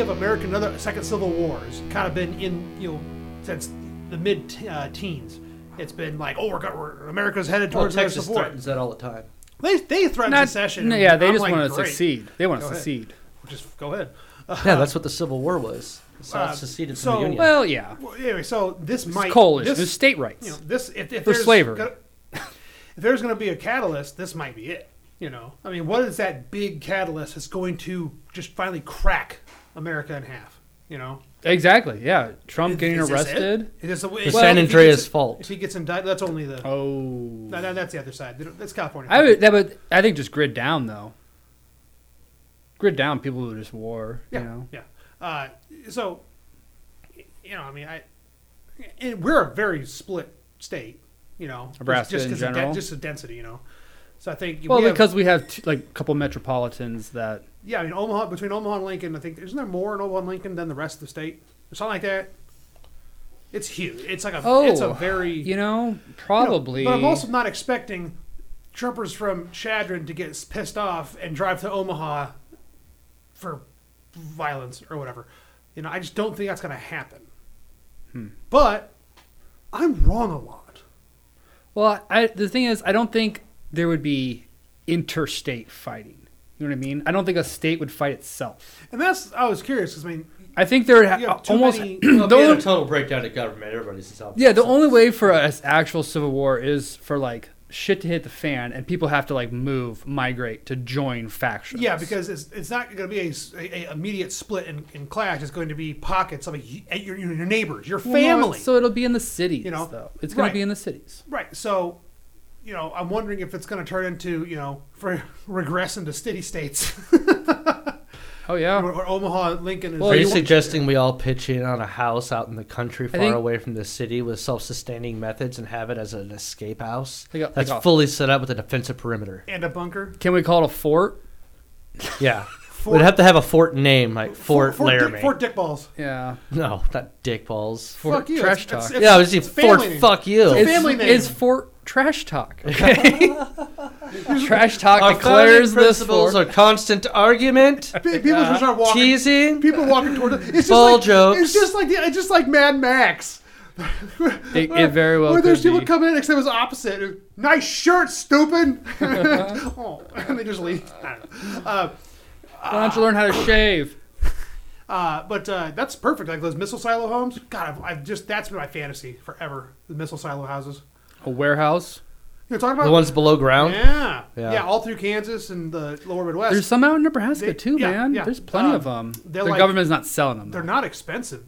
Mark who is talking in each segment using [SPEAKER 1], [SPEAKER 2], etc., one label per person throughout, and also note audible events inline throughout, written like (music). [SPEAKER 1] of American another second Civil War has kind of been in you know since the mid uh, teens. It's been like oh we're, go- we're America's headed
[SPEAKER 2] Well,
[SPEAKER 1] towards
[SPEAKER 2] Texas
[SPEAKER 1] another
[SPEAKER 2] threatens that all the time.
[SPEAKER 1] They they threaten
[SPEAKER 3] Not-
[SPEAKER 1] secession.
[SPEAKER 3] no, yeah, they
[SPEAKER 1] I'm
[SPEAKER 3] just
[SPEAKER 1] like,
[SPEAKER 3] want to
[SPEAKER 1] "Great."
[SPEAKER 3] succeed. They want
[SPEAKER 1] Go
[SPEAKER 3] to
[SPEAKER 1] ahead.
[SPEAKER 3] succeed.
[SPEAKER 1] Just go ahead.
[SPEAKER 2] yeah, that's what the Civil War was. The South
[SPEAKER 1] Uh,
[SPEAKER 2] seceded
[SPEAKER 1] so-
[SPEAKER 2] from the Union.
[SPEAKER 3] Uh-huh.
[SPEAKER 2] (clears throat)
[SPEAKER 3] Well, yeah.
[SPEAKER 1] Well, anyway, so this
[SPEAKER 3] It's
[SPEAKER 1] might
[SPEAKER 3] coalition.
[SPEAKER 1] this-
[SPEAKER 3] It's state rights.
[SPEAKER 1] you know, this if, if
[SPEAKER 3] For
[SPEAKER 1] there's
[SPEAKER 3] slavery.
[SPEAKER 1] Gonna, if there's going to be a catalyst, this might be it. You know, I mean, what is that big catalyst that's going to just finally crack America in half? You know,
[SPEAKER 3] exactly. Yeah. Trump getting
[SPEAKER 1] Is this it?
[SPEAKER 3] arrested.
[SPEAKER 1] It is the
[SPEAKER 2] the San Andreas
[SPEAKER 1] If
[SPEAKER 2] fault.
[SPEAKER 1] he gets indicted, that's only the
[SPEAKER 3] Oh.
[SPEAKER 1] no, no, that's the other side. They don't- That's California.
[SPEAKER 3] I would that would I think just grid down though. Grid down people who just war,
[SPEAKER 1] yeah,
[SPEAKER 3] you know.
[SPEAKER 1] yeah. Uh, so, you know, I mean, I and we're a very split state. You know, just-
[SPEAKER 3] Nebraska
[SPEAKER 1] just
[SPEAKER 3] in
[SPEAKER 1] 'cause of den-
[SPEAKER 3] general?
[SPEAKER 1] just the density. You know, so I think
[SPEAKER 3] Well,
[SPEAKER 1] we have-
[SPEAKER 3] because we have two, like a couple metropolitans that
[SPEAKER 1] Yeah, I mean Omaha between Omaha and Lincoln, I think isn't there more in Omaha and Lincoln than the rest of the state or something like that. It's huge. It's like a it's a
[SPEAKER 3] Oh,
[SPEAKER 1] very
[SPEAKER 3] you know
[SPEAKER 1] you know,
[SPEAKER 3] probably.
[SPEAKER 1] but I'm also not expecting troopers from Chadron to get s- pissed off and drive to Omaha for violence or whatever. You know, I just don't think that's going to happen.
[SPEAKER 3] Hmm.
[SPEAKER 1] But I'm wrong a lot.
[SPEAKER 3] well, I, the thing is, I don't think there would be interstate fighting. You know what I mean? I don't think a state would fight itself.
[SPEAKER 1] And that's I was curious 'cause, I mean
[SPEAKER 3] I think there would
[SPEAKER 1] you
[SPEAKER 3] ha-
[SPEAKER 1] have too
[SPEAKER 3] almost
[SPEAKER 1] many
[SPEAKER 2] Well,
[SPEAKER 3] (clears throat) the
[SPEAKER 2] we had
[SPEAKER 3] only-
[SPEAKER 2] a total breakdown of government. Everybody's just out.
[SPEAKER 3] yeah. The only way for an actual civil war is for like shit to hit the fan and people have to like move, migrate to join factions.
[SPEAKER 1] Yeah, because it's, it's not going to be a, s- a- a immediate split in, in clash. It's going to be pockets of a, at your, your your neighbors, your
[SPEAKER 3] Well, no,
[SPEAKER 1] family.
[SPEAKER 3] so it'll be in the cities,
[SPEAKER 1] You know?
[SPEAKER 3] though. It's going
[SPEAKER 1] Right.
[SPEAKER 3] to be in the cities.
[SPEAKER 1] right. So, you know, I'm wondering if it's going to turn into you know (laughs) for regress into city states
[SPEAKER 3] Oh yeah.
[SPEAKER 1] or, or Omaha, Lincoln. Is
[SPEAKER 3] Well,
[SPEAKER 2] Are you
[SPEAKER 3] you-
[SPEAKER 2] suggesting we all pitch in on a house out in the country, far
[SPEAKER 3] think-
[SPEAKER 2] away from the city, with self-sustaining methods, and have it as an escape house
[SPEAKER 3] Like a-
[SPEAKER 2] that's
[SPEAKER 3] like a-
[SPEAKER 2] fully set up with a defensive
[SPEAKER 3] (laughs)
[SPEAKER 2] perimeter?
[SPEAKER 1] and a bunker.
[SPEAKER 3] Can we call it a fort?
[SPEAKER 2] Yeah,
[SPEAKER 1] Fort-
[SPEAKER 2] we'd have to have a fort name like Fort,
[SPEAKER 1] Fort,
[SPEAKER 2] Laramie.
[SPEAKER 1] Dick, Fort Dick Balls.
[SPEAKER 3] Yeah.
[SPEAKER 2] no, not Dick Balls.
[SPEAKER 3] Fort
[SPEAKER 1] Fuck you.
[SPEAKER 3] Trash
[SPEAKER 1] it's, it's-
[SPEAKER 3] Talk.
[SPEAKER 1] it's-
[SPEAKER 2] yeah, I was just
[SPEAKER 1] it's
[SPEAKER 2] Fort.
[SPEAKER 1] family name.
[SPEAKER 2] Fuck you.
[SPEAKER 1] It's- family name.
[SPEAKER 3] It's fort trash talk. Okay.
[SPEAKER 1] (laughs)
[SPEAKER 3] (laughs) trash talk
[SPEAKER 2] Our
[SPEAKER 3] declares
[SPEAKER 2] founding
[SPEAKER 3] this
[SPEAKER 2] principles
[SPEAKER 3] fort.
[SPEAKER 2] are constant (laughs) argument,
[SPEAKER 1] Pe- People just start walking.
[SPEAKER 2] teasing.
[SPEAKER 1] People walking toward it. It's just
[SPEAKER 2] Ball
[SPEAKER 1] like,
[SPEAKER 2] jokes.
[SPEAKER 1] It's just like the, it's just like Mad Max.
[SPEAKER 3] It, it very well
[SPEAKER 1] Or there's
[SPEAKER 3] could
[SPEAKER 1] people
[SPEAKER 3] be.
[SPEAKER 1] coming in, except it was opposite. Nice shirt, stupid.
[SPEAKER 3] (laughs)
[SPEAKER 1] oh, and they just leave. I don't know. Uh,
[SPEAKER 3] Why don't you learn how to shave?
[SPEAKER 1] uh, but uh, that's perfect. Like those missile silo homes. God, I've, I've just that's been my fantasy forever. The missile silo houses.
[SPEAKER 3] A warehouse.
[SPEAKER 1] You know, talking about
[SPEAKER 2] The ones below ground.
[SPEAKER 1] Yeah. yeah,
[SPEAKER 2] Yeah.
[SPEAKER 1] all through Kansas and the Lower Midwest.
[SPEAKER 3] There's some out in Nebraska
[SPEAKER 1] They-
[SPEAKER 3] too,
[SPEAKER 1] yeah,
[SPEAKER 3] man.
[SPEAKER 1] yeah.
[SPEAKER 3] There's plenty
[SPEAKER 1] Um,
[SPEAKER 3] of them.
[SPEAKER 1] they're
[SPEAKER 3] The
[SPEAKER 1] like-
[SPEAKER 3] government's not selling them.
[SPEAKER 1] They're
[SPEAKER 3] though.
[SPEAKER 1] not expensive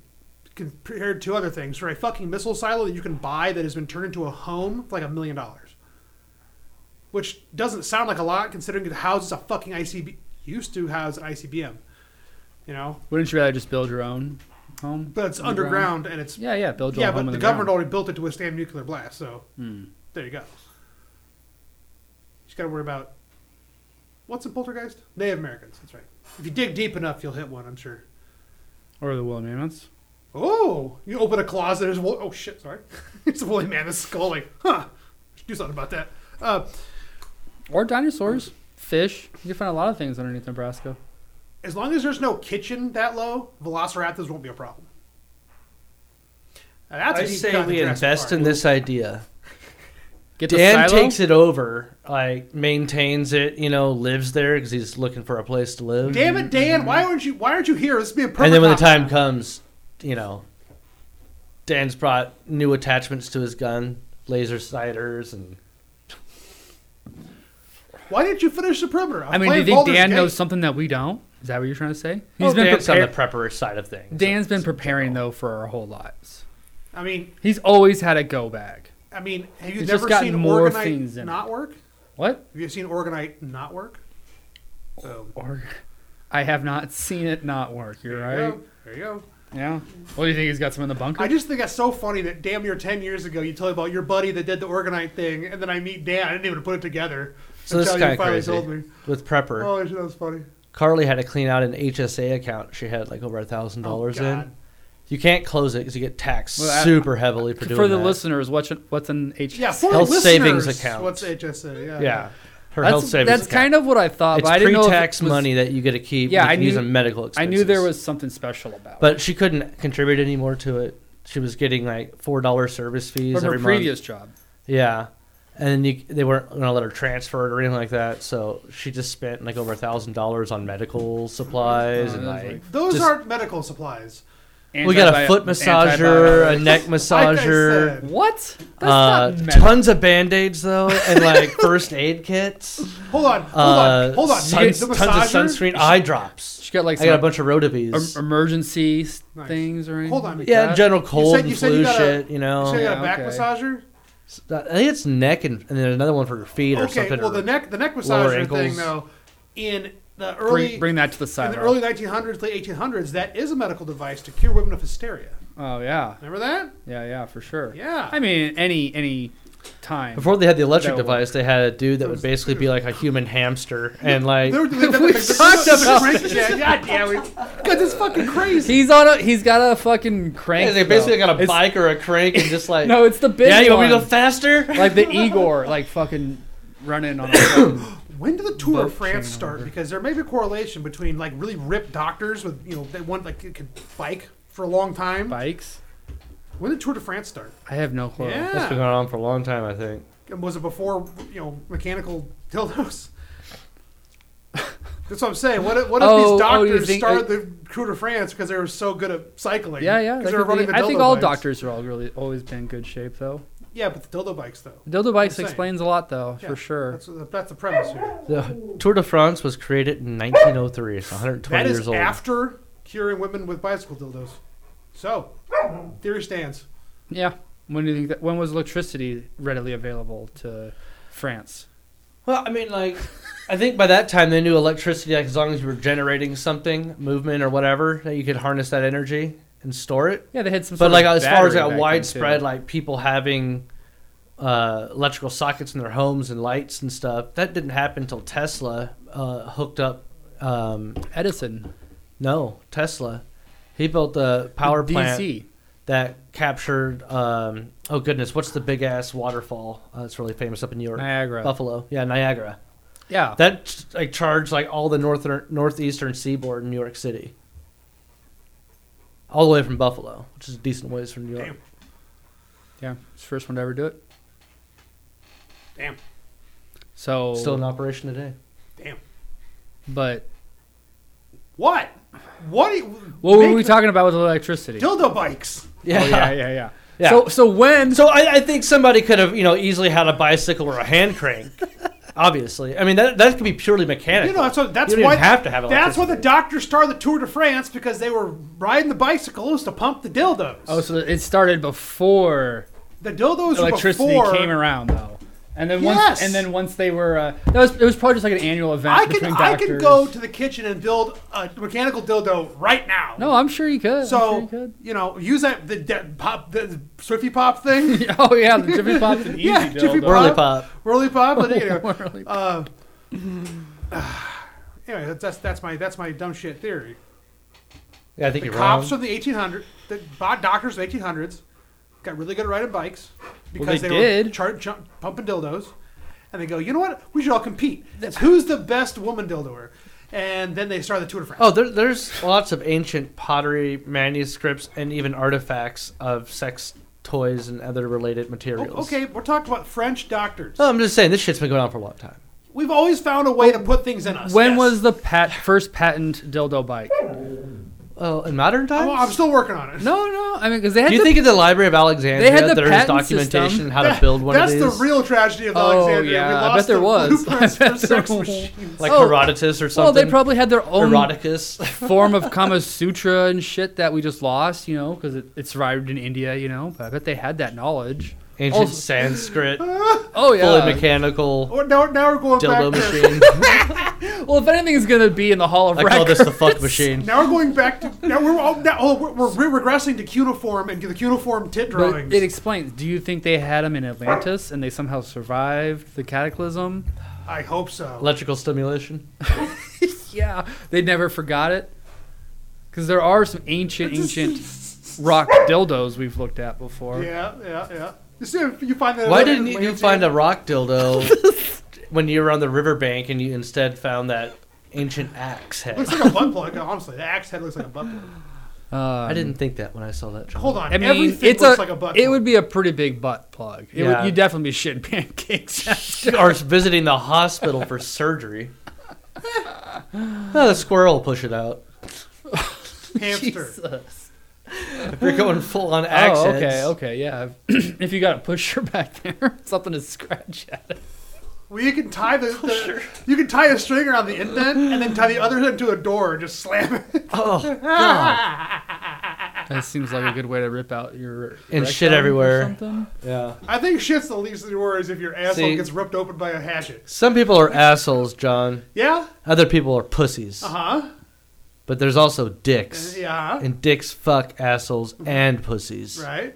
[SPEAKER 1] compared to other things. For a fucking missile silo that you can buy that has been turned into a home for like a million dollars. Which doesn't sound like a lot considering it houses a fucking ICB. Used to house an ICBM. You know?
[SPEAKER 3] Wouldn't you rather just build your own home?
[SPEAKER 1] But it's underground,
[SPEAKER 3] Underground.
[SPEAKER 1] and it's. Yeah,
[SPEAKER 3] Yeah, yeah. Build your own
[SPEAKER 1] but
[SPEAKER 3] home Hmm.
[SPEAKER 1] the,
[SPEAKER 3] in
[SPEAKER 1] government
[SPEAKER 3] ground.
[SPEAKER 1] already built it to withstand nuclear blast, so there you go. You just gotta worry about. What's in poltergeist? Native Americans, that's right. If you dig deep enough, you'll hit one, I'm sure.
[SPEAKER 3] Or the woolly mammoths.
[SPEAKER 1] Oh, you open a closet. There's wool. Oh shit, sorry. (laughs) it's a woolly mammoth skull. Like, huh? Should do something about that. Uh,
[SPEAKER 3] Or dinosaurs. Fish. You can find a lot of things underneath Nebraska.
[SPEAKER 1] as long as there's no kitchen that low, Velociraptors won't be a problem. Now, that's a
[SPEAKER 2] I
[SPEAKER 1] deep
[SPEAKER 2] say
[SPEAKER 1] cut
[SPEAKER 2] we
[SPEAKER 1] Jurassic
[SPEAKER 2] invest
[SPEAKER 1] Park.
[SPEAKER 2] in this idea.
[SPEAKER 3] Get the
[SPEAKER 2] Dan
[SPEAKER 3] silo.
[SPEAKER 2] takes it over, like maintains it, you know, lives there because he's looking for a place to live.
[SPEAKER 1] Damn it, Dan! Why aren't you? Why aren't you here? This would be a perfect.
[SPEAKER 2] and then when the
[SPEAKER 1] option.
[SPEAKER 2] time comes, you know, Dan's brought new attachments to his gun, laser sights, and
[SPEAKER 1] why didn't you finish the perimeter? I'm
[SPEAKER 3] I mean, do you
[SPEAKER 1] playing
[SPEAKER 3] think
[SPEAKER 1] Baldur's
[SPEAKER 3] Dan
[SPEAKER 1] Gate.
[SPEAKER 3] knows something that we don't? Is that what you're trying to say? He's
[SPEAKER 1] Oh,
[SPEAKER 2] well,
[SPEAKER 3] been
[SPEAKER 2] Dan's
[SPEAKER 3] prepared-
[SPEAKER 2] on the prepper side of things.
[SPEAKER 3] Dan's been preparing though for our whole lives.
[SPEAKER 1] I mean,
[SPEAKER 3] He's always had a go bag.
[SPEAKER 1] I mean, have you
[SPEAKER 3] It's
[SPEAKER 1] never
[SPEAKER 3] just gotten
[SPEAKER 1] seen
[SPEAKER 3] more
[SPEAKER 1] organite
[SPEAKER 3] things in it.
[SPEAKER 1] not work?
[SPEAKER 3] What?
[SPEAKER 1] Have you seen organite not work? So,
[SPEAKER 3] Or I have not seen it not work. You're
[SPEAKER 1] there you
[SPEAKER 3] right.
[SPEAKER 1] go. There you go.
[SPEAKER 3] Yeah. What do you think? He's got some in the bunker.
[SPEAKER 1] I just think that's so funny that damn near 10 years ago you tell me about your buddy that did the organite thing, and then I meet Dan. I didn't even put it together.
[SPEAKER 2] So this is
[SPEAKER 1] until you
[SPEAKER 2] kind of
[SPEAKER 1] finally
[SPEAKER 2] crazy.
[SPEAKER 1] told me.
[SPEAKER 2] With prepper,
[SPEAKER 1] Oh, that was funny.
[SPEAKER 2] Carly had to clean out an HSA account. She had like over a thousand dollars
[SPEAKER 1] God.
[SPEAKER 2] in. You can't close it because you get taxed
[SPEAKER 3] Oh, Well, I-
[SPEAKER 2] super heavily for doing
[SPEAKER 3] for the
[SPEAKER 2] that.
[SPEAKER 3] listeners, what's what's an H?
[SPEAKER 1] Yeah, for
[SPEAKER 2] Health
[SPEAKER 1] listeners,
[SPEAKER 2] savings account.
[SPEAKER 1] What's HSA? Yeah.
[SPEAKER 2] yeah. Her
[SPEAKER 3] that's
[SPEAKER 2] health savings.
[SPEAKER 3] that's kind of what I thought.
[SPEAKER 2] it's
[SPEAKER 3] but I didn't know if it
[SPEAKER 2] pre-tax
[SPEAKER 3] was-
[SPEAKER 2] money that you get to keep.
[SPEAKER 3] Yeah,
[SPEAKER 2] you
[SPEAKER 3] I
[SPEAKER 2] can use
[SPEAKER 3] knew-
[SPEAKER 2] on medical
[SPEAKER 3] I
[SPEAKER 2] expenses.
[SPEAKER 3] knew there was something special about it.
[SPEAKER 2] but she couldn't contribute any more to it. She was getting like four dollar service fees
[SPEAKER 3] from her
[SPEAKER 2] every month.
[SPEAKER 3] previous job.
[SPEAKER 2] Yeah, and then you, they weren't going to let her transfer it or anything like that. So she just spent like over a thousand dollars on medical supplies
[SPEAKER 3] Oh,
[SPEAKER 2] and
[SPEAKER 3] that's
[SPEAKER 2] like.
[SPEAKER 3] like-
[SPEAKER 1] Those
[SPEAKER 2] Just-
[SPEAKER 1] aren't medical supplies.
[SPEAKER 2] we got
[SPEAKER 3] Antibi-
[SPEAKER 2] a foot massager, a
[SPEAKER 3] antibiotics. (laughs)
[SPEAKER 2] neck
[SPEAKER 1] Like I
[SPEAKER 2] massager,
[SPEAKER 1] said.
[SPEAKER 3] What? That's
[SPEAKER 2] uh,
[SPEAKER 3] not medical.
[SPEAKER 2] tons of band aids though, and like first aid kits.
[SPEAKER 1] Hold on, hold
[SPEAKER 2] uh,
[SPEAKER 1] on, hold on.
[SPEAKER 2] sun-
[SPEAKER 1] Tons, the
[SPEAKER 2] tons
[SPEAKER 1] massager?
[SPEAKER 2] of sunscreen, eye drops.
[SPEAKER 3] She got like
[SPEAKER 2] I got a
[SPEAKER 3] some
[SPEAKER 2] bunch of rotavies.
[SPEAKER 3] em- emergency s-
[SPEAKER 1] Nice.
[SPEAKER 3] things or anything.
[SPEAKER 1] Hold on,
[SPEAKER 3] like
[SPEAKER 2] yeah,
[SPEAKER 3] that?
[SPEAKER 2] general cold
[SPEAKER 1] said- you
[SPEAKER 2] and
[SPEAKER 1] said you
[SPEAKER 2] flu
[SPEAKER 1] got a-
[SPEAKER 2] shit. You
[SPEAKER 1] So you
[SPEAKER 2] know,
[SPEAKER 1] got a
[SPEAKER 3] Yeah,
[SPEAKER 1] uh, back
[SPEAKER 3] okay.
[SPEAKER 1] massager.
[SPEAKER 2] I think it's neck and, and then another one for your feet or
[SPEAKER 1] Okay,
[SPEAKER 2] something.
[SPEAKER 1] well
[SPEAKER 2] or-
[SPEAKER 1] the neck the neck
[SPEAKER 2] lower
[SPEAKER 1] massager thing
[SPEAKER 2] ankles.
[SPEAKER 1] though, in the early
[SPEAKER 3] Bring, bring that to the
[SPEAKER 1] in
[SPEAKER 3] side.
[SPEAKER 1] the
[SPEAKER 3] Rob.
[SPEAKER 1] early 1900s, late 1800s, that is a medical device to cure women of hysteria.
[SPEAKER 3] oh yeah,
[SPEAKER 1] Remember that?
[SPEAKER 3] yeah, yeah, for sure.
[SPEAKER 1] Yeah.
[SPEAKER 3] I mean, any any time.
[SPEAKER 2] Before they had the electric
[SPEAKER 3] That would
[SPEAKER 2] device, they had a dude that would basically be like a
[SPEAKER 1] (laughs)
[SPEAKER 2] human hamster, and like
[SPEAKER 1] They were- they-
[SPEAKER 3] (laughs)
[SPEAKER 1] they-
[SPEAKER 3] We've
[SPEAKER 1] they-
[SPEAKER 3] talked
[SPEAKER 1] (laughs) they- they-
[SPEAKER 3] about
[SPEAKER 1] they-
[SPEAKER 3] this.
[SPEAKER 1] Yeah, God damn it. God, this is fucking crazy.
[SPEAKER 3] he's on a he's got a fucking crank.
[SPEAKER 2] Yeah, they basically
[SPEAKER 3] though.
[SPEAKER 2] got a
[SPEAKER 3] It's-
[SPEAKER 2] bike or a crank and
[SPEAKER 1] (laughs)
[SPEAKER 2] just like
[SPEAKER 3] No, it's the big
[SPEAKER 2] yeah, you want me to
[SPEAKER 3] one.
[SPEAKER 2] go faster?
[SPEAKER 3] like the Igor, like fucking running on. A
[SPEAKER 1] When did the tour
[SPEAKER 3] Boat
[SPEAKER 1] of France
[SPEAKER 3] chain
[SPEAKER 1] start?
[SPEAKER 3] order.
[SPEAKER 1] Because there may be a correlation between like really ripped doctors with you know they want like they could bike for a long time.
[SPEAKER 3] (coughs) bikes.
[SPEAKER 1] When did Tour de France start?
[SPEAKER 3] I have no clue.
[SPEAKER 1] Yeah.
[SPEAKER 2] That's been going on for a long time, I think.
[SPEAKER 1] And was it before you know mechanical dildos? (laughs) That's what I'm saying. What if, what if
[SPEAKER 3] Oh,
[SPEAKER 1] these
[SPEAKER 3] oh, you
[SPEAKER 1] doctors
[SPEAKER 3] think-
[SPEAKER 1] started the Tour de France because they were so good at cycling?
[SPEAKER 3] Yeah, yeah. that
[SPEAKER 1] Because they were
[SPEAKER 3] could be-
[SPEAKER 1] running the
[SPEAKER 3] I
[SPEAKER 1] dildo
[SPEAKER 3] think all
[SPEAKER 1] bikes.
[SPEAKER 3] doctors are all really always been in good shape though.
[SPEAKER 1] Yeah, but the dildo bikes though.
[SPEAKER 3] Dildo bikes
[SPEAKER 1] Insane.
[SPEAKER 3] explains a lot though,
[SPEAKER 1] Yeah,
[SPEAKER 3] for sure.
[SPEAKER 1] That's the, that's the premise here.
[SPEAKER 2] The Tour de France was created in 1903. It's 120
[SPEAKER 1] That
[SPEAKER 2] years
[SPEAKER 1] is
[SPEAKER 2] old.
[SPEAKER 1] after curing women with bicycle dildos. So, theory stands.
[SPEAKER 3] Yeah. When do you think that? When was electricity readily available to France?
[SPEAKER 2] well, I mean, like, I think by that time they knew electricity. Like, as long as you were generating something, movement or whatever, that you could harness that energy and store it.
[SPEAKER 3] Yeah, they had some.
[SPEAKER 2] But
[SPEAKER 3] sort
[SPEAKER 2] like,
[SPEAKER 3] of
[SPEAKER 2] as far as
[SPEAKER 3] battery back
[SPEAKER 2] like
[SPEAKER 3] then,
[SPEAKER 2] widespread,
[SPEAKER 3] too.
[SPEAKER 2] like people having uh, electrical sockets in their homes and lights and stuff, that didn't happen until Tesla uh, hooked up um,
[SPEAKER 3] Edison,
[SPEAKER 2] No, Tesla. He built a power plant
[SPEAKER 3] DC.
[SPEAKER 2] that captured. Um, oh goodness, what's the big ass waterfall uh, that's really famous up in New York?
[SPEAKER 3] Niagara.
[SPEAKER 2] Buffalo. Yeah, Niagara.
[SPEAKER 3] Yeah,
[SPEAKER 2] That like charged like all the northern northeastern seaboard in New York City. All the way from Buffalo, which is a decent ways from New York.
[SPEAKER 1] Damn.
[SPEAKER 3] yeah. It's the first one to ever do it.
[SPEAKER 1] Damn.
[SPEAKER 3] So,
[SPEAKER 2] Still in operation today.
[SPEAKER 1] Damn.
[SPEAKER 3] but
[SPEAKER 1] What? What? do you-
[SPEAKER 3] what
[SPEAKER 1] make
[SPEAKER 3] were we
[SPEAKER 1] the
[SPEAKER 3] talking about with electricity?
[SPEAKER 1] Dildo bikes.
[SPEAKER 2] Yeah.
[SPEAKER 3] Oh, yeah, yeah, yeah.
[SPEAKER 2] Yeah.
[SPEAKER 3] So, so
[SPEAKER 2] (laughs)
[SPEAKER 3] when?
[SPEAKER 2] So I, I think somebody could have, you know, easily had a bicycle or a hand
[SPEAKER 1] (laughs)
[SPEAKER 2] crank. obviously, I mean that that could be purely mechanical.
[SPEAKER 1] You know, that's what, that's
[SPEAKER 2] You don't
[SPEAKER 1] why
[SPEAKER 2] even have to have
[SPEAKER 1] That's why
[SPEAKER 2] electricity.
[SPEAKER 1] the doctors started the Tour de France because they were riding the bicycles to pump the dildos.
[SPEAKER 3] oh, so it started before
[SPEAKER 1] the dildos were
[SPEAKER 3] electricity
[SPEAKER 1] before,
[SPEAKER 3] came around, though. And then once,
[SPEAKER 1] Yes!
[SPEAKER 3] and then once they were, uh, that was it was probably just like an annual event.
[SPEAKER 1] I
[SPEAKER 3] between
[SPEAKER 1] can I can
[SPEAKER 3] doctors.
[SPEAKER 1] go to the kitchen and build a mechanical dildo right now.
[SPEAKER 3] No, I'm sure you could. I'm sure
[SPEAKER 1] So
[SPEAKER 3] you could. (laughs)
[SPEAKER 1] you know, use that the, the pop the Swifty pop thing.
[SPEAKER 3] Oh (laughs) yeah, the Jiffy
[SPEAKER 1] (laughs)
[SPEAKER 3] Pop's an easy
[SPEAKER 1] Yeah,
[SPEAKER 3] dildo.
[SPEAKER 1] Jiffy
[SPEAKER 2] Whirly
[SPEAKER 1] Pop.
[SPEAKER 2] pop.
[SPEAKER 1] Whirly pop. But
[SPEAKER 3] (laughs)
[SPEAKER 1] anyway,
[SPEAKER 3] Whirly
[SPEAKER 1] uh, (sighs) anyway, that's that's my that's my dumb shit theory.
[SPEAKER 2] Yeah, I think
[SPEAKER 1] The
[SPEAKER 2] you're
[SPEAKER 1] cops
[SPEAKER 2] wrong.
[SPEAKER 1] from the 1800s, the bo- doctors of the 1800s, got really good at riding bikes because
[SPEAKER 3] they
[SPEAKER 1] were
[SPEAKER 3] did.
[SPEAKER 1] char- jump, pumping dildos, and they go, you know what? We should all compete. That's who's the best woman dildoer, and then they started the Tour de France.
[SPEAKER 2] Oh, there, there's lots of ancient pottery manuscripts and even artifacts of sex toys and other related materials.
[SPEAKER 1] O- Oh, okay, we're talking about French doctors.
[SPEAKER 2] No, I'm just saying this shit's been going on for a long time.
[SPEAKER 1] We've always found a way to put things in us.
[SPEAKER 3] When
[SPEAKER 1] yes.
[SPEAKER 3] was the pat- first patent dildo bike?
[SPEAKER 2] Oh, in modern times.
[SPEAKER 1] I'm, I'm still working on it.
[SPEAKER 3] No, no. I mean, because they had
[SPEAKER 2] Do you
[SPEAKER 3] the,
[SPEAKER 2] think at the Library of Alexandria
[SPEAKER 3] had the
[SPEAKER 2] there is
[SPEAKER 3] patent
[SPEAKER 2] documentation
[SPEAKER 3] system.
[SPEAKER 2] how to build one
[SPEAKER 1] That's
[SPEAKER 2] of these?
[SPEAKER 1] the real tragedy of
[SPEAKER 3] Oh,
[SPEAKER 1] Alexandria.
[SPEAKER 3] yeah,
[SPEAKER 1] we
[SPEAKER 3] I
[SPEAKER 1] lost
[SPEAKER 3] bet there
[SPEAKER 1] the
[SPEAKER 3] was.
[SPEAKER 1] blueprints
[SPEAKER 3] (laughs) I bet
[SPEAKER 1] for sex
[SPEAKER 3] there
[SPEAKER 1] machines.
[SPEAKER 2] like
[SPEAKER 3] Oh.
[SPEAKER 2] Herodotus or
[SPEAKER 3] well,
[SPEAKER 2] something.
[SPEAKER 3] they probably had their own
[SPEAKER 2] Eroticus.
[SPEAKER 3] (laughs) form of Kama Sutra and shit that we just lost, you know, because it, it survived in India, you know. But I bet they had that knowledge.
[SPEAKER 2] ancient
[SPEAKER 3] Also-
[SPEAKER 2] Sanskrit,
[SPEAKER 3] Oh
[SPEAKER 2] fully
[SPEAKER 3] yeah.
[SPEAKER 2] mechanical
[SPEAKER 1] Or Oh, now, now we're going
[SPEAKER 2] dildo
[SPEAKER 1] back to
[SPEAKER 2] machine.
[SPEAKER 3] well, if anything's gonna be in the Hall of
[SPEAKER 2] I call
[SPEAKER 3] Records,
[SPEAKER 2] this the fuck machine.
[SPEAKER 1] Now we're going back to now we're all now oh, we're, we're, we're regressing to cuneiform and to the cuneiform tit
[SPEAKER 3] but
[SPEAKER 1] drawings.
[SPEAKER 3] it explains. Do you think they had them in Atlantis and they somehow survived the cataclysm? (laughs)
[SPEAKER 1] I hope so.
[SPEAKER 2] Electrical stimulation.
[SPEAKER 3] Yeah, they never forgot it. Because there are some ancient, ancient
[SPEAKER 1] (laughs)
[SPEAKER 3] rock dildos we've looked at before.
[SPEAKER 1] yeah, yeah, yeah. You see, if you find that.
[SPEAKER 2] Why
[SPEAKER 1] other
[SPEAKER 2] didn't you
[SPEAKER 1] Atlantean-
[SPEAKER 2] find a rock dildo when you were on the riverbank and you instead found that ancient axe head.
[SPEAKER 1] Looks like a butt plug. Honestly, the axe head looks like a butt plug.
[SPEAKER 2] I didn't think that when I saw that. John.
[SPEAKER 1] Hold on.
[SPEAKER 3] I mean,
[SPEAKER 1] Everything
[SPEAKER 3] it's a,
[SPEAKER 1] looks like a butt
[SPEAKER 3] it
[SPEAKER 1] plug.
[SPEAKER 3] would be a pretty big butt plug. It
[SPEAKER 2] Yeah.
[SPEAKER 3] would, you definitely be shit (laughs)
[SPEAKER 2] (laughs)
[SPEAKER 3] pancakes.
[SPEAKER 2] Or visiting the hospital for surgery. Oh, the squirrel will push it out.
[SPEAKER 1] (laughs) hamster.
[SPEAKER 3] (laughs) Jesus.
[SPEAKER 2] If you're going full on axe
[SPEAKER 3] Oh,
[SPEAKER 2] heads.
[SPEAKER 3] okay, okay, yeah. (clears throat) if you got a pusher (laughs) back there, something to scratch at. It.
[SPEAKER 1] Well, you can tie the, the you can tie a string around the indent and then tie the other end to a door and just slam it.
[SPEAKER 3] (laughs)
[SPEAKER 2] Oh, God.
[SPEAKER 3] That seems like a good way to rip out your
[SPEAKER 2] And shit
[SPEAKER 3] rectum or
[SPEAKER 2] everywhere.
[SPEAKER 3] something.
[SPEAKER 2] Yeah.
[SPEAKER 1] I think shit's the least of your worries if your asshole
[SPEAKER 2] See?
[SPEAKER 1] gets ripped open by a hatchet.
[SPEAKER 2] Some people are assholes, John.
[SPEAKER 1] Yeah.
[SPEAKER 2] Other people are pussies.
[SPEAKER 3] Uh-huh.
[SPEAKER 1] Uh huh.
[SPEAKER 2] But there's also
[SPEAKER 3] Uh,
[SPEAKER 2] dicks.
[SPEAKER 1] Yeah. uh-huh.
[SPEAKER 2] And dicks fuck assholes and pussies.
[SPEAKER 1] Right.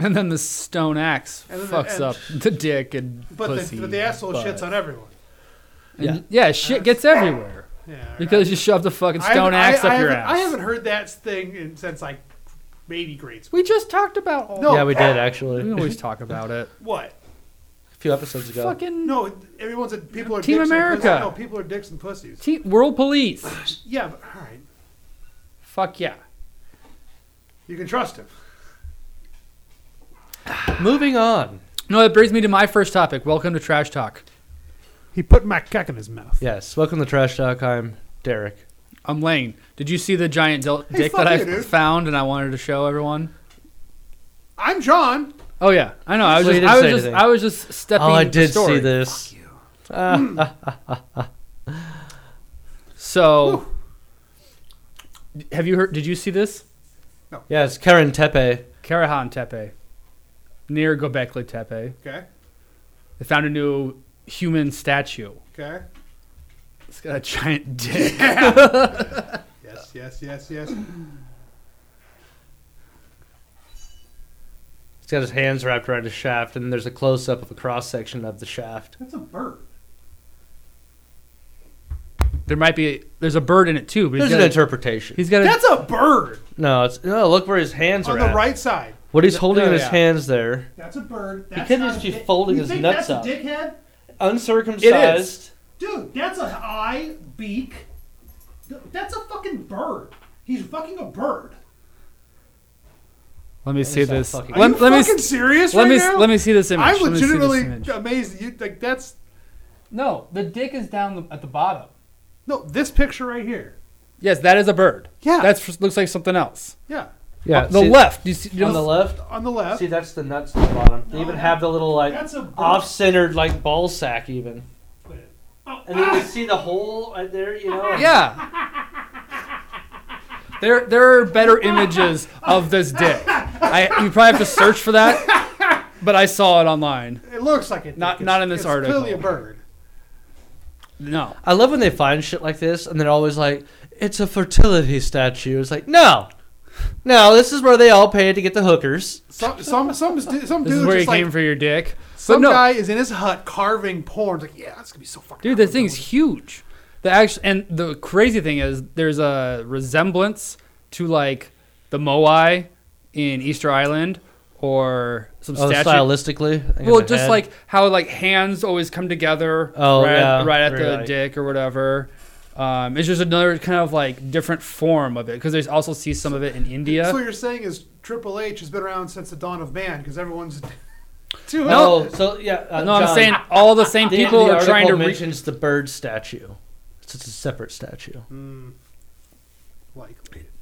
[SPEAKER 3] And then the stone axe
[SPEAKER 1] And then the-
[SPEAKER 3] fucks
[SPEAKER 1] and-
[SPEAKER 3] up the dick and
[SPEAKER 1] But
[SPEAKER 3] pussy.
[SPEAKER 1] the, but the asshole
[SPEAKER 3] butt.
[SPEAKER 1] shits on everyone.
[SPEAKER 3] And- yeah, shit gets everywhere
[SPEAKER 1] Yeah.
[SPEAKER 3] because you shoved a fucking
[SPEAKER 1] I
[SPEAKER 3] stone
[SPEAKER 1] haven't-
[SPEAKER 3] axe
[SPEAKER 1] I, I
[SPEAKER 3] up your
[SPEAKER 1] haven't-
[SPEAKER 3] ass.
[SPEAKER 1] I haven't heard that thing in, since like baby grade school.
[SPEAKER 3] We just talked about all.
[SPEAKER 1] No.
[SPEAKER 2] Yeah, we did
[SPEAKER 3] we
[SPEAKER 2] actually.
[SPEAKER 3] always talk about it.
[SPEAKER 1] What?
[SPEAKER 2] (laughs) a few episodes ago.
[SPEAKER 3] Fucking
[SPEAKER 1] No, everyone's a, people are
[SPEAKER 3] Team
[SPEAKER 1] dicks
[SPEAKER 3] America.
[SPEAKER 1] And pussies. No, people are dicks and pussies.
[SPEAKER 3] Te- world police.
[SPEAKER 1] Yeah, but all right,
[SPEAKER 3] Fuck yeah.
[SPEAKER 1] you can trust him.
[SPEAKER 2] Moving on.
[SPEAKER 3] No, that brings me to my first topic. Welcome to Trash Talk.
[SPEAKER 1] He put my cock in his mouth.
[SPEAKER 2] Yes. Welcome to Trash Talk. I'm Derek.
[SPEAKER 3] I'm Lane. Did you see the giant del-
[SPEAKER 1] Hey,
[SPEAKER 3] dick
[SPEAKER 1] fuck
[SPEAKER 3] that I
[SPEAKER 1] you, dude.
[SPEAKER 3] found and I wanted to show everyone?
[SPEAKER 1] I'm John.
[SPEAKER 3] Oh yeah, I know. I was
[SPEAKER 2] So you
[SPEAKER 3] just,
[SPEAKER 2] didn't say
[SPEAKER 3] I was just,
[SPEAKER 2] anything.
[SPEAKER 3] I was just stepping.
[SPEAKER 2] Oh, I
[SPEAKER 3] into the
[SPEAKER 2] did
[SPEAKER 3] story.
[SPEAKER 2] see this.
[SPEAKER 3] So, have you heard? Did you see this?
[SPEAKER 2] Yes, Karen Tepe.
[SPEAKER 3] Karahan Tepe, near Göbekli Tepe,
[SPEAKER 1] Okay.
[SPEAKER 3] they found a new human statue.
[SPEAKER 1] Okay.
[SPEAKER 3] It's got a giant (laughs) dick.
[SPEAKER 1] Yes. Yes. Yes. Yes.
[SPEAKER 2] He's got his hands wrapped around his shaft, and there's a close up of a cross section of the shaft.
[SPEAKER 1] That's a bird.
[SPEAKER 3] There might be. There's a bird in it too. But he's
[SPEAKER 2] There's
[SPEAKER 3] got
[SPEAKER 2] an
[SPEAKER 3] a-
[SPEAKER 2] interpretation.
[SPEAKER 3] He's got a.
[SPEAKER 1] That's a bird
[SPEAKER 2] no, it's no. Look where his hands
[SPEAKER 1] on
[SPEAKER 2] are
[SPEAKER 1] the
[SPEAKER 2] at.
[SPEAKER 1] right side.
[SPEAKER 2] What he's holding in his
[SPEAKER 3] Yeah.
[SPEAKER 2] hands there,
[SPEAKER 1] That's a bird. That's
[SPEAKER 2] could
[SPEAKER 1] not
[SPEAKER 2] just
[SPEAKER 1] a
[SPEAKER 2] be
[SPEAKER 1] dick-
[SPEAKER 2] folding
[SPEAKER 1] you
[SPEAKER 2] his
[SPEAKER 1] think
[SPEAKER 2] nuts
[SPEAKER 1] that's
[SPEAKER 2] up.
[SPEAKER 1] A dickhead,
[SPEAKER 2] uncircumcised.
[SPEAKER 1] dude. That's an eye, beak. Th- That's a fucking bird. He's fucking a bird.
[SPEAKER 3] Let me see
[SPEAKER 2] It's not
[SPEAKER 3] this.
[SPEAKER 2] fucking-
[SPEAKER 1] Are
[SPEAKER 3] Let,
[SPEAKER 1] you
[SPEAKER 3] let me.
[SPEAKER 1] fucking
[SPEAKER 3] s-
[SPEAKER 1] serious
[SPEAKER 3] Let
[SPEAKER 1] right
[SPEAKER 3] me. s-
[SPEAKER 1] now?
[SPEAKER 3] Let me see this image.
[SPEAKER 1] I'm
[SPEAKER 3] Let me see this
[SPEAKER 1] legitimately
[SPEAKER 3] image.
[SPEAKER 1] amazed. You like that's
[SPEAKER 3] No, the dick is down the, at the bottom.
[SPEAKER 1] no this picture right here.
[SPEAKER 3] Yes, that is a bird.
[SPEAKER 1] Yeah.
[SPEAKER 3] that looks like something else. Uh,
[SPEAKER 1] Yeah,
[SPEAKER 2] Yeah,
[SPEAKER 3] the
[SPEAKER 2] see-
[SPEAKER 3] left. You see, you
[SPEAKER 2] On
[SPEAKER 3] know-
[SPEAKER 2] the left.
[SPEAKER 1] on the left.
[SPEAKER 2] See, that's the nuts at the bottom. They even have the little like
[SPEAKER 1] Oh, That's a-
[SPEAKER 2] off-centered like ball sack even,
[SPEAKER 1] Oh,
[SPEAKER 2] and then you see the hole right there. You know.
[SPEAKER 3] Yeah. There, there are better images of this dick. I, you probably have to search for that, but I saw it online.
[SPEAKER 1] it looks like it.
[SPEAKER 3] Not- not in this
[SPEAKER 1] it's
[SPEAKER 3] article.
[SPEAKER 1] Clearly a bird.
[SPEAKER 3] No,
[SPEAKER 2] I love when they find shit like this and they're always like, it's a fertility statue. It's like, no. No, this is where they all pay to get the hookers.
[SPEAKER 1] Some some some stu- some
[SPEAKER 3] this
[SPEAKER 1] dude
[SPEAKER 3] is where you
[SPEAKER 1] just like
[SPEAKER 3] came for your dick.
[SPEAKER 1] some
[SPEAKER 3] no,
[SPEAKER 1] guy is in his hut carving porn. It's like yeah, that's gonna be so fucking.
[SPEAKER 3] dude, this thing's huge. The actual, and the crazy thing is, there's a resemblance to like the moai in Easter Island, or some
[SPEAKER 2] Oh,
[SPEAKER 3] statue
[SPEAKER 2] stylistically. I think
[SPEAKER 3] Well,
[SPEAKER 2] in my
[SPEAKER 3] just
[SPEAKER 2] head.
[SPEAKER 3] like how like hands always come together.
[SPEAKER 2] Oh,
[SPEAKER 3] right,
[SPEAKER 2] yeah.
[SPEAKER 3] right at the
[SPEAKER 2] Right.
[SPEAKER 3] dick or whatever. Um, it's just another kind of like different form of it because there's also see some of it in India.
[SPEAKER 1] So what you're saying is Triple H has been around since the dawn of man because everyone's. (laughs) Dude,
[SPEAKER 2] Oh, so yeah. Uh,
[SPEAKER 3] no, I'm
[SPEAKER 2] John,
[SPEAKER 3] saying all the same
[SPEAKER 2] the,
[SPEAKER 3] people
[SPEAKER 2] the
[SPEAKER 3] are trying
[SPEAKER 2] article
[SPEAKER 3] to reach.
[SPEAKER 2] mentions the bird statue. It's just a separate statue.
[SPEAKER 1] like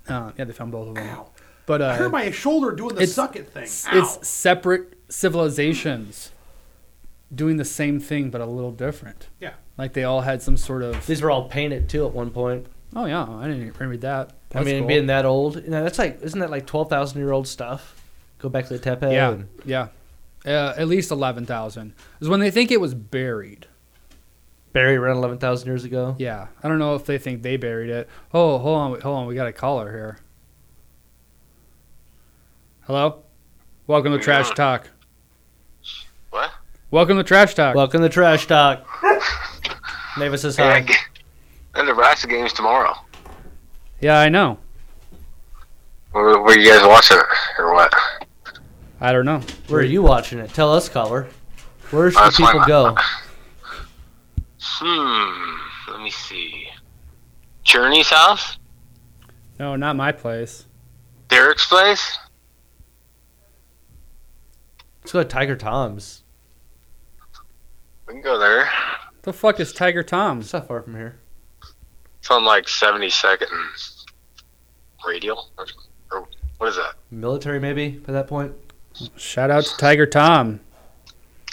[SPEAKER 3] Uh, yeah, they found both of them. But
[SPEAKER 1] I hurt
[SPEAKER 3] uh,
[SPEAKER 1] my shoulder doing the
[SPEAKER 3] it's-
[SPEAKER 1] suck it thing.
[SPEAKER 3] it's,
[SPEAKER 1] Ow.
[SPEAKER 3] it's separate civilizations doing the same thing but a little different.
[SPEAKER 1] yeah.
[SPEAKER 3] Like they all had some sort of.
[SPEAKER 2] These were all painted too at one point.
[SPEAKER 3] Oh yeah, I didn't even read that.
[SPEAKER 2] I
[SPEAKER 3] That's
[SPEAKER 2] mean,
[SPEAKER 3] cool.
[SPEAKER 2] being that old, you know, that's like, isn't that like twelve thousand year old stuff? Go back to the Tepe.
[SPEAKER 3] Yeah,
[SPEAKER 2] and-
[SPEAKER 3] yeah. Uh, at least 11,000 is when they think it was buried.
[SPEAKER 2] buried around eleven thousand years ago.
[SPEAKER 3] Yeah. I don't know if they think they buried it. Oh, hold on. wait, Hold on. We got a caller here. Hello? Welcome to Trash Talk.
[SPEAKER 4] What?
[SPEAKER 3] Welcome to Trash Talk.
[SPEAKER 2] Welcome to Trash Talk. Mavis is
[SPEAKER 4] Yeah, I
[SPEAKER 2] hi.
[SPEAKER 4] g- and the Rasa game's tomorrow.
[SPEAKER 3] yeah, I know.
[SPEAKER 4] Were, were you guys watching it or what?
[SPEAKER 3] I don't know.
[SPEAKER 2] Where are you watching it? Tell us, caller. Where should
[SPEAKER 4] That's
[SPEAKER 2] people
[SPEAKER 4] fine.
[SPEAKER 2] go?
[SPEAKER 4] Hmm. Let me see. Journey's house?
[SPEAKER 3] No, not my place.
[SPEAKER 4] Derek's place?
[SPEAKER 2] Let's go to Tiger Tom's.
[SPEAKER 4] We can go there.
[SPEAKER 3] The fuck is Tiger Tom's?
[SPEAKER 2] It's not far from here.
[SPEAKER 4] It's on like 72nd and Radial? Or, or what is that?
[SPEAKER 2] Military, maybe, by that point.
[SPEAKER 3] Shout out to Tiger Tom.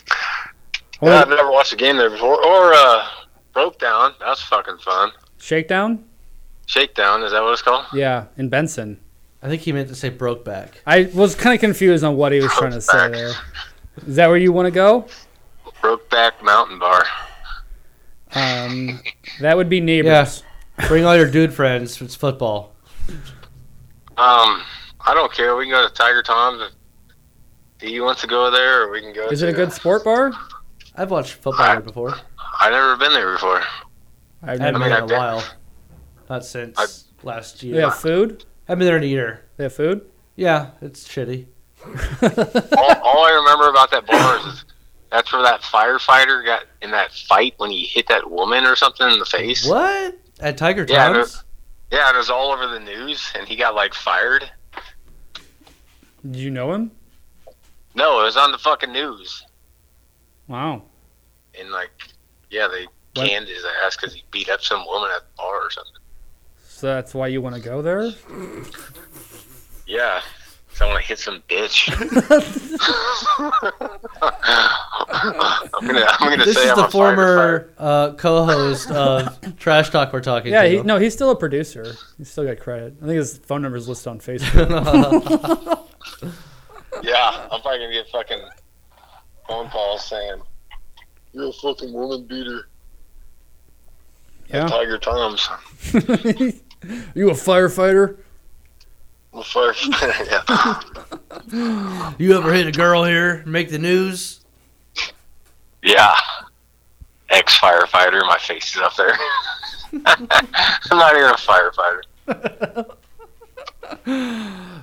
[SPEAKER 4] Yeah,
[SPEAKER 3] Oh,
[SPEAKER 4] I've never watched a game there before. Or uh, Broke Down. That's fucking fun.
[SPEAKER 3] Shakedown?
[SPEAKER 4] Shakedown, is that what it's called?
[SPEAKER 3] Yeah, in Benson.
[SPEAKER 2] I think he meant to say broke back.
[SPEAKER 3] I was kind of confused on what he was trying to say there. Is that where you want to go?
[SPEAKER 4] Brokeback Mountain Bar.
[SPEAKER 3] Um, that would be neighbors.
[SPEAKER 2] Yes. Bring all your dude friends. It's football.
[SPEAKER 4] Um, I don't care. We can go to Tiger Tom's if he wants to go there, or we can go.
[SPEAKER 3] Is it a
[SPEAKER 4] to-
[SPEAKER 3] good sport bar?
[SPEAKER 2] I've watched football (laughs) there before.
[SPEAKER 4] I've never been there before.
[SPEAKER 3] I've
[SPEAKER 2] I haven't been
[SPEAKER 3] never.
[SPEAKER 4] mean,
[SPEAKER 2] there in
[SPEAKER 4] I've
[SPEAKER 2] a
[SPEAKER 4] been-
[SPEAKER 2] while. Not since last year.
[SPEAKER 3] They have food.
[SPEAKER 2] I've been there in a year.
[SPEAKER 3] They have food.
[SPEAKER 2] Yeah, it's shitty.
[SPEAKER 4] all, (laughs) all I remember about that bar is that's where that firefighter got in that fight when he hit that woman or something in the face.
[SPEAKER 2] What? At Tiger
[SPEAKER 4] Yeah, I
[SPEAKER 2] Tom's?
[SPEAKER 4] Yeah, and it was all over the news, and he got like fired.
[SPEAKER 3] Did you know him?
[SPEAKER 4] No, it was on the fucking news,
[SPEAKER 3] Wow.
[SPEAKER 4] and like, yeah, they
[SPEAKER 3] What?
[SPEAKER 4] canned his ass because he beat up some woman at the bar or something.
[SPEAKER 3] So that's why you want to go there?
[SPEAKER 4] Yeah, someone hit some
[SPEAKER 2] (laughs)
[SPEAKER 4] bitch. I'm gonna, I'm gonna
[SPEAKER 2] This
[SPEAKER 4] say
[SPEAKER 2] is
[SPEAKER 4] I'm
[SPEAKER 2] the
[SPEAKER 4] a former.
[SPEAKER 2] former uh, co-host (laughs) of Trash Talk we're talking
[SPEAKER 3] Yeah.
[SPEAKER 2] to.
[SPEAKER 3] He, no, he's still a producer. He's still got credit. I think his phone number is listed
[SPEAKER 2] (laughs)
[SPEAKER 3] on Facebook.
[SPEAKER 4] Yeah, I'm probably gonna get fucking phone calls saying you're a fucking woman beater.
[SPEAKER 3] Yeah. (laughs)
[SPEAKER 4] Tiger Tom's.
[SPEAKER 3] you a firefighter?
[SPEAKER 4] I'm a firefighter. (laughs) yeah.
[SPEAKER 2] (laughs) You ever hit a girl here? Make the news?
[SPEAKER 4] Yeah. Ex firefighter, my face is up there. (laughs) I'm not even a firefighter.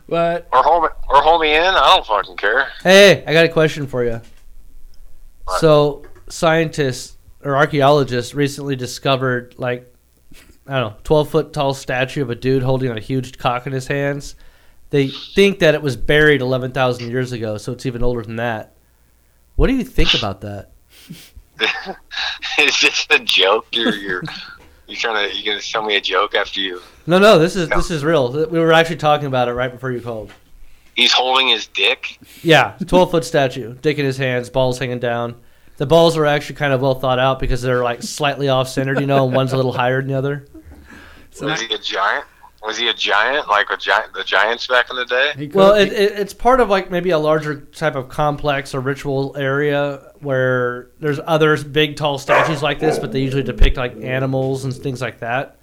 [SPEAKER 3] But
[SPEAKER 4] Or hold me, or hold me in. I don't fucking care.
[SPEAKER 2] Hey, I got a question for you. So, scientists or archaeologists recently discovered like I don't know, twelve foot tall statue of a dude holding a huge cock in his hands. They think that it was buried eleven thousand years ago, so it's even older than that. What do you think about that?
[SPEAKER 4] (laughs) Is this a joke? You're you're you trying to you gonna tell me a joke after you?
[SPEAKER 2] No, no, this is this is real. We were actually talking about it right before you called.
[SPEAKER 4] He's holding his dick.
[SPEAKER 2] Yeah, twelve foot statue, dick in his hands, balls hanging down. The balls were actually kind of well thought out because they're like slightly off centered, you know, and one's a little higher than the other.
[SPEAKER 4] Was he a giant? Was he a giant like a giant? The giants back in the day.
[SPEAKER 3] he could,
[SPEAKER 2] Well, it, it, it's part of like maybe a larger type of complex or ritual area where there's other big tall statues like this, but they usually depict like animals and things like that.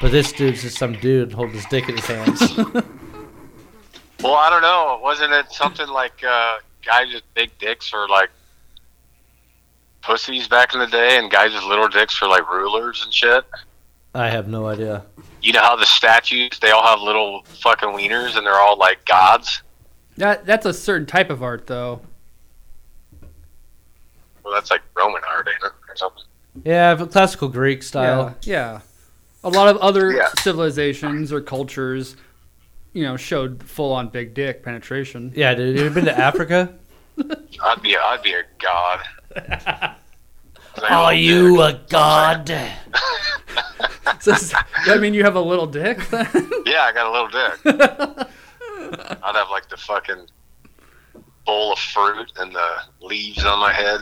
[SPEAKER 2] But this dude's just some dude holding his dick in his hands.
[SPEAKER 3] (laughs)
[SPEAKER 4] Well, I don't know. Wasn't it something like uh, guys with big dicks or like pussies back in the day, and guys with little dicks were like rulers and shit?
[SPEAKER 2] I have no idea.
[SPEAKER 4] You know how the statues they all have little fucking wieners, and they're all like gods.
[SPEAKER 3] that, that's a certain type of art, though.
[SPEAKER 4] Well, that's like Roman art, ain't it? Or something.
[SPEAKER 2] Yeah, but classical Greek style.
[SPEAKER 3] Yeah, yeah. A lot of other
[SPEAKER 4] Yeah.
[SPEAKER 3] civilizations or cultures, you know, showed full on big dick penetration. (laughs)
[SPEAKER 2] Yeah, dude. Have you been to Africa?
[SPEAKER 4] I'd be, I'd be a god. Like,
[SPEAKER 2] a god?
[SPEAKER 3] So, does that mean you have a little dick?
[SPEAKER 4] Yeah, I got a little dick. I'd have like the fucking bowl of fruit and the leaves on my head,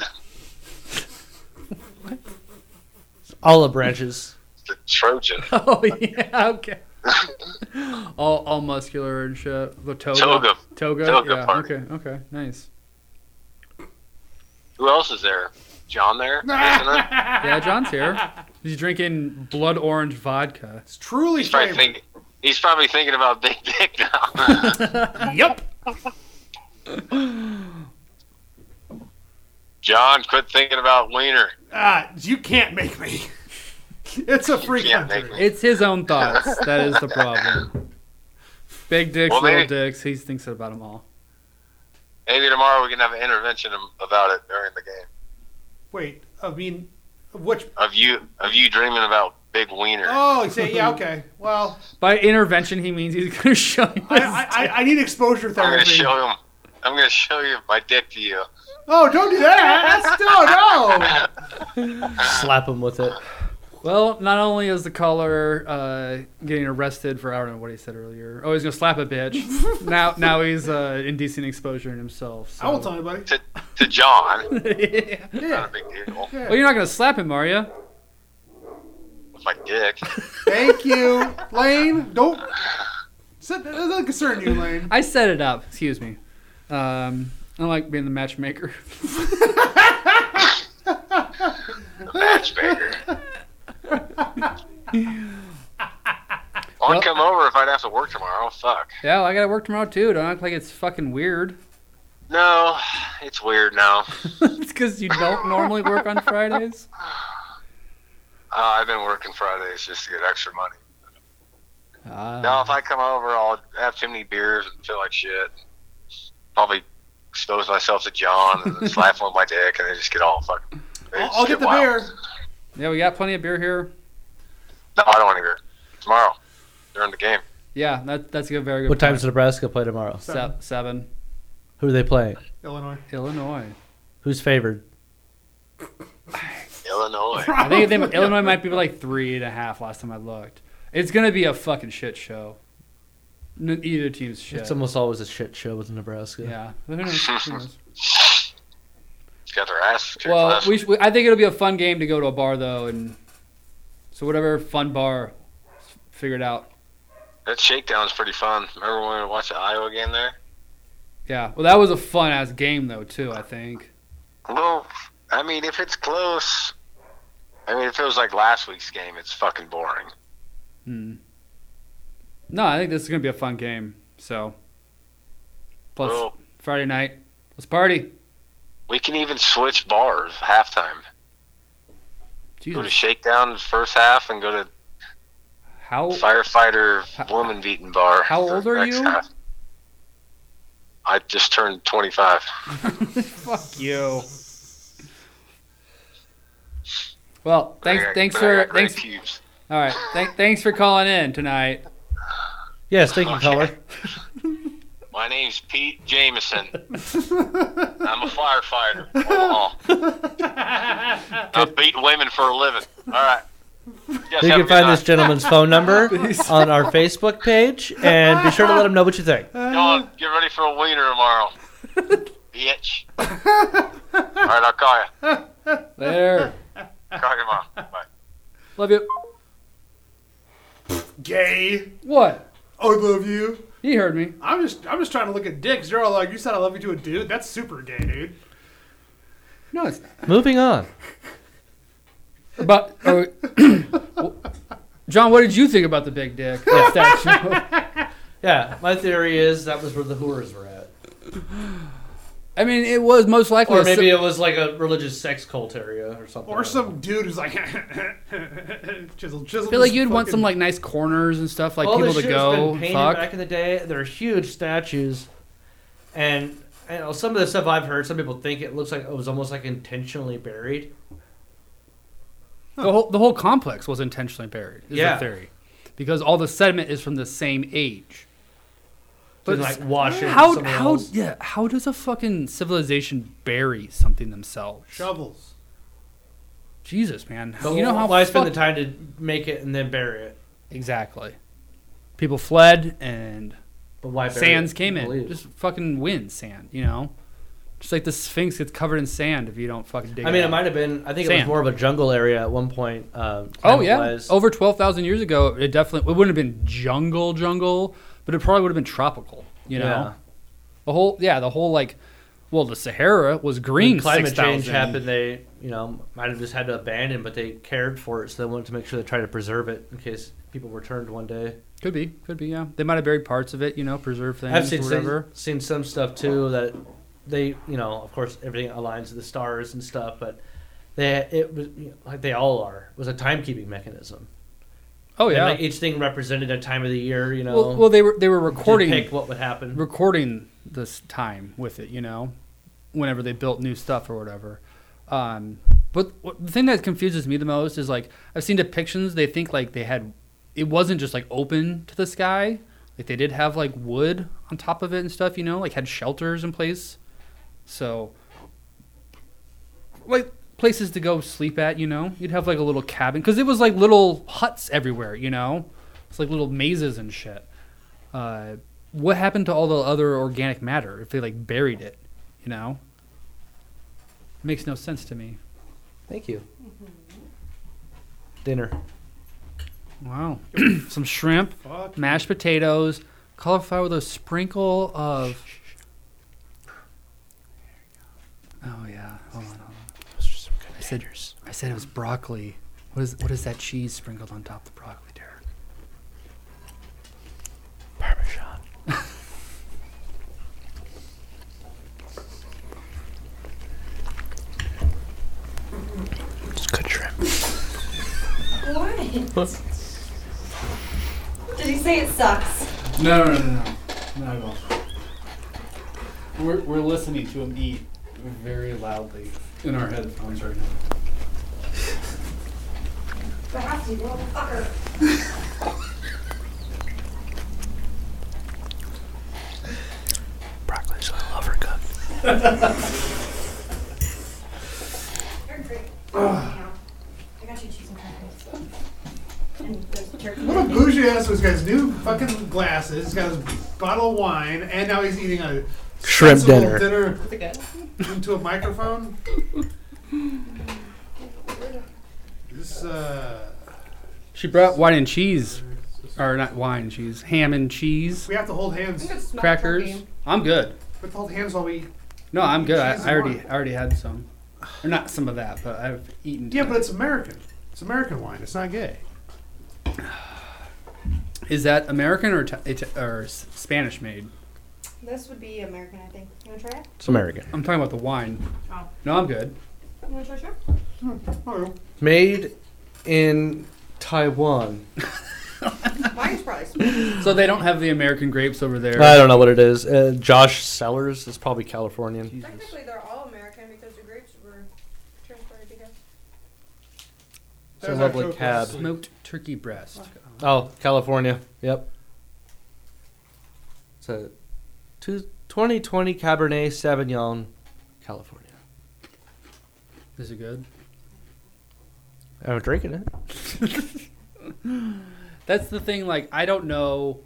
[SPEAKER 2] Olive branches.
[SPEAKER 4] the Trojan.
[SPEAKER 3] (laughs) oh yeah, okay. all all muscular and shit. The toga.
[SPEAKER 4] Toga.
[SPEAKER 3] Toga.
[SPEAKER 4] Toga
[SPEAKER 3] yeah.
[SPEAKER 4] part.
[SPEAKER 3] Okay. Okay. Nice.
[SPEAKER 4] Who else is there? John there? Listening?
[SPEAKER 3] Yeah, John's
[SPEAKER 4] (laughs)
[SPEAKER 3] here. He's drinking blood orange vodka.
[SPEAKER 1] (laughs) It's truly
[SPEAKER 4] He's probably
[SPEAKER 1] strange.
[SPEAKER 4] thinking. He's probably thinking about (laughs) Big Dick
[SPEAKER 3] (laughs)
[SPEAKER 4] now.
[SPEAKER 3] Yep.
[SPEAKER 4] John, quit thinking about Wiener.
[SPEAKER 1] Ah, you can't make me. (laughs) It's a free
[SPEAKER 4] can't
[SPEAKER 1] country.
[SPEAKER 4] make
[SPEAKER 3] It's his own thoughts. That is the problem. Big dicks,
[SPEAKER 4] Well,
[SPEAKER 3] little
[SPEAKER 4] maybe-
[SPEAKER 3] dicks. He thinks about them all.
[SPEAKER 4] Maybe tomorrow we can have an intervention am- about it during the game.
[SPEAKER 1] Wait, I mean, Which?
[SPEAKER 4] of you of you dreaming about big wiener.
[SPEAKER 1] Oh, you say yeah. Okay. Well,
[SPEAKER 3] By intervention, he means he's (laughs) going to show you.
[SPEAKER 1] I,
[SPEAKER 3] his-
[SPEAKER 4] (laughs)
[SPEAKER 1] I, I, I need exposure
[SPEAKER 4] I'm gonna
[SPEAKER 1] therapy.
[SPEAKER 4] show him. I'm gonna show you my dick to you.
[SPEAKER 1] Oh, don't do that. That's no,
[SPEAKER 4] (laughs)
[SPEAKER 1] no.
[SPEAKER 2] Slap him with it.
[SPEAKER 3] well, not only is the caller uh, getting arrested for I don't know what he said earlier. Oh, he's going to slap
[SPEAKER 1] (laughs)
[SPEAKER 3] a bitch. now, now he's uh, indecent exposure in himself. So.
[SPEAKER 1] I won't tell anybody.
[SPEAKER 4] To
[SPEAKER 3] (laughs)
[SPEAKER 4] to John.
[SPEAKER 3] yeah.
[SPEAKER 4] Not a big deal.
[SPEAKER 1] (laughs) Yeah.
[SPEAKER 3] Well, you're not going to slap him, are you?
[SPEAKER 4] With my dick.
[SPEAKER 1] Thank you, Lane. Don't. That doesn't concern you, Lane.
[SPEAKER 3] I set it up. Excuse me. Um, I don't like being the matchmaker. (laughs)
[SPEAKER 4] Matchmaker. I'd come over if I'd have to work tomorrow. Fuck.
[SPEAKER 3] yeah, well, I got to work tomorrow too. Don't act like it's fucking weird. (laughs)
[SPEAKER 4] No, it's weird now. Uh,
[SPEAKER 3] it's because you don't normally work on Fridays.
[SPEAKER 4] Uh, I've been working Fridays just to get extra money.
[SPEAKER 1] Uh-huh.
[SPEAKER 3] Ah.
[SPEAKER 4] Now, if I come over, I'll have too many beers and feel like shit. Probably expose myself to John and
[SPEAKER 1] (laughs)
[SPEAKER 4] then slap him with my dick, and they just get all fucking. they
[SPEAKER 1] I'll,
[SPEAKER 4] just
[SPEAKER 1] I'll get the
[SPEAKER 4] wild.
[SPEAKER 1] beer.
[SPEAKER 3] Yeah, we got plenty of beer here.
[SPEAKER 4] No, I don't want any beer. Tomorrow, during the game,
[SPEAKER 3] Yeah, that, that's a good, very good.
[SPEAKER 2] What time's
[SPEAKER 3] point.
[SPEAKER 2] Nebraska play tomorrow?
[SPEAKER 3] Se- seven?
[SPEAKER 2] Who are they playing?
[SPEAKER 1] Illinois.
[SPEAKER 3] Illinois.
[SPEAKER 2] Who's favored?
[SPEAKER 4] Illinois.
[SPEAKER 3] I think (laughs) they, Illinois might be like three and a half last time I looked. It's gonna be a fucking shit show. N- either team's shit.
[SPEAKER 2] It's almost always a shit show with Nebraska.
[SPEAKER 3] yeah. But who knows? Who knows?
[SPEAKER 4] It's got their ass kicked
[SPEAKER 3] well,
[SPEAKER 4] last
[SPEAKER 3] we, sh- we I think it'll be a fun game to go to a bar though, and so whatever fun bar, s- figure it out.
[SPEAKER 4] That shakedown's pretty fun. Remember when we watched the Iowa game there?
[SPEAKER 3] Yeah. Well, that was a fun ass game though too. I think.
[SPEAKER 4] Well, I mean, if it's close, I mean, if it was like last week's game, it's fucking boring.
[SPEAKER 3] Hmm. No, I think this is gonna be a fun game. So. Plus
[SPEAKER 4] Well-
[SPEAKER 3] Friday night, let's party.
[SPEAKER 4] We can even switch bars halftime. Go to
[SPEAKER 3] Jesus,
[SPEAKER 4] shakedown first half and go to
[SPEAKER 3] how
[SPEAKER 4] firefighter woman beaten bar.
[SPEAKER 3] How
[SPEAKER 4] for
[SPEAKER 3] old are
[SPEAKER 4] next
[SPEAKER 3] you?
[SPEAKER 4] half. I just turned
[SPEAKER 3] (laughs)
[SPEAKER 4] 25.
[SPEAKER 3] Fuck you. Well, thanks,
[SPEAKER 4] I got-
[SPEAKER 3] thanks
[SPEAKER 4] but I
[SPEAKER 3] for,
[SPEAKER 4] got great
[SPEAKER 3] thanks.
[SPEAKER 4] Pubes.
[SPEAKER 3] All right, thank, thanks for calling in tonight.
[SPEAKER 2] Yes, thank you,
[SPEAKER 4] Okay.
[SPEAKER 2] caller.
[SPEAKER 4] My name's Pete Jameson. I'm a firefighter. Omaha. I beat women for a living. All right. You, guys
[SPEAKER 2] You
[SPEAKER 4] have a
[SPEAKER 2] can
[SPEAKER 4] good
[SPEAKER 2] find
[SPEAKER 4] night.
[SPEAKER 2] this gentleman's phone
[SPEAKER 3] (laughs)
[SPEAKER 2] number on our Facebook page, and be sure to let him know what you think.
[SPEAKER 4] John, get ready for a wiener tomorrow. Bitch. All right, I'll call you. (laughs)
[SPEAKER 3] There,
[SPEAKER 4] Call you tomorrow. Bye.
[SPEAKER 3] love you.
[SPEAKER 1] Gay.
[SPEAKER 3] What?
[SPEAKER 1] I love you.
[SPEAKER 3] He heard me.
[SPEAKER 1] I'm just I'm just trying to look at dicks. You're all like, you said I love you to a dude. That's super gay, dude.
[SPEAKER 3] No, it's not.
[SPEAKER 2] Moving on.
[SPEAKER 3] But uh, (coughs) John, what did you think about the big (laughs) dick statue?
[SPEAKER 2] Yeah, my theory is that was where the whores were at.
[SPEAKER 3] I mean, it was most likely.
[SPEAKER 2] Or
[SPEAKER 3] a si-
[SPEAKER 2] maybe it was like a religious sex cult area or something.
[SPEAKER 1] Or some dude who's like (laughs) chisel chisel.
[SPEAKER 3] I feel like you'd want some like nice corners and stuff like
[SPEAKER 2] All
[SPEAKER 3] people
[SPEAKER 2] this
[SPEAKER 3] to
[SPEAKER 2] shit has been
[SPEAKER 3] go.
[SPEAKER 2] painted
[SPEAKER 3] Fuck.
[SPEAKER 2] Back in the day, there are huge statues, and you know, some of the stuff I've heard, some people think it looks like it was almost like intentionally buried.
[SPEAKER 3] The whole the whole complex was intentionally buried. Is
[SPEAKER 2] Yeah.
[SPEAKER 3] the theory, because all the sediment is from the same age.
[SPEAKER 2] But like wash it.
[SPEAKER 3] How
[SPEAKER 2] somewhere
[SPEAKER 3] how
[SPEAKER 2] else.
[SPEAKER 3] yeah? How does a fucking civilization bury something themselves?
[SPEAKER 1] shovels.
[SPEAKER 3] Jesus, man.
[SPEAKER 2] But
[SPEAKER 3] you know how
[SPEAKER 2] why spend the time
[SPEAKER 3] fuck-
[SPEAKER 2] to make it and then bury it?
[SPEAKER 3] exactly? People fled and
[SPEAKER 2] But why bury
[SPEAKER 3] sands
[SPEAKER 2] it?
[SPEAKER 3] came in.
[SPEAKER 2] Believe.
[SPEAKER 3] Just fucking wind sand, you know. Just like the Sphinx gets covered in sand if you don't fucking dig.
[SPEAKER 2] I mean,
[SPEAKER 3] it
[SPEAKER 2] it
[SPEAKER 3] up.
[SPEAKER 2] might have been. I think it was
[SPEAKER 3] Sand.
[SPEAKER 2] more of a jungle area at one point. Um,
[SPEAKER 3] Oh yeah,
[SPEAKER 2] climate-wise.
[SPEAKER 3] over twelve thousand years ago, it definitely it wouldn't have been jungle jungle, but it probably would have been tropical. You know,
[SPEAKER 2] Yeah.
[SPEAKER 3] the whole yeah, the whole like, well, the Sahara was green.
[SPEAKER 2] When climate
[SPEAKER 3] 6,000.
[SPEAKER 2] change happened. They, you know, might have just had to abandon, but they cared for it, so they wanted to make sure they tried to preserve it in case people returned one day.
[SPEAKER 3] Could be, could be. Yeah, they might have buried parts of it. You know, preserve things.
[SPEAKER 2] I've seen
[SPEAKER 3] or
[SPEAKER 2] some,
[SPEAKER 3] whatever.
[SPEAKER 2] seen some stuff too that they, you know, of course everything aligns to the stars and stuff, but they it was you know, like they all are was a timekeeping mechanism.
[SPEAKER 3] Oh
[SPEAKER 2] And,
[SPEAKER 3] yeah.
[SPEAKER 2] like, each thing represented a time of the year. You know,
[SPEAKER 3] well, well, they were they were
[SPEAKER 2] to
[SPEAKER 3] recording
[SPEAKER 2] pick what would happen.
[SPEAKER 3] recording this time with it. You know, whenever they built new stuff or whatever. Um, But what, the thing that confuses me the most is like I've seen depictions. They think like they had, it wasn't just like open to the sky. Like they did have like wood on top of it and stuff. You know, like had shelters in place. So, like places to go sleep at. You know, you'd have like a little cabin because it was like little huts everywhere. You know, it's like little mazes and shit. Uh, what happened to all the other organic matter if they like buried it? You know, makes no sense to me.
[SPEAKER 2] Thank you. Dinner.
[SPEAKER 3] Wow. (clears throat) Some shrimp,
[SPEAKER 1] Fuck.
[SPEAKER 3] mashed potatoes, cauliflower with a sprinkle of. Oh yeah. Hold on, hold on. I said, I said it was broccoli. What is what is that cheese sprinkled on top of the broccoli, Derek?
[SPEAKER 2] Parmesan. it's good shrimp.
[SPEAKER 5] What? Did he say it sucks?
[SPEAKER 3] No, no, no, no.
[SPEAKER 6] Not at all. We're, we're listening to him eat very loudly in our headphones right now.
[SPEAKER 5] Basti, motherfucker.
[SPEAKER 2] Broccoli's a lover cook.
[SPEAKER 5] You're (sighs) great. Yeah. I got you cheese and crackers. And there's turkey.
[SPEAKER 1] What a bougie ass! This guy's new fucking glasses. He's got his bottle of wine, and now he's eating a
[SPEAKER 2] Shrimp
[SPEAKER 1] sensible
[SPEAKER 2] dinner.
[SPEAKER 1] dinner
[SPEAKER 5] Is it good?
[SPEAKER 1] into a microphone. This uh,
[SPEAKER 3] She brought wine and cheese, or not wine cheese, ham and cheese,
[SPEAKER 1] we have to hold hands.
[SPEAKER 5] You
[SPEAKER 1] We
[SPEAKER 5] could smell
[SPEAKER 3] crackers.
[SPEAKER 5] turkey.
[SPEAKER 3] I'm good.
[SPEAKER 1] have to hold hands while we. eat.
[SPEAKER 3] No, I'm good. I,
[SPEAKER 1] Cheese and
[SPEAKER 3] I already,
[SPEAKER 1] wine.
[SPEAKER 3] I already had some, or not some of that, but I've eaten.
[SPEAKER 1] Yeah, but it's American. It's American wine. It's not gay.
[SPEAKER 3] Is that American or Ita- Ita- or S- Spanish made?
[SPEAKER 5] This would be American, I think. You want to try it?
[SPEAKER 2] It's American.
[SPEAKER 3] I'm talking about the wine.
[SPEAKER 5] Oh.
[SPEAKER 3] No, I'm good.
[SPEAKER 5] You want to try sure?
[SPEAKER 1] Oh,
[SPEAKER 2] Made in Taiwan.
[SPEAKER 5] Mine's probably sweet.
[SPEAKER 3] So they don't have the American grapes over there.
[SPEAKER 2] I don't know what it is. Uh, Josh Sellers is probably Californian.
[SPEAKER 5] Technically, they're all American because the grapes were transported here.
[SPEAKER 2] It's a lovely cab.
[SPEAKER 3] Smoked turkey breast.
[SPEAKER 2] Oh, California. Yep. It's a two- 2020 Cabernet Sauvignon, California.
[SPEAKER 3] Is it good?
[SPEAKER 2] I'm drinking it.
[SPEAKER 3] That's the thing. Like I don't know,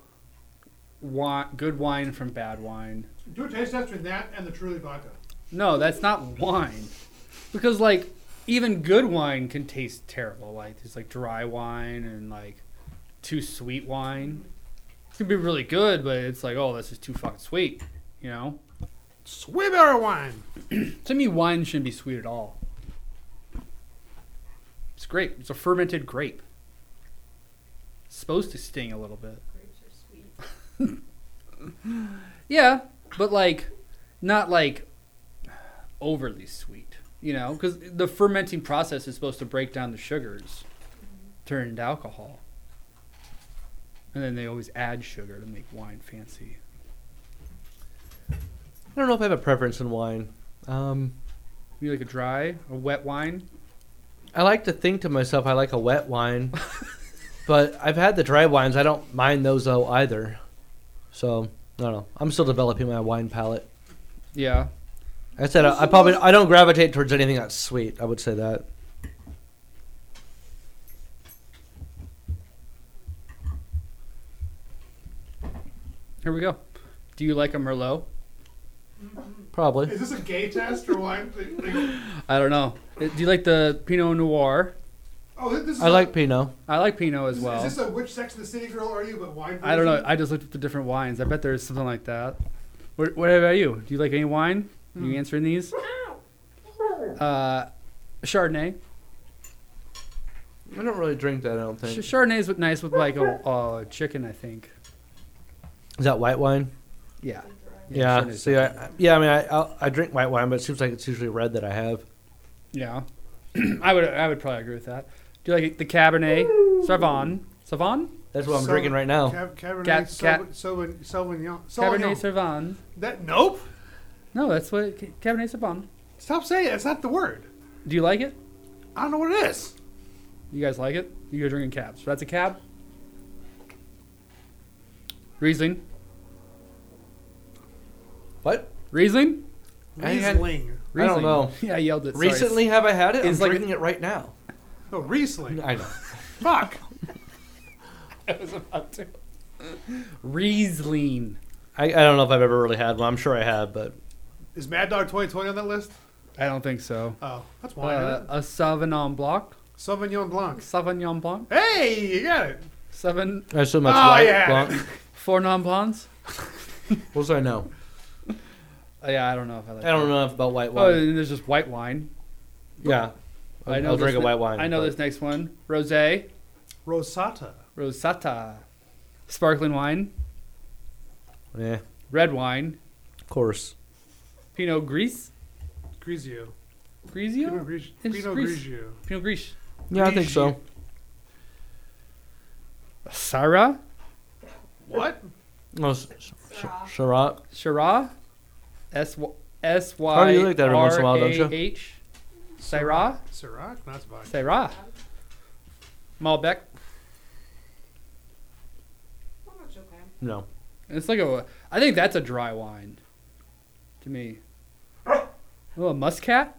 [SPEAKER 3] wine, good wine from bad wine.
[SPEAKER 1] Do a taste test between that and the Truly vodka.
[SPEAKER 3] No, that's not wine, because like even good wine can taste terrible. Like there's like dry wine and like too sweet wine. It can be really good, but it's like oh, this is too fucking sweet. You know.
[SPEAKER 1] Sweeter wine.
[SPEAKER 3] To me, wine shouldn't be sweet at all. It's grape. It's a fermented grape. It's supposed to sting a little bit.
[SPEAKER 5] Grapes are sweet.
[SPEAKER 3] Yeah, but like, not like overly sweet. You know, because the fermenting process is supposed to break down the sugars, turn into alcohol, and then they always add sugar to make wine fancy.
[SPEAKER 2] I don't know if I have a preference in wine. Um,
[SPEAKER 3] You like a dry, a wet wine?
[SPEAKER 2] I like to think to myself I like a wet wine, but I've had the dry wines. I don't mind those though either. So I don't know. I'm still developing my wine palate.
[SPEAKER 3] Yeah.
[SPEAKER 2] I said I, I probably I don't gravitate towards anything that's sweet. I would say that.
[SPEAKER 3] Here we go. Do you like a merlot?
[SPEAKER 2] Probably.
[SPEAKER 1] Is this a gay test or wine? Like-
[SPEAKER 3] I don't know. Uh, Do you like the Pinot Noir?
[SPEAKER 1] Oh, this is
[SPEAKER 2] I like Pinot.
[SPEAKER 3] I like Pinot as
[SPEAKER 1] Is,
[SPEAKER 3] well.
[SPEAKER 1] is this a which sex of the city girl are you? But wine.
[SPEAKER 3] I don't know.
[SPEAKER 1] version?
[SPEAKER 3] I just looked up the different wines. I bet there's something like that. What, what about you? Do you like any wine? You answering these? Uh, Chardonnay.
[SPEAKER 2] I don't really drink that. I don't think.
[SPEAKER 3] Ch- Chardonnay is nice with like a uh, chicken, I think.
[SPEAKER 2] Is that white wine?
[SPEAKER 3] Yeah.
[SPEAKER 2] Yeah.
[SPEAKER 3] Chardonnay's
[SPEAKER 2] see, I, I- yeah. I mean, I I'll, I drink white wine, but it seems like it's usually red that I have.
[SPEAKER 3] Yeah. (clears throat) I would. I would probably agree with that. Do you like the Cabernet Sauvignon? Sauvignon.
[SPEAKER 2] That's what I'm
[SPEAKER 1] Sau-
[SPEAKER 2] drinking right now.
[SPEAKER 1] Cab- Cabernet
[SPEAKER 3] Ca-
[SPEAKER 1] Sau-
[SPEAKER 3] ca-
[SPEAKER 1] Sauvignon. Sauvignon.
[SPEAKER 3] Cabernet
[SPEAKER 1] Sauvignon.
[SPEAKER 3] Sauvignon.
[SPEAKER 1] That nope.
[SPEAKER 3] No, that's what Cabernet Sauvignon.
[SPEAKER 1] Stop saying it. It's not the word.
[SPEAKER 3] Do you like it?
[SPEAKER 1] I don't know what it is.
[SPEAKER 3] You guys like it? You guys drinking cabs. That's a cab. Riesling.
[SPEAKER 2] What?
[SPEAKER 3] Riesling?
[SPEAKER 2] I had-
[SPEAKER 1] Riesling.
[SPEAKER 2] I don't know.
[SPEAKER 3] (laughs) yeah, I yelled it. sorry. (laughs)
[SPEAKER 2] Recently, have I had it? I'm
[SPEAKER 3] It's like-
[SPEAKER 2] drinking it right now.
[SPEAKER 1] Oh, Riesling.
[SPEAKER 2] I know.
[SPEAKER 1] Fuck.
[SPEAKER 3] Riesling.
[SPEAKER 2] I, I don't know if I've ever really had one. I'm sure I have, but
[SPEAKER 1] Is Mad Dog 2020 on that list?
[SPEAKER 3] I don't think so.
[SPEAKER 1] Oh, that's why.
[SPEAKER 3] Uh, a Sauvignon Blanc.
[SPEAKER 1] Sauvignon Blanc.
[SPEAKER 3] Sauvignon Blanc.
[SPEAKER 1] Hey, you got it.
[SPEAKER 3] Seven.
[SPEAKER 2] I assume that's
[SPEAKER 1] Oh,
[SPEAKER 2] white.
[SPEAKER 1] yeah.
[SPEAKER 2] (laughs) Blanc.
[SPEAKER 3] Four non blondes.
[SPEAKER 2] What was I know?
[SPEAKER 3] Uh, yeah, I don't know if I like.
[SPEAKER 2] I don't know enough about white
[SPEAKER 3] That. Oh,
[SPEAKER 2] wine.
[SPEAKER 3] and there's just white wine.
[SPEAKER 2] yeah. I'll,
[SPEAKER 3] I know
[SPEAKER 2] I'll
[SPEAKER 3] this
[SPEAKER 2] drink a
[SPEAKER 3] ne-
[SPEAKER 2] white wine.
[SPEAKER 3] I know
[SPEAKER 2] but-
[SPEAKER 3] this next one. Rosé,
[SPEAKER 1] Rosata.
[SPEAKER 3] Rosata, sparkling wine,
[SPEAKER 2] Yeah,
[SPEAKER 3] red wine,
[SPEAKER 2] of course.
[SPEAKER 3] Pinot Gris,
[SPEAKER 1] Grigio. Pinot
[SPEAKER 3] Grigio,
[SPEAKER 1] Grigio.
[SPEAKER 3] It's
[SPEAKER 1] Pinot
[SPEAKER 3] Greece.
[SPEAKER 1] Grigio.
[SPEAKER 3] Pinot Gris,
[SPEAKER 2] Yeah, I think so.
[SPEAKER 3] Syrah,
[SPEAKER 1] What?
[SPEAKER 2] Oh, s- s- s- Syrah.
[SPEAKER 3] Syrah, S S
[SPEAKER 2] Carly, you
[SPEAKER 3] Y
[SPEAKER 2] like that every once in a
[SPEAKER 3] R
[SPEAKER 2] while, don't you?
[SPEAKER 3] A H, Syrah,
[SPEAKER 1] Syrah? No, that's fine.
[SPEAKER 3] Syrah, Malbec.
[SPEAKER 5] Well, that's okay.
[SPEAKER 2] No.
[SPEAKER 3] It's like a. I think that's a dry wine, to me. Oh, a muscat,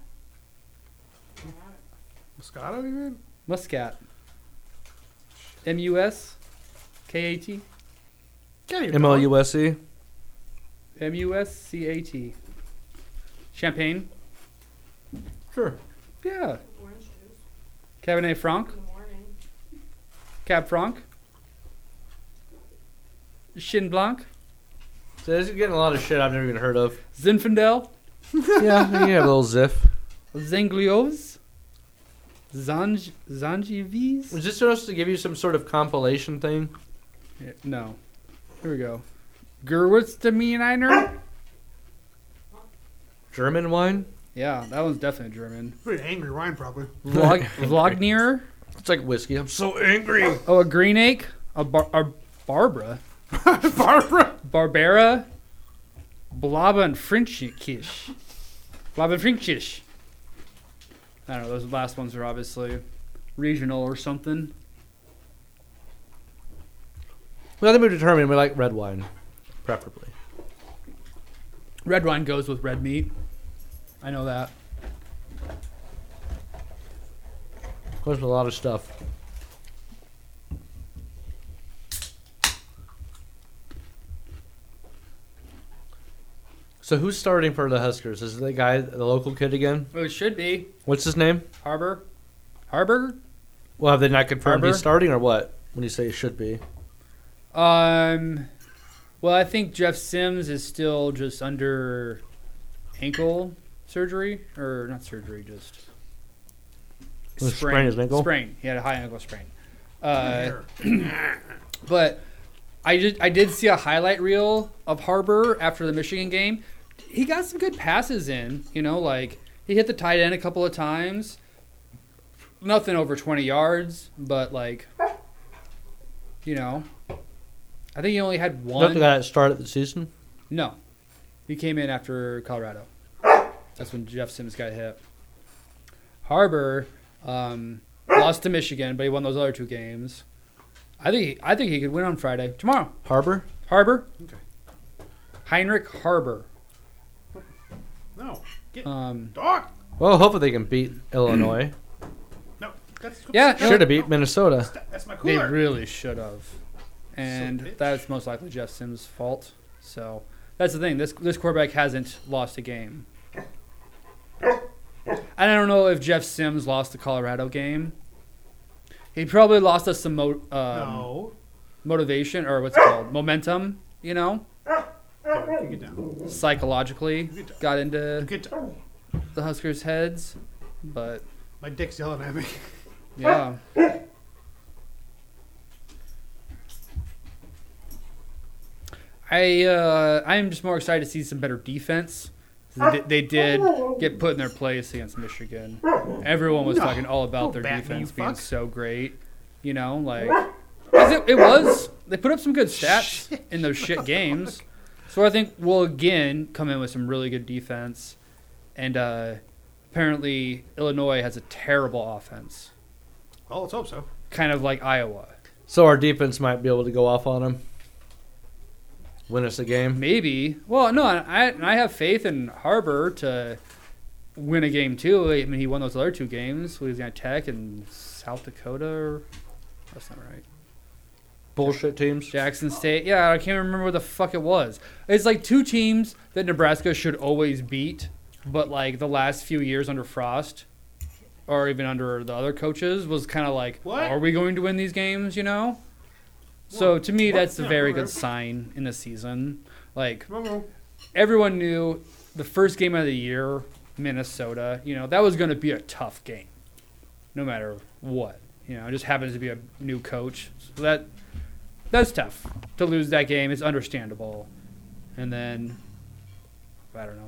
[SPEAKER 1] Moscato, you mean?
[SPEAKER 3] muscat, M U S, K A T.
[SPEAKER 1] Can't even
[SPEAKER 2] M O U S E.
[SPEAKER 3] M U S C A T. Champagne.
[SPEAKER 2] Sure.
[SPEAKER 3] Yeah.
[SPEAKER 5] Orange juice
[SPEAKER 3] Cabernet Franc.
[SPEAKER 5] in the morning.
[SPEAKER 3] Cab Franc. Chin Blanc.
[SPEAKER 2] So this is getting a lot of shit I've never even heard of.
[SPEAKER 3] Zinfandel.
[SPEAKER 2] yeah, you can have a little ziff.
[SPEAKER 3] Zanglios. Zanj Zangivis.
[SPEAKER 2] Was this supposed to give you some sort of compilation thing?
[SPEAKER 3] Yeah, no. Here we go. Gerwitzterminer.
[SPEAKER 2] German wine?
[SPEAKER 3] Yeah, that one's definitely German.
[SPEAKER 1] Pretty angry wine, probably.
[SPEAKER 3] Vlog- Vlogner.
[SPEAKER 2] It's like whiskey. I'm so angry.
[SPEAKER 3] Oh, a Green Ache. A, bar- a Barbara.
[SPEAKER 1] (laughs) Barbara.
[SPEAKER 3] Barbera, Blaben Frinchikish. Blaben Frinchikish. I don't know, those last ones are obviously regional or something.
[SPEAKER 2] Well, I think we determined we like red wine, preferably.
[SPEAKER 3] Red wine goes with red meat. I know that.
[SPEAKER 2] Goes with a lot of stuff. So who's starting for the Huskers? Is it the guy, the local kid again?
[SPEAKER 3] Well, it should be.
[SPEAKER 2] What's his name?
[SPEAKER 3] Harbor. Harbor?
[SPEAKER 2] Well, have they not confirmed
[SPEAKER 3] Harbor?
[SPEAKER 2] he's starting or what? When you say it should be,
[SPEAKER 3] Um, well, I think Jeff Sims is still just under ankle surgery, or not surgery, just
[SPEAKER 2] Oh, sprained his ankle?
[SPEAKER 3] Sprain. He had a high ankle sprain. Uh, (clears throat) but I did, I did see a highlight reel of Harbor after the Michigan game. He got some good passes in. You know, like he hit the tight end a couple of times. Nothing over twenty yards, but like, you know, I think he only had
[SPEAKER 2] not the
[SPEAKER 3] one.
[SPEAKER 2] guy that started the season.
[SPEAKER 3] No, he came in after Colorado. That's when Jeff Sims got hit. Harbor um, lost to Michigan, but he won those other two games. I think I think he could win on Friday tomorrow.
[SPEAKER 2] Harbor.
[SPEAKER 3] Harbor.
[SPEAKER 1] Okay.
[SPEAKER 3] Heinrich Harbor.
[SPEAKER 1] No. Get
[SPEAKER 3] Um,
[SPEAKER 1] dog.
[SPEAKER 2] Well, hopefully they can beat
[SPEAKER 3] (clears throat)
[SPEAKER 2] Illinois.
[SPEAKER 1] No. That's
[SPEAKER 3] yeah,
[SPEAKER 2] Should have beat Minnesota.
[SPEAKER 1] That's my
[SPEAKER 3] They
[SPEAKER 1] cooler.
[SPEAKER 3] really should have,
[SPEAKER 1] Son of
[SPEAKER 3] and
[SPEAKER 1] a bitch.
[SPEAKER 3] that's most likely Jeff Sims' fault. So that's the thing. This this quarterback hasn't lost a game. And I don't know if Jeff Sims lost the Colorado game. He probably lost us some mo- um,
[SPEAKER 1] no.
[SPEAKER 3] motivation or what's it called momentum. You know,
[SPEAKER 1] Dog, Get down.
[SPEAKER 3] psychologically got into
[SPEAKER 1] Get down.
[SPEAKER 3] the Huskers' heads, but
[SPEAKER 1] My dick's yelling at me.
[SPEAKER 3] yeah. I uh, I am just more excited to see some better defense. They, di- they did get put in their place against Michigan. Everyone was
[SPEAKER 1] No,
[SPEAKER 3] talking all
[SPEAKER 1] don't
[SPEAKER 3] about their
[SPEAKER 1] bat me,
[SPEAKER 3] defense
[SPEAKER 1] you
[SPEAKER 3] being
[SPEAKER 1] fuck.
[SPEAKER 3] so great. You know, like 'cause it, it was. They put up some
[SPEAKER 1] (laughs)
[SPEAKER 3] good stats in those shit games. So I think we'll again come in with some really good defense, and uh, apparently Illinois has a terrible offense,
[SPEAKER 1] Well, let's hope so.
[SPEAKER 3] kind of like Iowa.
[SPEAKER 2] So our defense might be able to go off on them, win us a game.
[SPEAKER 3] Maybe. Well, no, I and I have faith in Harbor to win a game too. I mean, he won those other two games. Louisiana Tech and South Dakota. Or, that's not right.
[SPEAKER 2] Bullshit teams.
[SPEAKER 3] Jackson State. Yeah, I can't remember what the fuck it was. It's like two teams that Nebraska should always beat, but like the last few years under Frost or even under the other coaches was kind of like,
[SPEAKER 1] What?
[SPEAKER 3] are we going to win these games, you know? So to me,
[SPEAKER 1] what?
[SPEAKER 3] that's a
[SPEAKER 1] Yeah,
[SPEAKER 3] very
[SPEAKER 1] alright.
[SPEAKER 3] good sign in the season. Like,
[SPEAKER 1] Come on.
[SPEAKER 3] everyone knew the first game of the year, Minnesota, you know, that was going to be a tough game, no matter what. You know, it just happens to be a new coach. So that that's tough to lose that game. It's understandable. And then I don't know.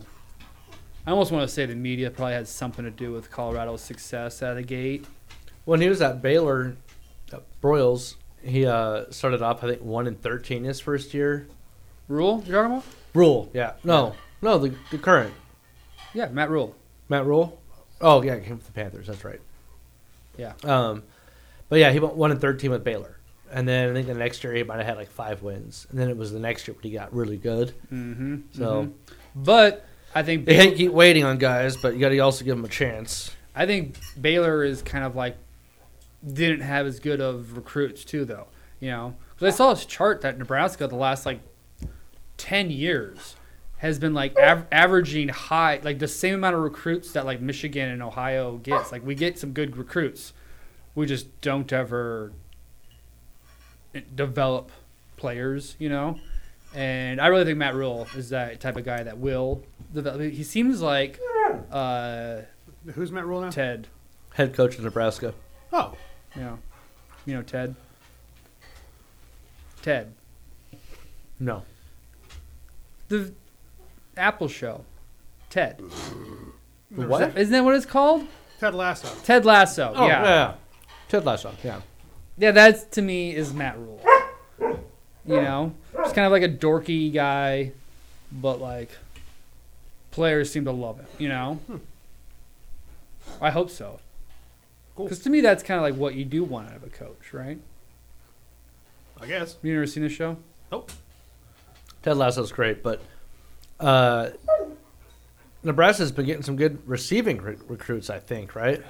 [SPEAKER 3] I almost want to say the media probably had something to do with Colorado's success out of the gate.
[SPEAKER 2] When he was at Baylor, uh, Broyles, he uh, started off I think one and thirteen his first year.
[SPEAKER 3] Rule, you're talking about?
[SPEAKER 2] Rule. Yeah. No. No. The, the current
[SPEAKER 3] Yeah, Matt Rule.
[SPEAKER 2] Matt Rule. Oh yeah, he came from the Panthers. That's right.
[SPEAKER 3] Yeah.
[SPEAKER 2] Um, but yeah, he went one and thirteen with Baylor, and then I think the next year he might have had like five wins, and then it was the next year when he got really good.
[SPEAKER 3] Mm-hmm.
[SPEAKER 2] So
[SPEAKER 3] But I think
[SPEAKER 2] they can't keep waiting on guys, but you got to also give them a chance.
[SPEAKER 3] I think Baylor is kind of like didn't have as good of recruits too, though. You know, 'Cause I saw this chart that Nebraska the last like ten years has been like av- averaging high, like the same amount of recruits that like Michigan and Ohio gets. Like we get some good recruits, we just don't ever develop players. You know. And I really think Matt Rule is that type of guy that will develop. He seems like uh,
[SPEAKER 1] Who's Matt Rule now?
[SPEAKER 3] Ted.
[SPEAKER 2] Head coach of Nebraska.
[SPEAKER 1] Oh,
[SPEAKER 3] Yeah. You know, Ted. Ted.
[SPEAKER 2] No.
[SPEAKER 3] The Apple show. Ted.
[SPEAKER 2] What?
[SPEAKER 3] Isn't that what it's called?
[SPEAKER 1] Ted Lasso.
[SPEAKER 3] Ted Lasso.
[SPEAKER 2] Oh,
[SPEAKER 3] yeah.
[SPEAKER 2] yeah.
[SPEAKER 3] yeah.
[SPEAKER 2] Ted Lasso. Yeah.
[SPEAKER 3] that's to me is Matt Rule. You know? Just kind of like a dorky guy, but like players seem to love him, you know? I hope so.
[SPEAKER 1] Cool.
[SPEAKER 3] Because to me, that's kind of like what you do want out of a coach, right?
[SPEAKER 1] I guess.
[SPEAKER 3] You never seen this show?
[SPEAKER 1] Nope.
[SPEAKER 2] Ted Lasso's great, but uh, Nebraska's been getting some good receiving re- recruits, I think, right?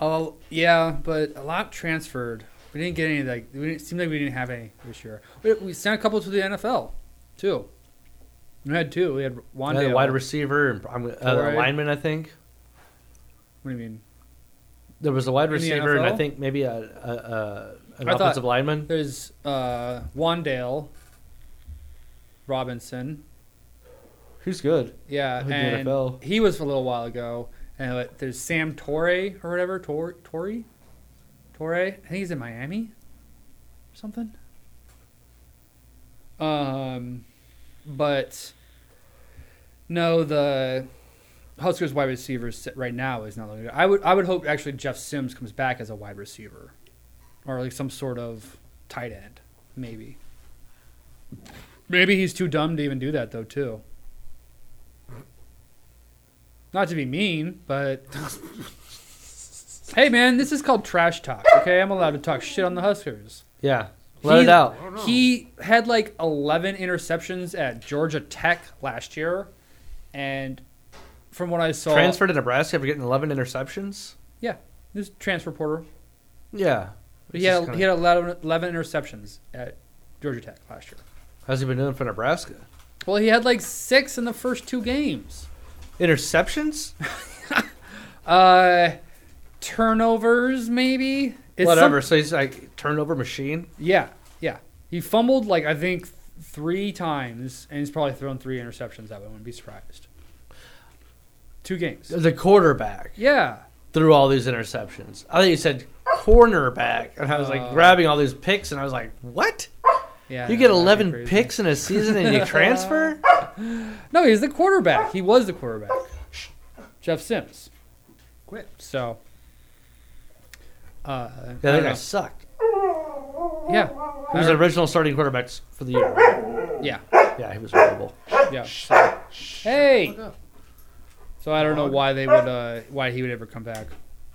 [SPEAKER 3] Oh yeah, but a lot transferred. We didn't get any like. We didn't, it seemed like we didn't have any this year. We, we sent a couple to the NFL, too. We had two. We had
[SPEAKER 2] Yeah,
[SPEAKER 3] one
[SPEAKER 2] the wide receiver and I'm, uh,
[SPEAKER 3] Right.
[SPEAKER 2] lineman, I think.
[SPEAKER 3] What do you mean?
[SPEAKER 2] There was a wide
[SPEAKER 3] the
[SPEAKER 2] receiver and I
[SPEAKER 3] NFL?
[SPEAKER 2] think maybe a, a, a an
[SPEAKER 3] I thought-
[SPEAKER 2] offensive lineman.
[SPEAKER 3] There's uh, Wandale Robinson.
[SPEAKER 2] Who's good?
[SPEAKER 3] Yeah,
[SPEAKER 2] Who'd the
[SPEAKER 3] and
[SPEAKER 2] NFL?
[SPEAKER 3] he was a little while ago. And uh, there's Sam Torre or whatever. Tor- Torre, Torre. I think he's in Miami, or something. Um, but no, the Huskers wide receivers sit- right now is not looking good. I would I would hope actually Jeff Sims comes back as a wide receiver, or like some sort of tight end, maybe. Maybe he's too dumb to even do that though too. Not to be mean, but hey man, this is called trash talk. Okay, I'm allowed to talk shit on the Huskers.
[SPEAKER 2] Yeah. Let
[SPEAKER 3] He-
[SPEAKER 2] it out.
[SPEAKER 1] don't know.
[SPEAKER 3] He had like 11 interceptions at Georgia Tech last year, and from what I saw,
[SPEAKER 2] Transfer to Nebraska after getting 11 interceptions?
[SPEAKER 3] Yeah, this transfer porter.
[SPEAKER 2] Yeah.
[SPEAKER 3] But he had he had 11, 11 interceptions at Georgia Tech last year.
[SPEAKER 2] How's he been doing for Nebraska?
[SPEAKER 3] Well, he had like six in the first two games.
[SPEAKER 2] Interceptions?
[SPEAKER 3] Uh, turnovers maybe. It's
[SPEAKER 2] Whatever.
[SPEAKER 3] some-
[SPEAKER 2] so he's like turnover machine.
[SPEAKER 3] yeah, yeah. He fumbled like I think th- three times, and he's probably thrown three interceptions. That way. I wouldn't be surprised. Two games.
[SPEAKER 2] The quarterback
[SPEAKER 3] Yeah.
[SPEAKER 2] threw all these interceptions. I think you said cornerback, and I was like
[SPEAKER 3] Oh.
[SPEAKER 2] grabbing all these picks, and I was like, "What?
[SPEAKER 3] Yeah,
[SPEAKER 2] You
[SPEAKER 3] no,
[SPEAKER 2] get
[SPEAKER 3] that'd be
[SPEAKER 2] 11
[SPEAKER 3] crazy.
[SPEAKER 2] picks in a season and you transfer?"
[SPEAKER 3] No, he's the quarterback. He was the quarterback. Jeff Sims.
[SPEAKER 1] Quit.
[SPEAKER 3] So. Uh,
[SPEAKER 2] Yeah,
[SPEAKER 3] I
[SPEAKER 2] that
[SPEAKER 3] don't
[SPEAKER 2] guy
[SPEAKER 3] know.
[SPEAKER 2] sucked.
[SPEAKER 3] yeah,
[SPEAKER 2] He was the original starting quarterbacks for the year.
[SPEAKER 3] yeah,
[SPEAKER 2] Yeah, he was horrible.
[SPEAKER 3] yeah. so- Hey,
[SPEAKER 1] Fuck up.
[SPEAKER 3] So I don't know why they would, uh, why he would ever come back.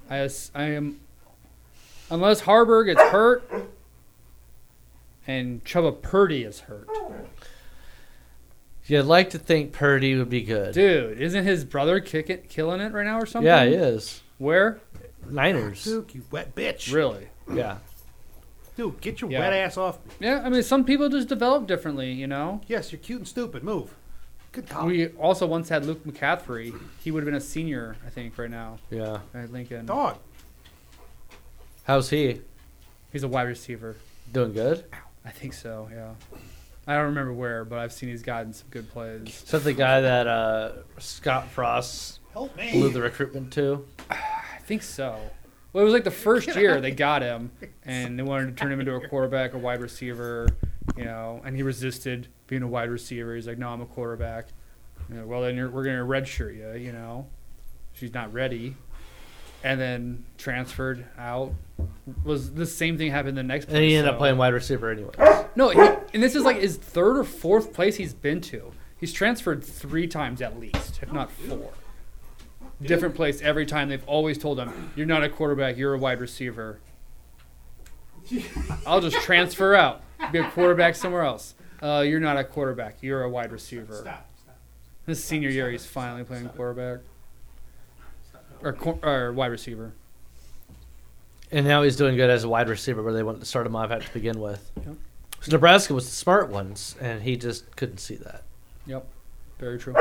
[SPEAKER 3] I, as- I am, unless Harburg gets hurt, and Chuba Purdy is hurt.
[SPEAKER 2] You'd like to think Purdy would be good.
[SPEAKER 3] Dude, isn't his brother kick it, killing it right now or something?
[SPEAKER 2] yeah, he is.
[SPEAKER 3] Where?
[SPEAKER 2] Niners.
[SPEAKER 1] Duke, you wet bitch.
[SPEAKER 3] Really?
[SPEAKER 2] Yeah.
[SPEAKER 1] Duke, get your
[SPEAKER 3] Yeah.
[SPEAKER 1] wet ass off me.
[SPEAKER 3] Yeah, I mean, some people just develop differently, you know?
[SPEAKER 1] Yes, you're cute and stupid. Move. Good call.
[SPEAKER 3] We also once had Luke McCaffrey. He would have been a senior, I think, right now
[SPEAKER 2] Yeah.
[SPEAKER 3] at Lincoln.
[SPEAKER 1] Dog.
[SPEAKER 2] How's he?
[SPEAKER 3] He's a wide receiver.
[SPEAKER 2] Doing good?
[SPEAKER 3] I think so, yeah. I don't remember where, but I've seen he's gotten some good plays.
[SPEAKER 2] Is that the guy that uh, Scott Frost
[SPEAKER 1] Help me.
[SPEAKER 2] blew the recruitment to?
[SPEAKER 3] I think so. Well, it was like the first year they got him, and they wanted to turn him into a quarterback, a wide receiver, you know, and he resisted being a wide receiver. He's like, no, I'm a quarterback. You know, well, then you're, we're going to redshirt you, you know. She's not ready. And then transferred out. Was the same thing happened the next
[SPEAKER 2] And he ended
[SPEAKER 3] so-
[SPEAKER 2] up playing wide receiver anyway.
[SPEAKER 3] No, he, and this is like his third or fourth place he's been to. He's transferred three times at least, if not four. Different place every time. They've always told him, "You're not a quarterback. You're a wide receiver." I'll just transfer out, be a quarterback somewhere else. Uh, you're not a quarterback. You're a wide receiver.
[SPEAKER 1] Stop. Stop.
[SPEAKER 3] His senior year, he's finally playing quarterback or, cor- or wide receiver.
[SPEAKER 2] And now he's doing good as a wide receiver where they wanted to start him off at to begin with.
[SPEAKER 3] Yep.
[SPEAKER 2] So Nebraska was the smart ones, and he just couldn't see that.
[SPEAKER 3] Yep, very true.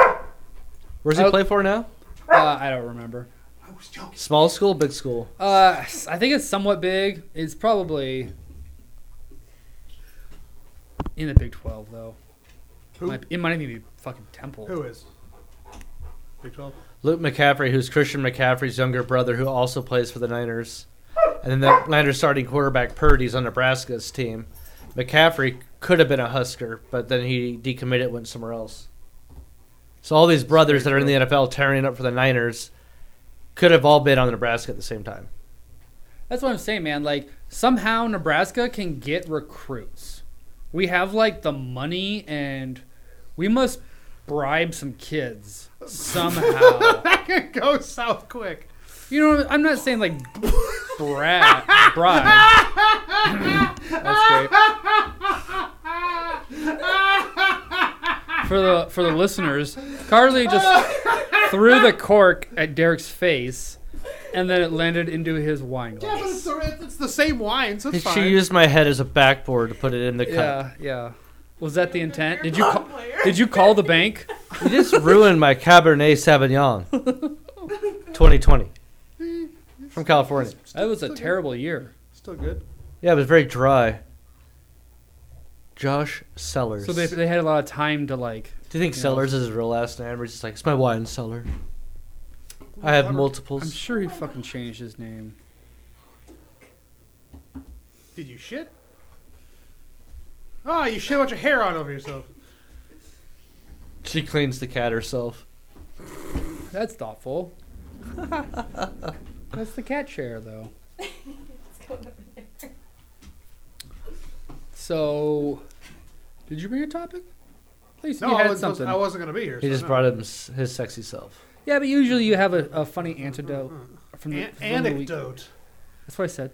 [SPEAKER 2] Where's he
[SPEAKER 3] Oh.
[SPEAKER 2] play for now?
[SPEAKER 3] Uh, I don't remember.
[SPEAKER 1] I was joking.
[SPEAKER 2] Small school, big school?
[SPEAKER 3] Uh, s- I think it's somewhat big. It's probably in the Big Twelve, though.
[SPEAKER 1] Who?
[SPEAKER 3] Might- it might even be fucking Temple.
[SPEAKER 1] Who is? Big (laughs) 12?
[SPEAKER 2] Luke McCaffrey, who's Christian McCaffrey's younger brother, who also plays for the Niners. And then the Niners starting quarterback Purdy's on Nebraska's team. McCaffrey could have been a Husker, but then he decommitted, went somewhere else. So all these brothers that are in the NFL tearing up for the Niners could have all been on Nebraska at the same time.
[SPEAKER 3] That's what I'm saying, man. Like somehow Nebraska can get recruits. We have like the money, and we must bribe some
[SPEAKER 1] (laughs)
[SPEAKER 3] kids somehow.
[SPEAKER 1] That could go south quick.
[SPEAKER 3] you know, what I'm- I'm not saying like bra- bribe. That's great. for the for the listeners, Carly just threw the cork at Derek's face, and then it landed into his wine
[SPEAKER 1] Yeah, but
[SPEAKER 3] glass.
[SPEAKER 1] it's the, it's the same wine, so it's
[SPEAKER 2] She
[SPEAKER 1] fine.
[SPEAKER 2] used my head as a backboard to put it in the cup.
[SPEAKER 3] Yeah, yeah. Was that the intent? Did you call, did you call the bank?
[SPEAKER 2] You just ruined my Cabernet
[SPEAKER 3] (laughs)
[SPEAKER 2] Sauvignon 2020 from California.
[SPEAKER 3] That was a terrible year.
[SPEAKER 1] Still good.
[SPEAKER 2] Yeah, it was very dry. Josh Sellers.
[SPEAKER 3] So they, they had a lot of time to like.
[SPEAKER 2] Do you think Sellers is his real last name? Or he's just like, it's my wine cellar. I have
[SPEAKER 3] I'm
[SPEAKER 2] multiples.
[SPEAKER 3] sure he fucking changed his name.
[SPEAKER 1] Did you shit? Oh, you shit a bunch of hair on over yourself.
[SPEAKER 2] She cleans the cat herself.
[SPEAKER 3] That's thoughtful. (laughs) That's the cat chair though. So, did you bring a topic? At least
[SPEAKER 1] No,
[SPEAKER 3] you
[SPEAKER 1] I,
[SPEAKER 3] had
[SPEAKER 1] was,
[SPEAKER 3] something.
[SPEAKER 1] I wasn't going to be here.
[SPEAKER 2] He
[SPEAKER 1] so
[SPEAKER 2] just
[SPEAKER 1] no.
[SPEAKER 2] brought him s- his sexy self.
[SPEAKER 3] Yeah, but usually you have a, a funny antidote from the
[SPEAKER 1] An-
[SPEAKER 3] from the week.
[SPEAKER 1] anecdote.
[SPEAKER 3] That's what I said.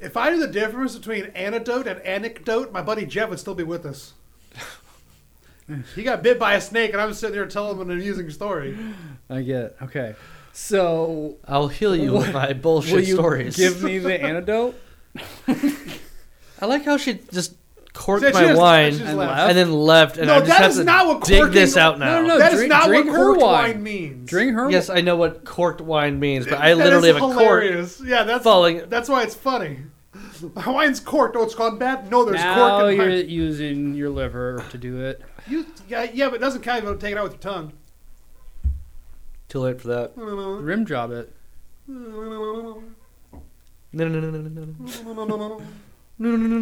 [SPEAKER 1] If I knew the difference between antidote and anecdote, my buddy Jeff would still be with
[SPEAKER 2] (laughs)
[SPEAKER 1] us. he got bit by a snake, and I'm sitting there telling him an amusing story.
[SPEAKER 3] I get it. Okay. So,
[SPEAKER 2] I'll heal you with
[SPEAKER 3] What-
[SPEAKER 2] my
[SPEAKER 3] will
[SPEAKER 2] bullshit
[SPEAKER 3] you
[SPEAKER 2] stories.
[SPEAKER 3] give me the antidote?
[SPEAKER 2] I like how she just corked
[SPEAKER 1] She
[SPEAKER 2] my
[SPEAKER 1] just-
[SPEAKER 2] wine
[SPEAKER 1] she just
[SPEAKER 2] and,
[SPEAKER 1] left.
[SPEAKER 2] then left. And
[SPEAKER 1] No,
[SPEAKER 2] I just
[SPEAKER 1] that
[SPEAKER 2] have
[SPEAKER 1] is
[SPEAKER 2] to
[SPEAKER 1] not what
[SPEAKER 2] dig
[SPEAKER 1] corking-
[SPEAKER 2] this out
[SPEAKER 3] No,
[SPEAKER 2] now.
[SPEAKER 3] no,
[SPEAKER 1] that is
[SPEAKER 3] drink-
[SPEAKER 1] not
[SPEAKER 3] drink
[SPEAKER 1] what
[SPEAKER 3] her
[SPEAKER 1] corked
[SPEAKER 3] wine.
[SPEAKER 1] wine means.
[SPEAKER 3] Drink her.
[SPEAKER 2] Yes, I know what corked wine means, but I
[SPEAKER 1] That
[SPEAKER 2] literally
[SPEAKER 1] is
[SPEAKER 2] have a cork.
[SPEAKER 1] hilarious. Yeah, that's
[SPEAKER 2] falling-
[SPEAKER 1] That's why it's funny. (laughs) My wine's corked. Oh, it's gone bad. No, there's
[SPEAKER 3] now
[SPEAKER 1] cork in
[SPEAKER 3] you're
[SPEAKER 1] mine.
[SPEAKER 3] using your liver to do it.
[SPEAKER 1] You, yeah, yeah, but it doesn't count if you don't take it out with your tongue.
[SPEAKER 2] Too late for that.
[SPEAKER 3] Rim job it.
[SPEAKER 2] No, no, no, no, no, no, no.
[SPEAKER 3] No, no, no, no, no, Uh,
[SPEAKER 2] No, no, no,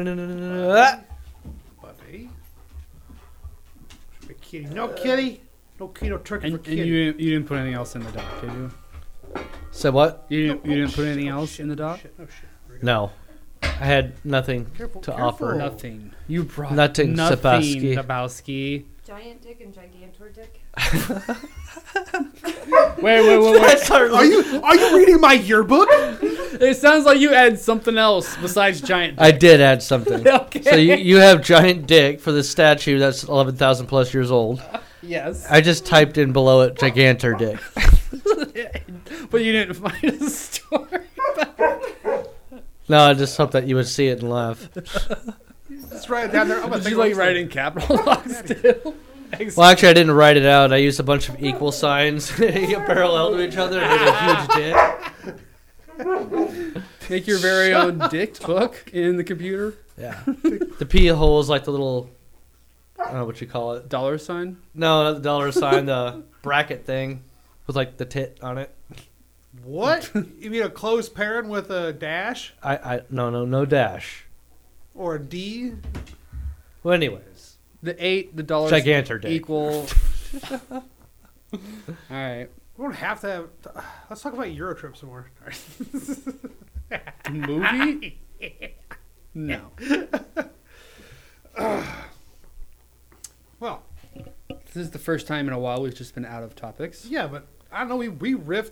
[SPEAKER 2] no, no, no. Ah!
[SPEAKER 1] Buddy. Should be kitty. No kitty. No kitty. No turkey
[SPEAKER 3] Uh, And,
[SPEAKER 1] for
[SPEAKER 3] and
[SPEAKER 1] kitty.
[SPEAKER 3] you didn't, you didn't put anything else in the dock, did you?
[SPEAKER 2] Said what?
[SPEAKER 3] You didn't, you didn't put anything
[SPEAKER 1] Oh,
[SPEAKER 3] else
[SPEAKER 1] shit,
[SPEAKER 3] in the
[SPEAKER 1] oh,
[SPEAKER 3] dock?
[SPEAKER 1] shit, oh, shit.
[SPEAKER 2] No. I had nothing
[SPEAKER 1] Careful,
[SPEAKER 2] to
[SPEAKER 1] careful.
[SPEAKER 2] offer.
[SPEAKER 3] Nothing. You brought
[SPEAKER 2] Nothing, (laughs)
[SPEAKER 3] Nothing,
[SPEAKER 2] Sapowski.
[SPEAKER 3] Dabowski.
[SPEAKER 5] Giant dick and gigantor dick.
[SPEAKER 3] Wait, wait, wait,
[SPEAKER 2] I
[SPEAKER 3] (laughs) wait.
[SPEAKER 2] started
[SPEAKER 1] Are you are you reading my yearbook?
[SPEAKER 3] It sounds like you add something else besides giant.
[SPEAKER 2] I did
[SPEAKER 1] (laughs)
[SPEAKER 2] add something.
[SPEAKER 3] (laughs) Okay.
[SPEAKER 2] So you, you have giant dick for the statue that's 11,000 plus years old.
[SPEAKER 3] yes,
[SPEAKER 2] I just typed in below it gigantor dick.
[SPEAKER 3] but you didn't find a story.
[SPEAKER 2] No, I just hope that you would see it and laugh.
[SPEAKER 1] Let's write it down there. I'm gonna
[SPEAKER 3] Did
[SPEAKER 1] think
[SPEAKER 3] you like
[SPEAKER 1] about
[SPEAKER 3] write in capital (laughs) locks still?
[SPEAKER 2] Well, actually, I didn't write it out. I used a bunch of equal signs (laughs) parallel to each other and made a huge
[SPEAKER 1] (laughs)
[SPEAKER 2] dick.
[SPEAKER 3] Make your very own dick book in the computer.
[SPEAKER 2] Yeah. The pee hole is like the little, I don't know what you call it.
[SPEAKER 3] Dollar sign.
[SPEAKER 2] No, not the dollar sign, the bracket thing with like the tit on it.
[SPEAKER 1] this.
[SPEAKER 3] (laughs)
[SPEAKER 1] What? You mean a closed paren with a dash
[SPEAKER 2] I, I no no no dash.
[SPEAKER 1] or a D?
[SPEAKER 2] Well, anyways,
[SPEAKER 3] The eight, the dollar sign
[SPEAKER 2] gigantor dick. (laughs)
[SPEAKER 3] equal. All right,
[SPEAKER 1] We don't have to have. Let's talk about Euro trip some more.
[SPEAKER 3] (laughs) movie. No.
[SPEAKER 1] (laughs) Well,
[SPEAKER 3] This is the first time in a while we've just been out of topics.
[SPEAKER 1] yeah, but I don't know. We we riff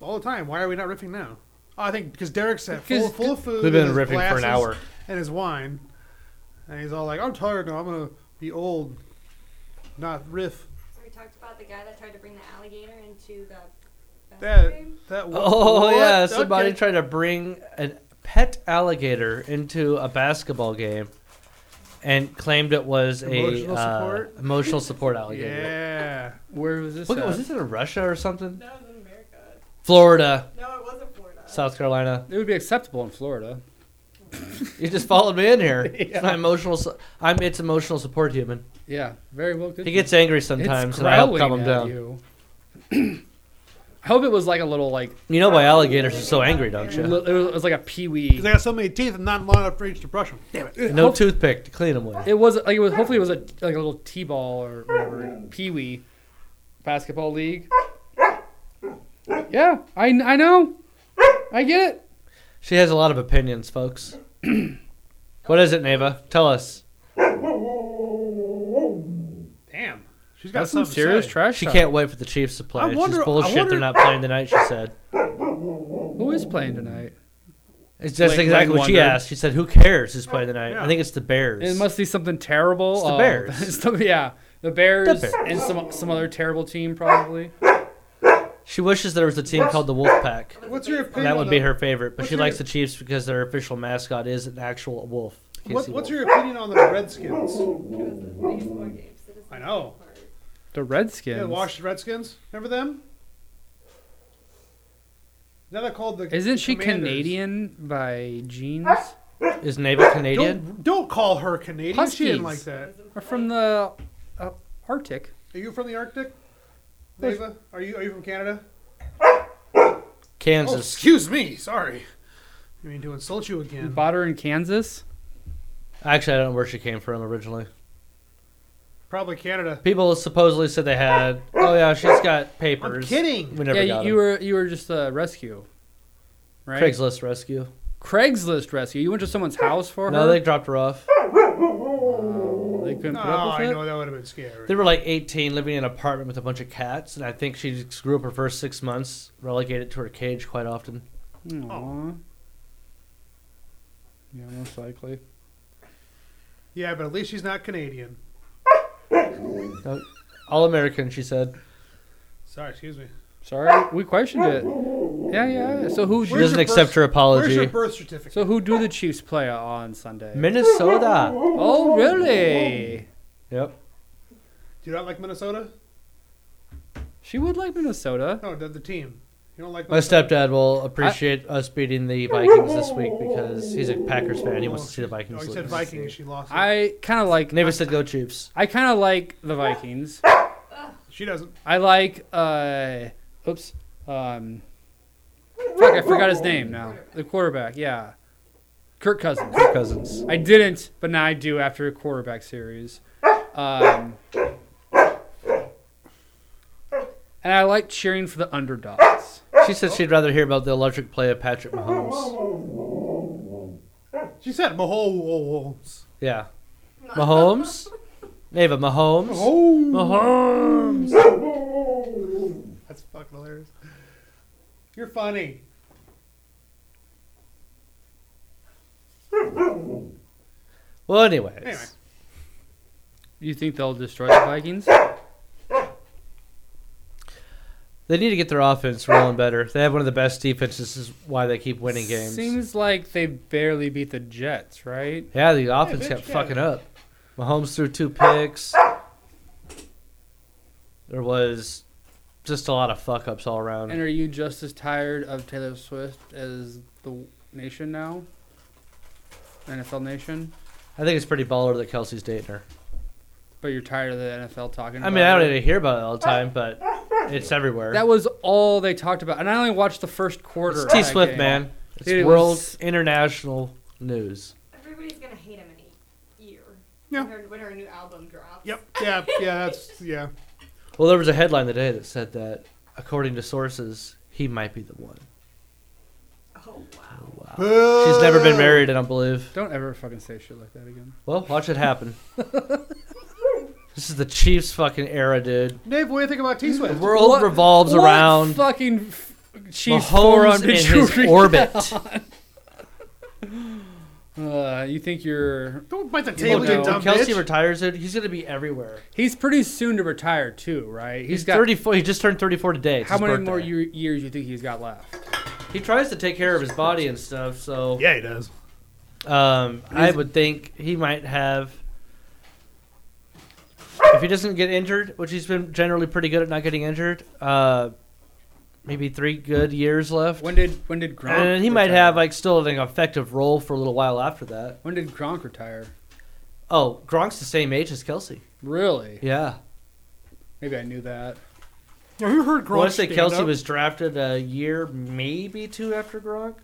[SPEAKER 1] all the time. Why are we not riffing now? Oh, I think because Derek said full,
[SPEAKER 3] Because-
[SPEAKER 1] full of food.
[SPEAKER 2] we've been
[SPEAKER 1] and his
[SPEAKER 2] riffing for an
[SPEAKER 1] glasses
[SPEAKER 2] hour.
[SPEAKER 1] And his wine, and he's all like, "I'm tired now. I'm gonna be old, not riff."
[SPEAKER 5] So we talked about the guy that tried to bring the alligator into the
[SPEAKER 1] That
[SPEAKER 5] bathroom.
[SPEAKER 1] that.
[SPEAKER 2] Oh
[SPEAKER 1] what?
[SPEAKER 2] yeah, somebody
[SPEAKER 1] Okay.
[SPEAKER 2] tried to bring a pet alligator into a basketball game, and claimed it was
[SPEAKER 1] Emotional
[SPEAKER 2] a uh,
[SPEAKER 1] support?
[SPEAKER 2] emotional support alligator.
[SPEAKER 1] Yeah.
[SPEAKER 3] Where was this?
[SPEAKER 2] What,
[SPEAKER 3] at?
[SPEAKER 2] was this in Russia or something?
[SPEAKER 5] That was in America.
[SPEAKER 2] Florida,
[SPEAKER 5] No, it wasn't Florida.
[SPEAKER 2] South Carolina.
[SPEAKER 3] It would be acceptable in Florida.
[SPEAKER 2] You just followed me
[SPEAKER 1] (laughs)
[SPEAKER 2] in here. It's my emotional. Su- I'm its emotional support human.
[SPEAKER 3] Yeah, very well. Good
[SPEAKER 2] He gets angry sometimes, and I help calm him down. You.
[SPEAKER 3] You. (clears throat) I hope it was like a little like
[SPEAKER 2] know why alligators are so angry, don't
[SPEAKER 3] li-
[SPEAKER 2] you?
[SPEAKER 3] it was, it was like a peewee.
[SPEAKER 1] Because I got so many teeth and not long enough for each to brush them. Damn it.
[SPEAKER 2] No
[SPEAKER 3] hope-
[SPEAKER 2] toothpick to clean them with.
[SPEAKER 3] It was like it was hopefully it was a like a little t-ball or whatever peewee basketball league. Yeah, I I know, I get it.
[SPEAKER 2] She has a lot of
[SPEAKER 1] (clears throat)
[SPEAKER 2] opinions, folks. what is it, Neva? Tell us.
[SPEAKER 1] Damn. She's got
[SPEAKER 3] That's some
[SPEAKER 1] something to
[SPEAKER 3] serious
[SPEAKER 1] say.
[SPEAKER 3] trash.
[SPEAKER 2] She
[SPEAKER 3] talk.
[SPEAKER 2] can't wait for the Chiefs to play.
[SPEAKER 1] I
[SPEAKER 2] She's
[SPEAKER 1] wonder- I
[SPEAKER 2] bullshit.
[SPEAKER 1] wonder-
[SPEAKER 2] They're not playing tonight. She
[SPEAKER 1] (coughs)
[SPEAKER 2] said.
[SPEAKER 3] Who is playing tonight?
[SPEAKER 2] It's just
[SPEAKER 3] Blake-
[SPEAKER 2] exactly
[SPEAKER 3] Blake
[SPEAKER 2] what she
[SPEAKER 3] wondered.
[SPEAKER 2] asked. She said, "Who cares who's playing tonight?"
[SPEAKER 1] Yeah.
[SPEAKER 2] I think it's the Bears.
[SPEAKER 3] It must be something terrible.
[SPEAKER 2] It's the
[SPEAKER 3] Oh,
[SPEAKER 2] Bears.
[SPEAKER 3] (laughs) it's the- yeah, the Bears,
[SPEAKER 2] Bears.
[SPEAKER 3] and some some other terrible team probably.
[SPEAKER 2] she wishes there was a team called the Wolfpack.
[SPEAKER 1] What's your opinion?
[SPEAKER 2] That would
[SPEAKER 1] on
[SPEAKER 2] be
[SPEAKER 1] the-
[SPEAKER 2] her favorite, but she
[SPEAKER 1] your-
[SPEAKER 2] likes the Chiefs because their official mascot is an actual wolf.
[SPEAKER 1] What,
[SPEAKER 2] Casey
[SPEAKER 1] what's
[SPEAKER 2] Wolf.
[SPEAKER 1] your opinion on the Redskins?
[SPEAKER 5] It was the baseball game. So this
[SPEAKER 1] I know.
[SPEAKER 3] The
[SPEAKER 1] Yeah,
[SPEAKER 3] Redskins.
[SPEAKER 1] the Washington Redskins. Remember them? Now they're called the.
[SPEAKER 3] Isn't she
[SPEAKER 1] Commanders.
[SPEAKER 3] Canadian by genes?
[SPEAKER 2] is Naval Canadian?
[SPEAKER 1] Don't, Oh, don't call her Canadian. She didn't like
[SPEAKER 3] Huskies.
[SPEAKER 1] that.
[SPEAKER 3] Or from the uh, Arctic?
[SPEAKER 1] Are you from the Arctic? Neva, are you are you from Canada? Oh,
[SPEAKER 2] Kansas.
[SPEAKER 1] excuse me. Sorry. I mean to insult you again.
[SPEAKER 3] Botter in Kansas?
[SPEAKER 2] Actually, I don't know where she came from originally.
[SPEAKER 1] Probably Canada.
[SPEAKER 2] People supposedly said they had. Oh yeah, she's got papers.
[SPEAKER 1] I'm kidding.
[SPEAKER 2] We never
[SPEAKER 3] yeah,
[SPEAKER 2] got
[SPEAKER 3] you, you
[SPEAKER 2] them.
[SPEAKER 3] were you were just a rescue, right?
[SPEAKER 2] Craigslist rescue.
[SPEAKER 3] Craigslist rescue. You went to someone's house for
[SPEAKER 2] No,
[SPEAKER 3] her.
[SPEAKER 2] they dropped her off.
[SPEAKER 3] They couldn't
[SPEAKER 1] No,
[SPEAKER 3] put up
[SPEAKER 1] Oh, I
[SPEAKER 3] with it.
[SPEAKER 1] know that would have been scary.
[SPEAKER 2] They were like 18, living in an apartment with a bunch of cats, and I think she just grew up her first six months, relegated to her cage quite often.
[SPEAKER 3] Aw.
[SPEAKER 1] Oh.
[SPEAKER 3] Yeah, most likely.
[SPEAKER 1] Yeah, but at least she's not Canadian.
[SPEAKER 2] All American, she said.
[SPEAKER 1] Sorry, excuse me.
[SPEAKER 3] Sorry, we questioned it. Yeah, yeah. So who?
[SPEAKER 2] She
[SPEAKER 1] Where's
[SPEAKER 2] doesn't
[SPEAKER 1] your
[SPEAKER 2] accept
[SPEAKER 1] birth-
[SPEAKER 2] her
[SPEAKER 1] Where's your
[SPEAKER 2] apology.
[SPEAKER 1] birth certificate?
[SPEAKER 3] So who do the Chiefs play on Sunday?
[SPEAKER 1] (laughs)
[SPEAKER 2] Minnesota.
[SPEAKER 3] oh, really?
[SPEAKER 2] Yep.
[SPEAKER 1] Do you not like Minnesota?
[SPEAKER 3] She would like Minnesota.
[SPEAKER 1] No, the, the team. You don't like
[SPEAKER 2] My
[SPEAKER 1] Minnesota?
[SPEAKER 2] stepdad will appreciate us beating the Vikings this week because he's a Packers fan. He wants to see the
[SPEAKER 1] No,
[SPEAKER 2] Vikings
[SPEAKER 1] he
[SPEAKER 2] lose.
[SPEAKER 1] Oh, said Vikings. She lost. it.
[SPEAKER 3] I kind of like.
[SPEAKER 2] Never said go Chiefs.
[SPEAKER 3] I kind of like the Vikings.
[SPEAKER 1] She doesn't.
[SPEAKER 3] I like. uh Oops. Um. Fuck! I forgot his name now. The quarterback. Yeah. Kirk Cousins.
[SPEAKER 2] Cousins.
[SPEAKER 3] I didn't, but now I do after a quarterback series. Um, and I like cheering for the underdogs.
[SPEAKER 2] She said she'd rather hear about the electric play of Patrick Mahomes.
[SPEAKER 1] She said Mahomes.
[SPEAKER 2] Yeah. Mahomes? Neva Mahomes. Mahomes.
[SPEAKER 1] That's fucking hilarious. You're funny.
[SPEAKER 2] Well, anyways.
[SPEAKER 1] Anyway.
[SPEAKER 3] You think they'll destroy the Vikings?
[SPEAKER 2] They need to get their offense rolling better. They have one of the best defenses. This is why they keep winning games.
[SPEAKER 3] Seems like they barely beat the Jets, right?
[SPEAKER 2] yeah, the offense
[SPEAKER 1] bitch,
[SPEAKER 2] kept
[SPEAKER 1] yeah.
[SPEAKER 2] fucking up. Mahomes threw two picks. There was just a lot of fuck ups all around.
[SPEAKER 3] And are you just as tired of Taylor Swift as the nation now? NFL nation?
[SPEAKER 2] I think it's pretty baller that Kelsey's dating her.
[SPEAKER 3] But you're tired of the NFL talking
[SPEAKER 2] I mean, I
[SPEAKER 3] about
[SPEAKER 2] don't
[SPEAKER 3] it?
[SPEAKER 2] need to hear about it all the time, but it's everywhere.
[SPEAKER 3] That was all they talked about. And I only watched the first quarter.
[SPEAKER 2] it's
[SPEAKER 3] of
[SPEAKER 2] T
[SPEAKER 3] that
[SPEAKER 2] Swift,
[SPEAKER 3] game.
[SPEAKER 2] man. It's
[SPEAKER 3] It
[SPEAKER 2] world
[SPEAKER 3] was-
[SPEAKER 2] international news.
[SPEAKER 5] Everybody's gonna hate him in a year.
[SPEAKER 1] Yeah.
[SPEAKER 5] When her, when her new album drops.
[SPEAKER 1] Yep. Yeah. Yeah. That's
[SPEAKER 2] (laughs)
[SPEAKER 1] yeah.
[SPEAKER 2] Well, there was a headline today that said that, according to sources, he might be the one.
[SPEAKER 5] Oh wow.
[SPEAKER 2] She's never been married, I don't believe.
[SPEAKER 3] Don't ever fucking say shit like that again.
[SPEAKER 2] Well, watch it
[SPEAKER 3] (laughs)
[SPEAKER 2] happen. this is the Chiefs fucking era, dude.
[SPEAKER 1] Dave, what do you think about T
[SPEAKER 2] The
[SPEAKER 1] Swift?
[SPEAKER 2] world
[SPEAKER 3] What-
[SPEAKER 2] revolves
[SPEAKER 3] what
[SPEAKER 2] around
[SPEAKER 3] fucking f- Chiefs
[SPEAKER 2] Mahomes
[SPEAKER 3] forearm
[SPEAKER 2] in
[SPEAKER 3] did you
[SPEAKER 2] his
[SPEAKER 3] (laughs) read?
[SPEAKER 2] orbit.
[SPEAKER 3] Uh, you think you're?
[SPEAKER 1] Don't bite the
[SPEAKER 3] Well,
[SPEAKER 1] table,
[SPEAKER 2] Look,
[SPEAKER 1] you
[SPEAKER 3] no.
[SPEAKER 1] dumb
[SPEAKER 2] when Kelsey
[SPEAKER 1] bitch.
[SPEAKER 2] retires, dude, he's gonna be everywhere.
[SPEAKER 3] He's pretty soon to retire too, right?
[SPEAKER 2] He's,
[SPEAKER 3] got
[SPEAKER 2] 34. He just turned 34 today. It's
[SPEAKER 3] how
[SPEAKER 2] his
[SPEAKER 3] many
[SPEAKER 2] birthday.
[SPEAKER 3] more year, years you think he's got left?
[SPEAKER 2] He tries to take care of his body and stuff, so
[SPEAKER 1] yeah, he does.
[SPEAKER 2] um, I
[SPEAKER 3] He's-
[SPEAKER 2] would think he might have. If he doesn't get injured, which he's been generally pretty good at not getting injured, uh, maybe three good years left.
[SPEAKER 3] When did when did Gronk?
[SPEAKER 2] And Uh, he might
[SPEAKER 3] retire?
[SPEAKER 2] have like still an effective role for a little while after that.
[SPEAKER 3] When did Gronk retire?
[SPEAKER 2] Oh, Gronk's the same age as Kelsey.
[SPEAKER 3] Really?
[SPEAKER 2] Yeah.
[SPEAKER 3] Maybe I knew that.
[SPEAKER 1] Have you heard
[SPEAKER 2] I
[SPEAKER 1] Gronk
[SPEAKER 2] want to say
[SPEAKER 1] stand
[SPEAKER 2] Kelsey
[SPEAKER 1] up?
[SPEAKER 2] was drafted a year, maybe two after Gronk.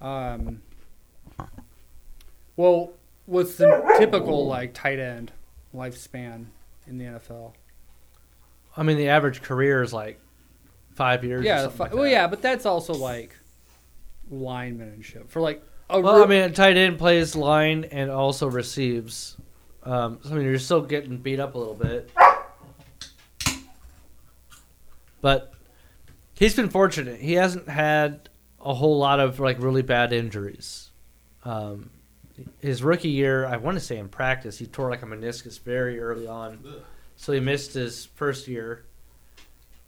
[SPEAKER 3] Um. Well, what's the typical like tight end lifespan in the NFL?
[SPEAKER 2] I mean, the average career is like five years.
[SPEAKER 3] yeah,
[SPEAKER 2] Or
[SPEAKER 3] the
[SPEAKER 2] something
[SPEAKER 3] fi-
[SPEAKER 2] like
[SPEAKER 3] well,
[SPEAKER 2] that.
[SPEAKER 3] yeah, but that's also like lineman and shit for like a
[SPEAKER 2] Well,
[SPEAKER 3] real-
[SPEAKER 2] I mean, a tight end plays line and also receives. Um, so, I mean, you're still getting beat up a little bit, but he's been fortunate. He hasn't had a whole lot of like really bad injuries. Um, his rookie year, I want to say in practice, he tore like a meniscus very early on, so he missed his first year,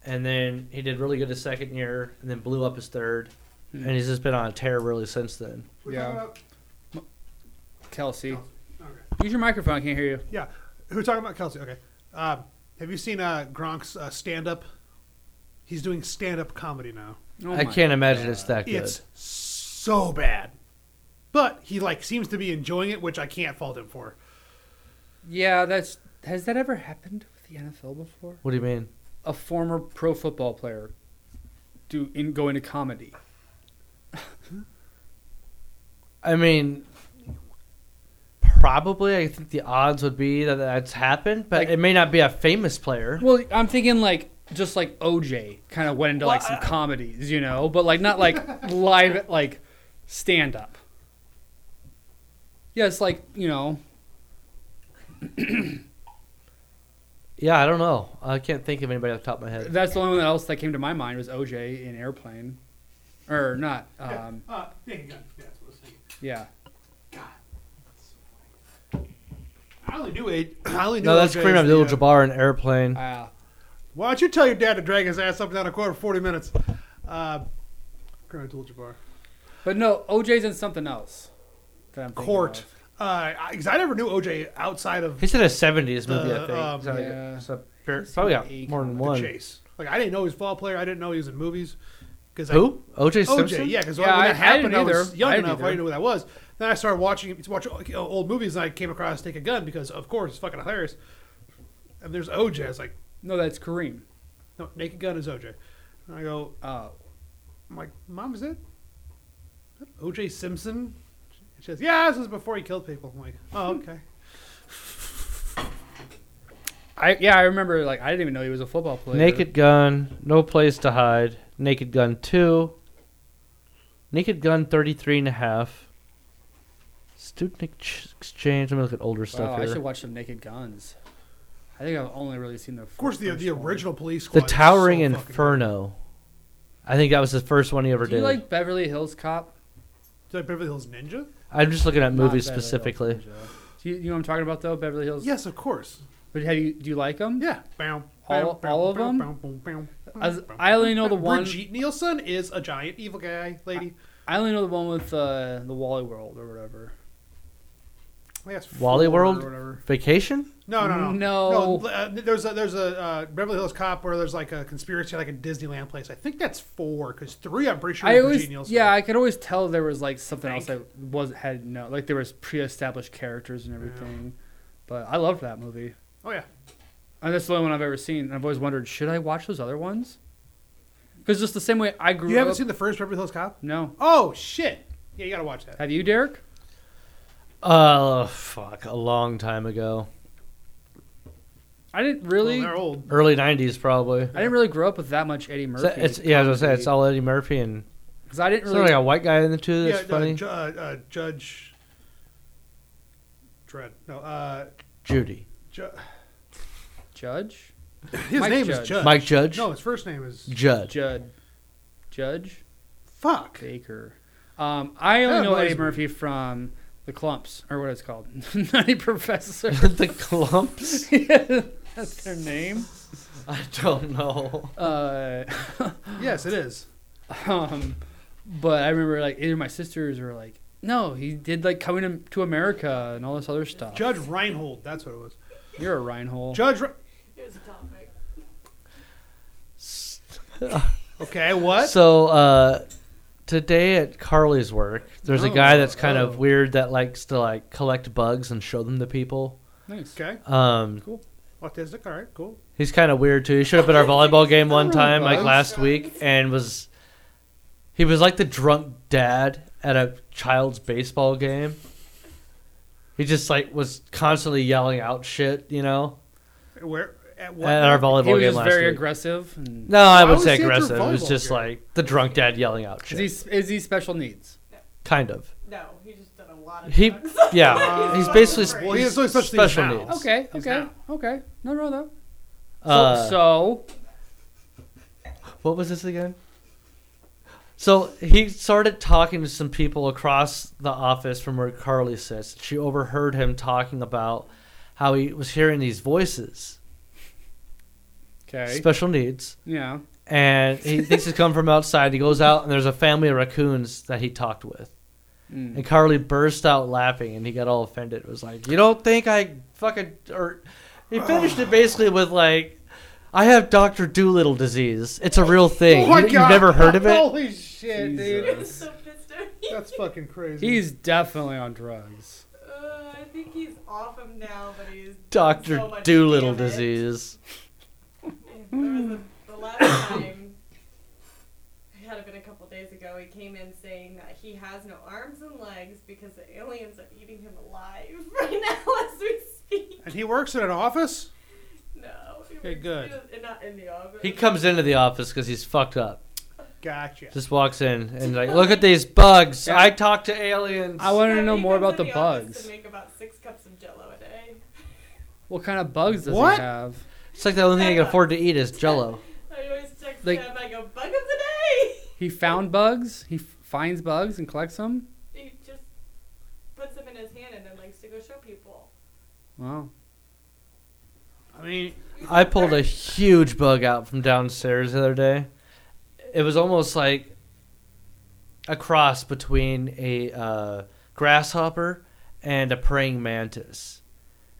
[SPEAKER 2] and then he did really good his second year, and then blew up his third,
[SPEAKER 3] Hmm.
[SPEAKER 2] and he's just been on a tear really since then.
[SPEAKER 1] We're
[SPEAKER 3] Yeah.
[SPEAKER 1] talking about-
[SPEAKER 3] Kelsey.
[SPEAKER 1] okay.
[SPEAKER 3] Use your microphone. I can't hear you.
[SPEAKER 1] Yeah, who talking about Kelsey? Okay, um, have you seen uh, Gronk's uh, stand up? He's doing stand up comedy now.
[SPEAKER 3] Oh
[SPEAKER 2] I
[SPEAKER 3] my
[SPEAKER 2] can't imagine it's that good.
[SPEAKER 1] It's so bad, but he like seems to be enjoying it, which I can't fault him for.
[SPEAKER 3] Yeah, that's has that ever happened with the NFL before?
[SPEAKER 2] what do you mean?
[SPEAKER 3] A former pro football player do in go into comedy.
[SPEAKER 2] I mean, probably. I think the odds would be that that's happened, but
[SPEAKER 3] Like-
[SPEAKER 2] it may not be a famous player.
[SPEAKER 3] Well, I'm thinking like just like OJ kind of went into like some comedies, you know, but like not
[SPEAKER 1] (laughs)
[SPEAKER 3] like live like stand up. Yeah, it's like you know,
[SPEAKER 2] Yeah, I don't know. I can't think of anybody off the top of my head.
[SPEAKER 3] that's the only one else that came to my mind was OJ in Airplane, or not. Um,
[SPEAKER 1] Uh, yeah, yeah, that's what I was thinking.
[SPEAKER 3] yeah,
[SPEAKER 1] I only knew eight. (clears throat) I only knew
[SPEAKER 2] No, that's
[SPEAKER 1] OJ
[SPEAKER 2] Kareem
[SPEAKER 1] as the, uh,
[SPEAKER 2] Abdul-Jabbar in Airplane.
[SPEAKER 3] ah,
[SPEAKER 1] Why don't you tell your dad to drag his ass up and down a court for forty minutes? Uh, Kareem Abdul-Jabbar.
[SPEAKER 3] but no, OJ's in something else. That I'm thinking
[SPEAKER 1] Court.
[SPEAKER 3] of.
[SPEAKER 1] Uh, because I never knew OJ outside of
[SPEAKER 2] He's in a '70s movie, I
[SPEAKER 1] Uh,
[SPEAKER 2] think.
[SPEAKER 1] um,
[SPEAKER 2] So,
[SPEAKER 3] yeah.
[SPEAKER 2] so probably got
[SPEAKER 3] Eight
[SPEAKER 2] more than
[SPEAKER 1] the
[SPEAKER 2] one.
[SPEAKER 1] chase. Like I didn't know he was a ball player. I didn't know he was in movies. Because
[SPEAKER 2] Who? OJ
[SPEAKER 1] OJ,
[SPEAKER 2] Simpson.
[SPEAKER 1] yeah, because
[SPEAKER 3] Yeah,
[SPEAKER 1] when
[SPEAKER 3] I-
[SPEAKER 1] that
[SPEAKER 3] I didn't
[SPEAKER 1] happened, I, was
[SPEAKER 3] either.
[SPEAKER 1] young
[SPEAKER 3] I didn't
[SPEAKER 1] enough. I
[SPEAKER 3] either.
[SPEAKER 1] didn't know who that was. Then I started watching to watch you know, old movies, and I came across Take a Gun because, of course, it's fucking hilarious. And there's OJ. I was like,
[SPEAKER 3] No, that's Kareem.
[SPEAKER 1] no, Naked Gun is OJ. And I go,
[SPEAKER 3] Oh,
[SPEAKER 1] I'm like, Mom, is it is that OJ Simpson? And she says, Yeah, this was before he killed people. I'm like,
[SPEAKER 3] Hmm.
[SPEAKER 1] Oh, okay.
[SPEAKER 3] I yeah, I remember. Like I didn't even know he was a football player.
[SPEAKER 2] Naked Gun, No Place to Hide, Naked Gun 2, Naked Gun 33 and a half, Student ex- exchange. Let me look at older
[SPEAKER 3] Wow,
[SPEAKER 2] stuff
[SPEAKER 3] I
[SPEAKER 2] here.
[SPEAKER 3] should watch some Naked Guns. I think I've only really seen the.
[SPEAKER 1] Of course, the the original police
[SPEAKER 2] the
[SPEAKER 1] squad. is so
[SPEAKER 2] Towering
[SPEAKER 1] fucking good.
[SPEAKER 2] Inferno. I think that was the first one he ever
[SPEAKER 3] Do you
[SPEAKER 2] did.
[SPEAKER 3] like Beverly Hills Cop?
[SPEAKER 1] Is that Beverly Hills Ninja?
[SPEAKER 2] I'm just looking at
[SPEAKER 3] Not
[SPEAKER 2] movies
[SPEAKER 3] Beverly Hills
[SPEAKER 2] specifically.
[SPEAKER 3] Ninja. Do you, you know what I'm talking about though? Beverly Hills.
[SPEAKER 1] Yes, of course.
[SPEAKER 3] But have you do you like them?
[SPEAKER 1] Yeah. All,
[SPEAKER 3] All- all of them? I, I only know the one.
[SPEAKER 1] Brigitte Nielsen is a giant evil guy lady.
[SPEAKER 3] I only know the one with uh, the Wally World or whatever.
[SPEAKER 1] Yes,
[SPEAKER 2] Wally
[SPEAKER 1] four
[SPEAKER 2] World?
[SPEAKER 1] or whatever.
[SPEAKER 2] Vacation?
[SPEAKER 1] No, no, no,
[SPEAKER 3] No.
[SPEAKER 1] uh, there's a there's a uh, Beverly Hills Cop where there's like a conspiracy, like a Disneyland place. I think that's four because three, I'm pretty sure.
[SPEAKER 3] I
[SPEAKER 1] is
[SPEAKER 3] always
[SPEAKER 1] Brigitte Nielsen.
[SPEAKER 3] yeah, I could always tell there was like something else
[SPEAKER 1] Thank-
[SPEAKER 3] that was had no like there was pre-established characters and everything. But I loved that movie.
[SPEAKER 1] Oh yeah.
[SPEAKER 3] And that's the only one I've ever seen. And I've always wondered, should I watch those other ones? Because just the same way I grew
[SPEAKER 1] You haven't
[SPEAKER 3] up.
[SPEAKER 1] seen the first Beverly Hills Cop?
[SPEAKER 3] no.
[SPEAKER 1] Oh shit! Yeah, you gotta watch that.
[SPEAKER 3] Have you, Derek?
[SPEAKER 2] Oh, fuck. A long time ago.
[SPEAKER 3] I didn't
[SPEAKER 1] Well,
[SPEAKER 3] really.
[SPEAKER 1] they're old.
[SPEAKER 2] Early 90s, probably.
[SPEAKER 3] I didn't really grow up with that much Eddie
[SPEAKER 2] It's-
[SPEAKER 3] Murphy.
[SPEAKER 2] it's, yeah, I was going to say, it's all Eddie Murphy and.
[SPEAKER 3] Because I didn't
[SPEAKER 2] Is
[SPEAKER 3] really.
[SPEAKER 2] there like a white guy in the two
[SPEAKER 1] Yeah,
[SPEAKER 2] that's funny?
[SPEAKER 1] Uh, ju- uh, uh, Judge Dredd. No, uh,
[SPEAKER 2] Judy.
[SPEAKER 1] ju- (laughs)
[SPEAKER 3] Judge?
[SPEAKER 1] his
[SPEAKER 3] Mike
[SPEAKER 1] name
[SPEAKER 3] Judge.
[SPEAKER 1] is Judge.
[SPEAKER 2] Mike Judge?
[SPEAKER 1] No, his first name is
[SPEAKER 2] Judge.
[SPEAKER 3] Judd. Judge
[SPEAKER 1] Fuck.
[SPEAKER 3] Baker. Um, I only
[SPEAKER 1] That
[SPEAKER 3] know Eddie
[SPEAKER 1] was-
[SPEAKER 3] Murphy from The Clumps, or what it's called. (laughs) Nutty Professor.
[SPEAKER 2] (laughs)
[SPEAKER 3] (laughs)
[SPEAKER 2] the clumps?
[SPEAKER 3] That's their name.
[SPEAKER 2] I don't know.
[SPEAKER 3] Uh, (laughs)
[SPEAKER 1] Yes, it is.
[SPEAKER 3] um, but I remember like either my sisters were like, no, he did like coming to- to America and all this other stuff.
[SPEAKER 1] Judge Reinhold. That's what it was.
[SPEAKER 3] You're a Reinhold.
[SPEAKER 1] Judge. Re-
[SPEAKER 5] It was a topic.
[SPEAKER 1] okay, what?
[SPEAKER 2] So uh, today at Carly's work, there's a
[SPEAKER 1] Oh,
[SPEAKER 2] guy that's kind
[SPEAKER 1] oh.
[SPEAKER 2] of weird that likes to like collect bugs and show them to people.
[SPEAKER 3] nice.
[SPEAKER 1] okay,
[SPEAKER 2] Um,
[SPEAKER 1] autistic. All right, cool.
[SPEAKER 2] he's kind of weird too. He showed up at our volleyball game
[SPEAKER 3] (laughs)
[SPEAKER 2] one time, like
[SPEAKER 3] bugs.
[SPEAKER 2] last week, and was he was like the drunk dad at a child's baseball game. He just like was constantly yelling out shit, you know,
[SPEAKER 1] Where at what?
[SPEAKER 2] at our
[SPEAKER 3] He
[SPEAKER 2] volleyball
[SPEAKER 3] was
[SPEAKER 2] game
[SPEAKER 3] just
[SPEAKER 2] last
[SPEAKER 3] very
[SPEAKER 2] week.
[SPEAKER 3] aggressive. And,
[SPEAKER 2] No, I
[SPEAKER 1] I
[SPEAKER 2] would
[SPEAKER 1] would
[SPEAKER 2] say
[SPEAKER 1] say it's your
[SPEAKER 2] aggressive. It was
[SPEAKER 1] volleyball
[SPEAKER 2] just
[SPEAKER 1] game.
[SPEAKER 2] like the drunk dad yelling out shit,
[SPEAKER 3] is he is he special needs?
[SPEAKER 2] kind of.
[SPEAKER 5] No, he just did a lot of.
[SPEAKER 2] He,
[SPEAKER 5] drugs.
[SPEAKER 2] yeah, he's basically
[SPEAKER 1] well, he has no such thing
[SPEAKER 2] special
[SPEAKER 1] as now. Oh
[SPEAKER 2] needs.
[SPEAKER 3] Okay,
[SPEAKER 1] He's
[SPEAKER 3] okay,
[SPEAKER 1] not.
[SPEAKER 3] okay. No, no, no. So,
[SPEAKER 2] Uh,
[SPEAKER 3] so
[SPEAKER 2] what was this again? So he started talking to some people across the office from where Carly sits. She overheard him talking about how he was hearing these voices,
[SPEAKER 3] okay,
[SPEAKER 2] special needs,
[SPEAKER 3] yeah.
[SPEAKER 2] and he thinks it's come from outside. He goes out and there's a family of raccoons that he talked with.
[SPEAKER 3] Mm.
[SPEAKER 2] And Carly burst out laughing, and he got all offended. It was like, "You don't think I fucking?" Or he finished it basically with like, "I have Doctor Doolittle disease. It's a real
[SPEAKER 1] Oh
[SPEAKER 2] thing. you, have never heard
[SPEAKER 1] (laughs)
[SPEAKER 2] of it."
[SPEAKER 1] Holy shit, dude!
[SPEAKER 5] He was so pissed at me.
[SPEAKER 1] That's fucking crazy.
[SPEAKER 3] He's definitely on drugs.
[SPEAKER 5] Uh, I think he's off him now, but he's
[SPEAKER 2] Doctor
[SPEAKER 5] so much
[SPEAKER 2] Doolittle
[SPEAKER 5] damage.
[SPEAKER 2] disease.
[SPEAKER 5] There was a, the last time, it had been a couple days ago, he came in saying that he has no arms and legs because the aliens are eating him alive (laughs) right now as we speak.
[SPEAKER 1] and he works in an office.
[SPEAKER 5] No. he
[SPEAKER 1] Okay,
[SPEAKER 5] works-
[SPEAKER 1] good.
[SPEAKER 5] he does- Not in the office.
[SPEAKER 2] He comes into the office because he's fucked up.
[SPEAKER 1] Gotcha.
[SPEAKER 2] Just walks in and like, look at these bugs. I talk to aliens.
[SPEAKER 3] I want
[SPEAKER 5] Yeah,
[SPEAKER 3] to know
[SPEAKER 5] he
[SPEAKER 3] more
[SPEAKER 5] comes
[SPEAKER 3] about the
[SPEAKER 5] in office
[SPEAKER 3] bugs.
[SPEAKER 5] To make about six cups of Jello a day.
[SPEAKER 3] What kind of bugs does
[SPEAKER 1] What?
[SPEAKER 3] he have?
[SPEAKER 2] it's like the only thing I can afford to eat is Jello.
[SPEAKER 5] I always text
[SPEAKER 3] Like-
[SPEAKER 5] him. I go, "Bug of the day." (laughs)
[SPEAKER 3] He found bugs. He f- finds bugs and collects them.
[SPEAKER 5] He just puts them in his hand and then likes to go show people.
[SPEAKER 3] Wow.
[SPEAKER 1] I mean,
[SPEAKER 2] I pulled a huge bug out from downstairs the other day. It was almost like a cross between a uh, grasshopper and a praying mantis.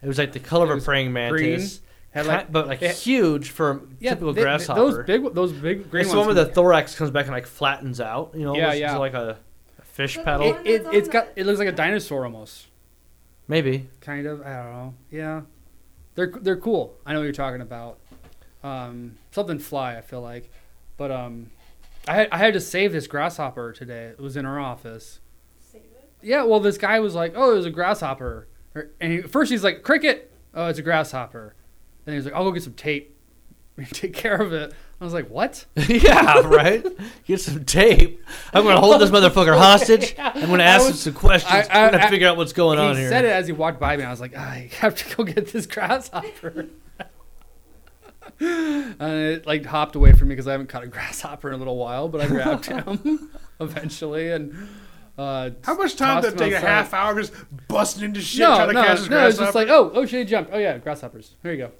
[SPEAKER 2] It was like the color
[SPEAKER 3] It
[SPEAKER 2] of a
[SPEAKER 3] was
[SPEAKER 2] praying
[SPEAKER 3] green,
[SPEAKER 2] mantis,
[SPEAKER 3] Had
[SPEAKER 2] ki-
[SPEAKER 3] like
[SPEAKER 2] but like
[SPEAKER 3] it-
[SPEAKER 2] huge for a typical
[SPEAKER 3] they- they-
[SPEAKER 2] grasshopper.
[SPEAKER 3] Those big, those big green
[SPEAKER 2] it's the
[SPEAKER 3] ones.
[SPEAKER 2] one where the thorax comes back and like flattens out. You know,
[SPEAKER 3] Yeah,
[SPEAKER 2] almost
[SPEAKER 3] yeah.
[SPEAKER 2] like a, a fish
[SPEAKER 5] It-
[SPEAKER 2] petal.
[SPEAKER 3] it, it, it's
[SPEAKER 5] on
[SPEAKER 3] got.
[SPEAKER 5] the-
[SPEAKER 3] It looks like a dinosaur almost.
[SPEAKER 2] Maybe
[SPEAKER 3] Kind of. I don't know. Yeah. They're they're cool. I know what you're talking about. Um, something fly. I feel like, but um, I had, I had to save this grasshopper today. It was in our office.
[SPEAKER 5] Save it.
[SPEAKER 3] Yeah, well, this guy was like, "Oh, there's a grasshopper," and he, first he's like, "Cricket." Oh, it's a grasshopper. Then he's like, "I'll go get some tape, and (laughs) take care of it." I was like, what?
[SPEAKER 2] (laughs) yeah, right. Get some tape. I'm gonna
[SPEAKER 3] (laughs) Oh,
[SPEAKER 2] hold this motherfucker hostage. I'm gonna ask him some questions.
[SPEAKER 3] I- I-
[SPEAKER 2] I'm gonna
[SPEAKER 3] I-
[SPEAKER 2] figure out what's going on
[SPEAKER 3] he
[SPEAKER 2] here.
[SPEAKER 3] said it as he walked by me. and I was like, I have to go get this (laughs) grasshopper. and it like hopped away from me because I haven't caught a grasshopper in a little while, but
[SPEAKER 2] (laughs)
[SPEAKER 3] I grabbed him (laughs) eventually. And uh,
[SPEAKER 1] How much time did
[SPEAKER 3] tossed
[SPEAKER 1] it
[SPEAKER 3] him
[SPEAKER 1] take? A
[SPEAKER 3] outside.
[SPEAKER 1] half hour just busting into shit
[SPEAKER 3] No,
[SPEAKER 1] trying to
[SPEAKER 3] no,
[SPEAKER 1] catch this
[SPEAKER 3] no. It's just
[SPEAKER 1] grasshopper?
[SPEAKER 3] like, oh, oh, shit, he jumped. Oh yeah, grasshoppers. Here you go.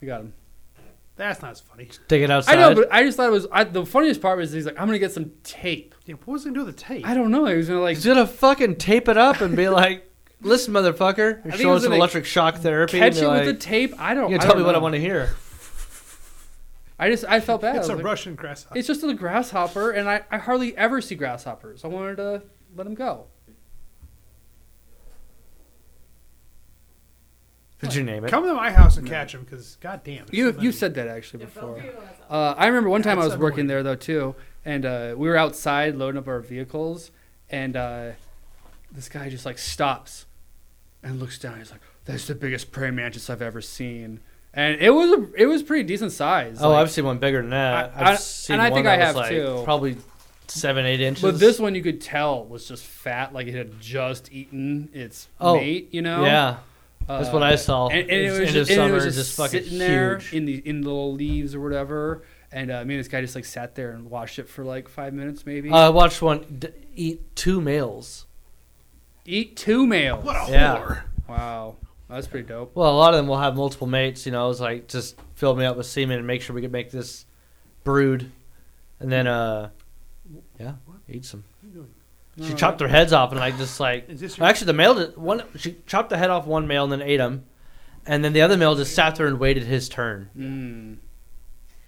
[SPEAKER 3] We got him. oh.
[SPEAKER 1] That's not as funny.
[SPEAKER 2] Take it
[SPEAKER 3] I
[SPEAKER 2] outside.
[SPEAKER 3] know, but I just thought it was I, the funniest part was he's like, I'm gonna get some tape.
[SPEAKER 1] Yeah, what was he gonna do with the tape?
[SPEAKER 3] I don't know. He was gonna like
[SPEAKER 2] he's gonna fucking tape it up and
[SPEAKER 3] (laughs)
[SPEAKER 2] be like, "Listen, motherfucker,
[SPEAKER 3] think
[SPEAKER 2] you're
[SPEAKER 3] he
[SPEAKER 2] showing
[SPEAKER 3] was
[SPEAKER 2] some
[SPEAKER 3] gonna
[SPEAKER 2] electric shock therapy."
[SPEAKER 3] catch
[SPEAKER 2] and
[SPEAKER 3] it
[SPEAKER 2] you're
[SPEAKER 3] with the
[SPEAKER 2] like,
[SPEAKER 3] tape. I don't.
[SPEAKER 2] You
[SPEAKER 3] I
[SPEAKER 2] tell
[SPEAKER 3] don't
[SPEAKER 2] me what I
[SPEAKER 3] know.
[SPEAKER 2] want to
[SPEAKER 3] (laughs)
[SPEAKER 2] hear.
[SPEAKER 3] I just I felt bad.
[SPEAKER 1] it's
[SPEAKER 3] I
[SPEAKER 1] a
[SPEAKER 3] was like,
[SPEAKER 1] Russian grasshopper.
[SPEAKER 3] It's just a grasshopper, and I, I hardly ever see grasshoppers. I wanted to let him go.
[SPEAKER 2] Did you name it?
[SPEAKER 1] Come to my house and catch him, because goddamn. it's
[SPEAKER 3] You
[SPEAKER 1] so
[SPEAKER 3] you
[SPEAKER 1] many.
[SPEAKER 3] said that actually
[SPEAKER 5] If they'll
[SPEAKER 3] before.
[SPEAKER 5] be on us,
[SPEAKER 3] Uh, I remember one time I
[SPEAKER 1] That's
[SPEAKER 3] was working
[SPEAKER 1] annoying.
[SPEAKER 3] there though too, and uh, we were outside loading up our vehicles, and uh, this guy just like stops and looks down. He's like, "That's the biggest praying mantis I've ever seen," and it was a, it was pretty decent size.
[SPEAKER 2] Oh,
[SPEAKER 3] like-
[SPEAKER 2] I've seen one bigger than that.
[SPEAKER 3] I- I-
[SPEAKER 2] I, have seen
[SPEAKER 3] and I
[SPEAKER 2] one
[SPEAKER 3] think
[SPEAKER 2] that was
[SPEAKER 3] I have,
[SPEAKER 2] like
[SPEAKER 3] too.
[SPEAKER 2] Probably seven, eight inches.
[SPEAKER 3] But this one you could tell was just fat, like it had just eaten its
[SPEAKER 2] Oh,
[SPEAKER 3] mate. You know? Uh,
[SPEAKER 2] yeah, that's what I saw.
[SPEAKER 3] And, and it was
[SPEAKER 2] end
[SPEAKER 3] just,
[SPEAKER 2] of
[SPEAKER 3] and it
[SPEAKER 2] summer,
[SPEAKER 3] was
[SPEAKER 2] just,
[SPEAKER 3] just,
[SPEAKER 2] fucking
[SPEAKER 3] sitting there
[SPEAKER 2] huge.
[SPEAKER 3] in the in the little leaves or whatever. And uh, me and this guy just like sat there and watched it for like five minutes maybe.
[SPEAKER 2] Uh, I watched one d- eat two males.
[SPEAKER 3] Eat two males.
[SPEAKER 1] What a
[SPEAKER 2] Yeah.
[SPEAKER 1] whore.
[SPEAKER 3] Wow, that's pretty dope.
[SPEAKER 2] Well, a lot of them will have multiple mates. You know, I was like, just fill me up with semen and make sure we can make this brood, and then uh, yeah, eat some. She chopped their heads off and like just like
[SPEAKER 1] Is this your-
[SPEAKER 2] actually the male did, one she chopped the head off one male and then ate him, and then the other male just sat there and waited his turn.
[SPEAKER 3] Mm.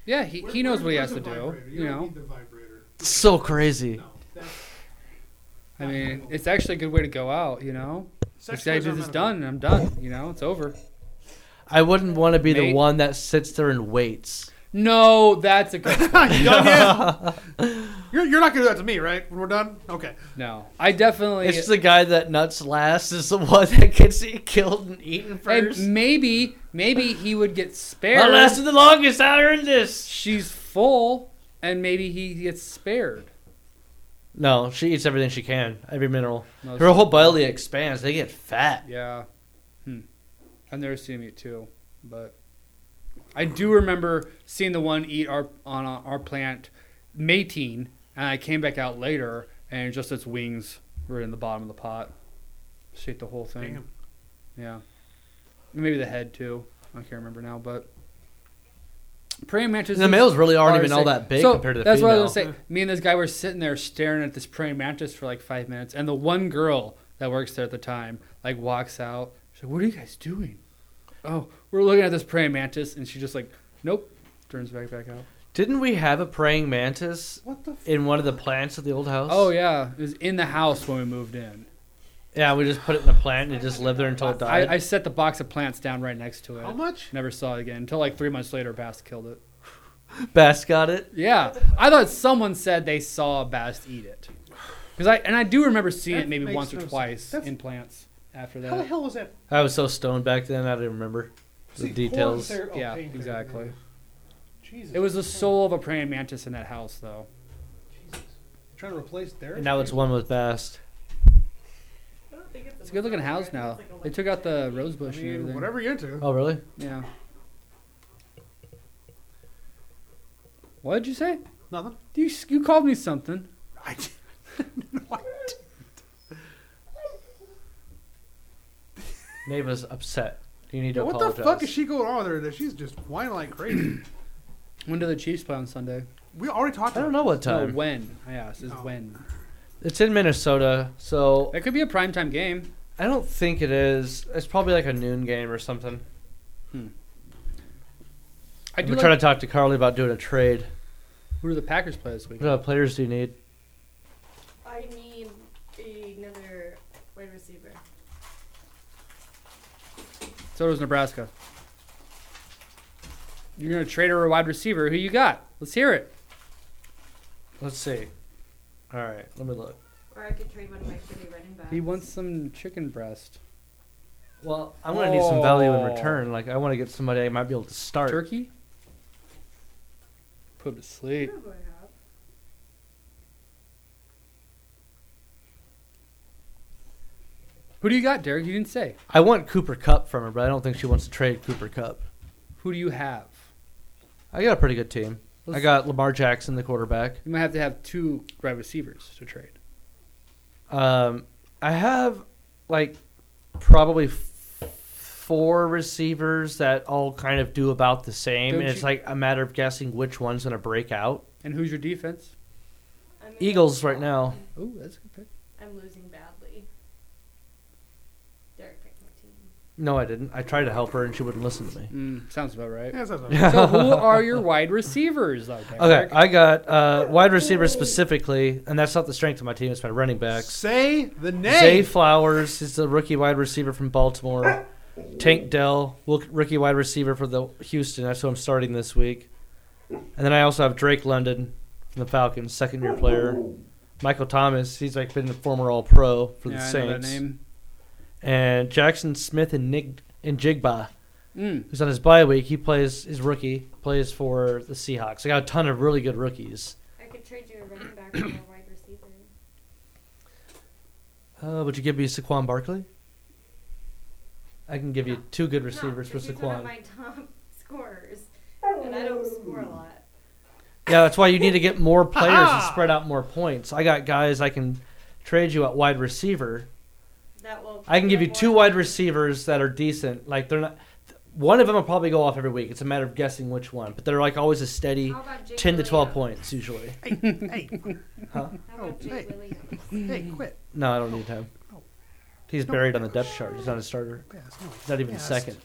[SPEAKER 3] Yeah, he, he knows what he has to do. You know,
[SPEAKER 2] So crazy.
[SPEAKER 3] I mean, it's actually a good way to go out. You know, this guy
[SPEAKER 1] toys
[SPEAKER 3] just
[SPEAKER 1] are
[SPEAKER 3] is
[SPEAKER 1] not
[SPEAKER 3] done. and I'm done. You know, it's over.
[SPEAKER 2] I wouldn't want to be the
[SPEAKER 3] Mate.
[SPEAKER 2] one that sits there and waits.
[SPEAKER 3] No, that's a good. (laughs) point.
[SPEAKER 1] you (laughs) done yet? you're, you're
[SPEAKER 3] (laughs)
[SPEAKER 1] not gonna do that to me, right? When we're done? Okay.
[SPEAKER 3] No, I definitely.
[SPEAKER 2] (laughs) It's just the guy that nuts last is the (laughs) one that gets killed and eaten
[SPEAKER 3] and
[SPEAKER 2] first.
[SPEAKER 3] maybe maybe he would get spared.
[SPEAKER 2] I lasted the longest. I earned this.
[SPEAKER 3] she's full and maybe he gets spared.
[SPEAKER 2] No, she eats everything she can, every mineral.
[SPEAKER 3] Most-
[SPEAKER 2] Her whole belly expands. They get fat.
[SPEAKER 3] yeah. Hmm. I've never seen him eat two, but I do remember seeing the one eat our on our our plant mating, and I came back out later and just its wings were in the bottom of the pot. She ate the whole thing.
[SPEAKER 1] Damn.
[SPEAKER 3] Yeah. Maybe the head too. I can't remember now, but praying mantis.
[SPEAKER 2] The males really aren't
[SPEAKER 3] are
[SPEAKER 2] even all
[SPEAKER 3] sick.
[SPEAKER 2] that big
[SPEAKER 3] So,
[SPEAKER 2] compared to the
[SPEAKER 3] that's
[SPEAKER 2] female.
[SPEAKER 3] what I was gonna say. Me and this guy were sitting there staring at this praying mantis for like five minutes, and the one girl that works there at the time like walks out. She's like, "What are you guys doing?" Oh, we're looking at this praying mantis, and she just like, "Nope," turns back back out.
[SPEAKER 2] Didn't we have a praying mantis
[SPEAKER 1] What the? F-
[SPEAKER 2] in one of the plants of the old house?
[SPEAKER 3] Oh yeah, it was in the house when we moved in.
[SPEAKER 2] Yeah, we just put it in a plant and it just lived there until it died.
[SPEAKER 3] I, I set the box of plants down right next to it.
[SPEAKER 1] how much?
[SPEAKER 3] Never saw it again until like three months later. Bass killed it.
[SPEAKER 2] Bass got it.
[SPEAKER 3] Yeah, I thought someone said they saw Bast eat it, because I and I do remember seeing
[SPEAKER 1] That
[SPEAKER 3] it maybe
[SPEAKER 1] makes
[SPEAKER 3] once
[SPEAKER 1] no
[SPEAKER 3] or
[SPEAKER 1] sense.
[SPEAKER 3] twice
[SPEAKER 1] That's-
[SPEAKER 3] in plants after
[SPEAKER 1] How the
[SPEAKER 3] that.
[SPEAKER 1] hell was that?
[SPEAKER 2] I was so stoned back then, I didn't remember the
[SPEAKER 1] See,
[SPEAKER 2] details.
[SPEAKER 1] corn syrup- oh,
[SPEAKER 3] yeah,
[SPEAKER 1] paint there.
[SPEAKER 3] exactly.
[SPEAKER 1] Jesus.
[SPEAKER 3] It was the soul of a praying mantis in that house, though.
[SPEAKER 1] trying to replace their.
[SPEAKER 2] And now it's one with Bass.
[SPEAKER 5] I don't think
[SPEAKER 3] It's a good looking house now. They took out the rose
[SPEAKER 1] I
[SPEAKER 3] bush and
[SPEAKER 1] mean,
[SPEAKER 3] everything.
[SPEAKER 1] whatever you're into.
[SPEAKER 2] Oh, really?
[SPEAKER 3] Yeah. What did you say?
[SPEAKER 2] (laughs)
[SPEAKER 1] Nothing.
[SPEAKER 3] You s- you called me something.
[SPEAKER 1] I didn't. (laughs)
[SPEAKER 2] (laughs)
[SPEAKER 1] what?
[SPEAKER 2] Neva's upset. You need to
[SPEAKER 1] Yeah, what
[SPEAKER 2] apologize.
[SPEAKER 1] the fuck is she going on there? That she's just whining like
[SPEAKER 2] (clears throat)
[SPEAKER 1] crazy.
[SPEAKER 3] When do the Chiefs play on Sunday?
[SPEAKER 1] we already talked.
[SPEAKER 2] I don't
[SPEAKER 1] about
[SPEAKER 2] know what
[SPEAKER 3] No,
[SPEAKER 2] time.
[SPEAKER 3] when I asked is
[SPEAKER 1] Oh.
[SPEAKER 3] when.
[SPEAKER 2] It's in Minnesota, so
[SPEAKER 3] That could be a primetime game.
[SPEAKER 2] I don't think it is. It's probably like a noon game or something.
[SPEAKER 3] I
[SPEAKER 2] I'm
[SPEAKER 3] do. Like,
[SPEAKER 2] trying to talk to Carly about doing a trade.
[SPEAKER 3] Who do the Packers play this week?
[SPEAKER 2] What uh, players do you need?
[SPEAKER 5] I need another wide receiver.
[SPEAKER 3] So does Nebraska. You're gonna trade her a wide receiver. Who you got? Let's hear it.
[SPEAKER 2] Let's see. All right, let me look.
[SPEAKER 5] Or I could trade one of my pretty running backs.
[SPEAKER 3] He wants some chicken breast.
[SPEAKER 2] Well, I'm gonna need some value in
[SPEAKER 3] Oh.
[SPEAKER 2] return. Like I want to get somebody I might be able to start.
[SPEAKER 3] Turkey? Put him to sleep.
[SPEAKER 5] know who I have.
[SPEAKER 3] Who do you got, Derek? You didn't say.
[SPEAKER 2] I want Cooper Cup from her, but I don't think she wants to trade Cooper Cup.
[SPEAKER 3] Who do you have?
[SPEAKER 2] I got a pretty good team. I
[SPEAKER 3] Let's-
[SPEAKER 2] got Lamar Jackson, the quarterback.
[SPEAKER 3] You might have to have two wide receivers to trade.
[SPEAKER 2] Um, I have like probably f- four receivers that all kind of do about the same,
[SPEAKER 3] Don't
[SPEAKER 2] and it's
[SPEAKER 3] you-
[SPEAKER 2] like a matter of guessing which one's going to break out.
[SPEAKER 3] And who's your defense?
[SPEAKER 5] I'm gonna-
[SPEAKER 2] Eagles right now.
[SPEAKER 3] Oh, that's a good pick.
[SPEAKER 5] I'm losing badly. Derek picked my team.
[SPEAKER 2] No, I didn't. I tried to help her, and she wouldn't listen to me.
[SPEAKER 3] Mm, sounds
[SPEAKER 2] (laughs)
[SPEAKER 3] about right.
[SPEAKER 1] Yeah, so-
[SPEAKER 3] So who are your wide receivers, though,
[SPEAKER 2] Okay,
[SPEAKER 3] Derek?
[SPEAKER 2] I got uh, wide receiver specifically, and that's not the strength of my team. It's my running backs.
[SPEAKER 1] Say the name.
[SPEAKER 2] Zay Flowers is the rookie wide receiver from Baltimore. Tank Dell, wil- rookie wide receiver for the Houston. That's who I'm starting this week. And then I also have Drake London from the Falcons, second year player. Michael Thomas, he's like been a former All Pro for the
[SPEAKER 3] yeah, I know that
[SPEAKER 2] Saints.
[SPEAKER 3] name.
[SPEAKER 2] And Jackson Smith and Nick and Jigba.
[SPEAKER 3] Mm.
[SPEAKER 2] who's on his bye week. He plays his rookie plays for the Seahawks. I got a ton of really good rookies,
[SPEAKER 5] I could trade you a running back for a wide receiver.
[SPEAKER 2] uh, would you give me Saquon Barkley? I can give you two good receivers for
[SPEAKER 5] no, 'cause he's one of
[SPEAKER 2] Saquon.
[SPEAKER 5] my top (laughs) scorers, and I don't score a lot.
[SPEAKER 2] Yeah, that's why you need to get
[SPEAKER 5] (laughs)
[SPEAKER 2] more players and spread out more points. I got guys I can trade you at wide receiver.
[SPEAKER 5] That will.
[SPEAKER 2] I can give you
[SPEAKER 5] that
[SPEAKER 2] two
[SPEAKER 5] one-
[SPEAKER 2] wide receivers that are decent. Like they're not. One of them will probably go off every week. It's a matter of guessing which one, but they're like always a steady
[SPEAKER 5] How about Jake
[SPEAKER 2] ten to twelve
[SPEAKER 5] Williams?
[SPEAKER 2] points usually.
[SPEAKER 1] hey,
[SPEAKER 5] How about
[SPEAKER 1] Oh,
[SPEAKER 5] Jake
[SPEAKER 1] hey.
[SPEAKER 5] Williams?
[SPEAKER 1] hey, quit.
[SPEAKER 2] No, I don't need him. He's buried on the depth chart. He's not a starter.
[SPEAKER 1] Yeah, it's not-
[SPEAKER 2] He's not even
[SPEAKER 1] yeah,
[SPEAKER 2] a
[SPEAKER 1] it's-
[SPEAKER 2] second.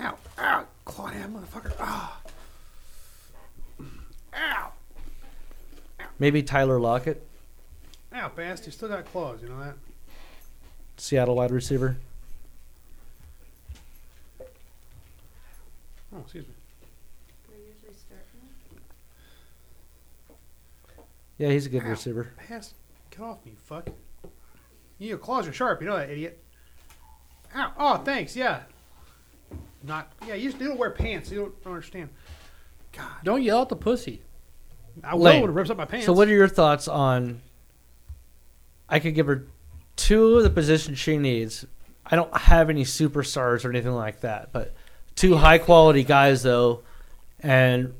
[SPEAKER 1] Ow, ow, Claudia, motherfucker. Ah. Ow,
[SPEAKER 2] Maybe Tyler Lockett,
[SPEAKER 1] ow, Bast, you still got claws, you know that?
[SPEAKER 2] Seattle wide receiver.
[SPEAKER 1] Oh, excuse me.
[SPEAKER 5] We usually start.
[SPEAKER 2] Yeah, he's a good
[SPEAKER 1] Ow.
[SPEAKER 2] receiver.
[SPEAKER 1] Bast, get off me, you fuck. Your claws are sharp, you know that, idiot. Ow, oh, thanks, yeah. Not, yeah, you just you don't wear pants, you don't, don't understand. God,
[SPEAKER 3] Don't yell at the pussy.
[SPEAKER 1] I will
[SPEAKER 2] Lane.
[SPEAKER 1] when it rips up my pants.
[SPEAKER 2] So, what are your thoughts on? I could give her two of the positions she needs. I don't have any superstars or anything like that, but two high quality guys though, and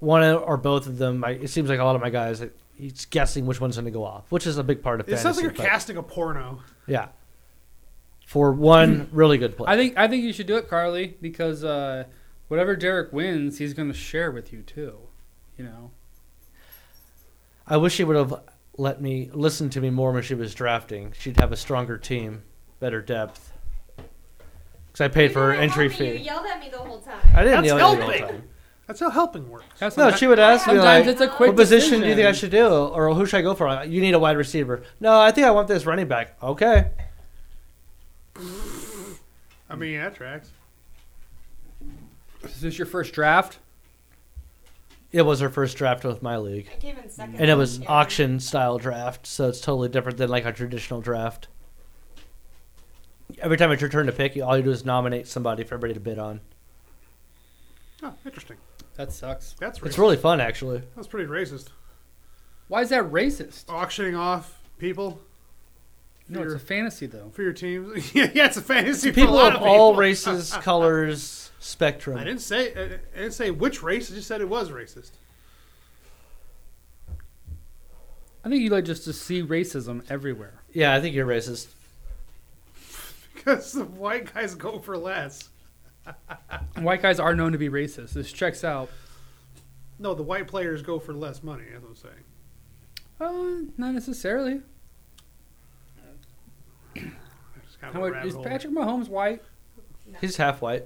[SPEAKER 2] one or both of them. I, it seems like a lot of my guys. Like, he's guessing which one's going to go off, which is a big part of
[SPEAKER 1] it sounds
[SPEAKER 2] fantasy.
[SPEAKER 1] like you're
[SPEAKER 2] but-
[SPEAKER 1] casting a porno.
[SPEAKER 2] Yeah.
[SPEAKER 1] (clears throat)
[SPEAKER 2] For one really good play.
[SPEAKER 3] I think I think you should do it, Carly, because uh, whatever Derek wins, he's going to share with you too. You know,
[SPEAKER 2] I wish she would have let me listen to me more when she was drafting. She'd have a stronger team, better depth. Because I paid for her entry
[SPEAKER 5] You
[SPEAKER 2] fee.
[SPEAKER 5] yelled at me the whole
[SPEAKER 2] I
[SPEAKER 5] time.
[SPEAKER 2] didn't
[SPEAKER 1] That's
[SPEAKER 2] yell at her all the
[SPEAKER 1] helping.
[SPEAKER 2] time.
[SPEAKER 1] That's how helping works.
[SPEAKER 2] No, she would ask me
[SPEAKER 3] Sometimes
[SPEAKER 2] like,
[SPEAKER 3] it's a quick
[SPEAKER 2] "What position do you think I
[SPEAKER 3] decision.
[SPEAKER 2] should do, or who should I go for?" I'm like, You need a wide receiver. No, I think I want this running back. Okay,
[SPEAKER 1] I mean, that tracks.
[SPEAKER 3] Is this your first draft?
[SPEAKER 2] it was her first draft with my league,
[SPEAKER 5] I came in second.
[SPEAKER 2] and it
[SPEAKER 5] last
[SPEAKER 2] was
[SPEAKER 5] year.
[SPEAKER 2] auction style draft, so it's totally different than like a traditional draft. Every time it's your turn to pick, you- all you do is nominate somebody for everybody to bid on.
[SPEAKER 1] Oh, interesting.
[SPEAKER 3] That sucks.
[SPEAKER 1] That's racist.
[SPEAKER 2] It's really fun, actually.
[SPEAKER 1] That's pretty racist.
[SPEAKER 3] Why is that racist?
[SPEAKER 1] Auctioning off people
[SPEAKER 3] No, it's a fantasy though.
[SPEAKER 1] for your teams. (laughs) yeah, it's a fantasy. for a
[SPEAKER 2] people
[SPEAKER 1] lot
[SPEAKER 2] of
[SPEAKER 1] of
[SPEAKER 2] all
[SPEAKER 1] people. (laughs)
[SPEAKER 2] races, colors, spectrum.
[SPEAKER 1] I didn't say. I didn't say which race. I just said it was racist. (laughs)
[SPEAKER 3] I think you like just to see racism everywhere.
[SPEAKER 2] Yeah, I think you're racist.
[SPEAKER 1] Because the white guys go for less.
[SPEAKER 3] White guys are known to be racist. This checks out.
[SPEAKER 1] No, the white players go for less money. That's what I'm saying.
[SPEAKER 3] Uh, not necessarily.
[SPEAKER 1] It's kind of
[SPEAKER 3] How
[SPEAKER 1] a
[SPEAKER 3] about-
[SPEAKER 1] rabbit
[SPEAKER 3] is
[SPEAKER 1] hole. Uh,
[SPEAKER 3] Patrick Mahomes white?
[SPEAKER 2] He's half white.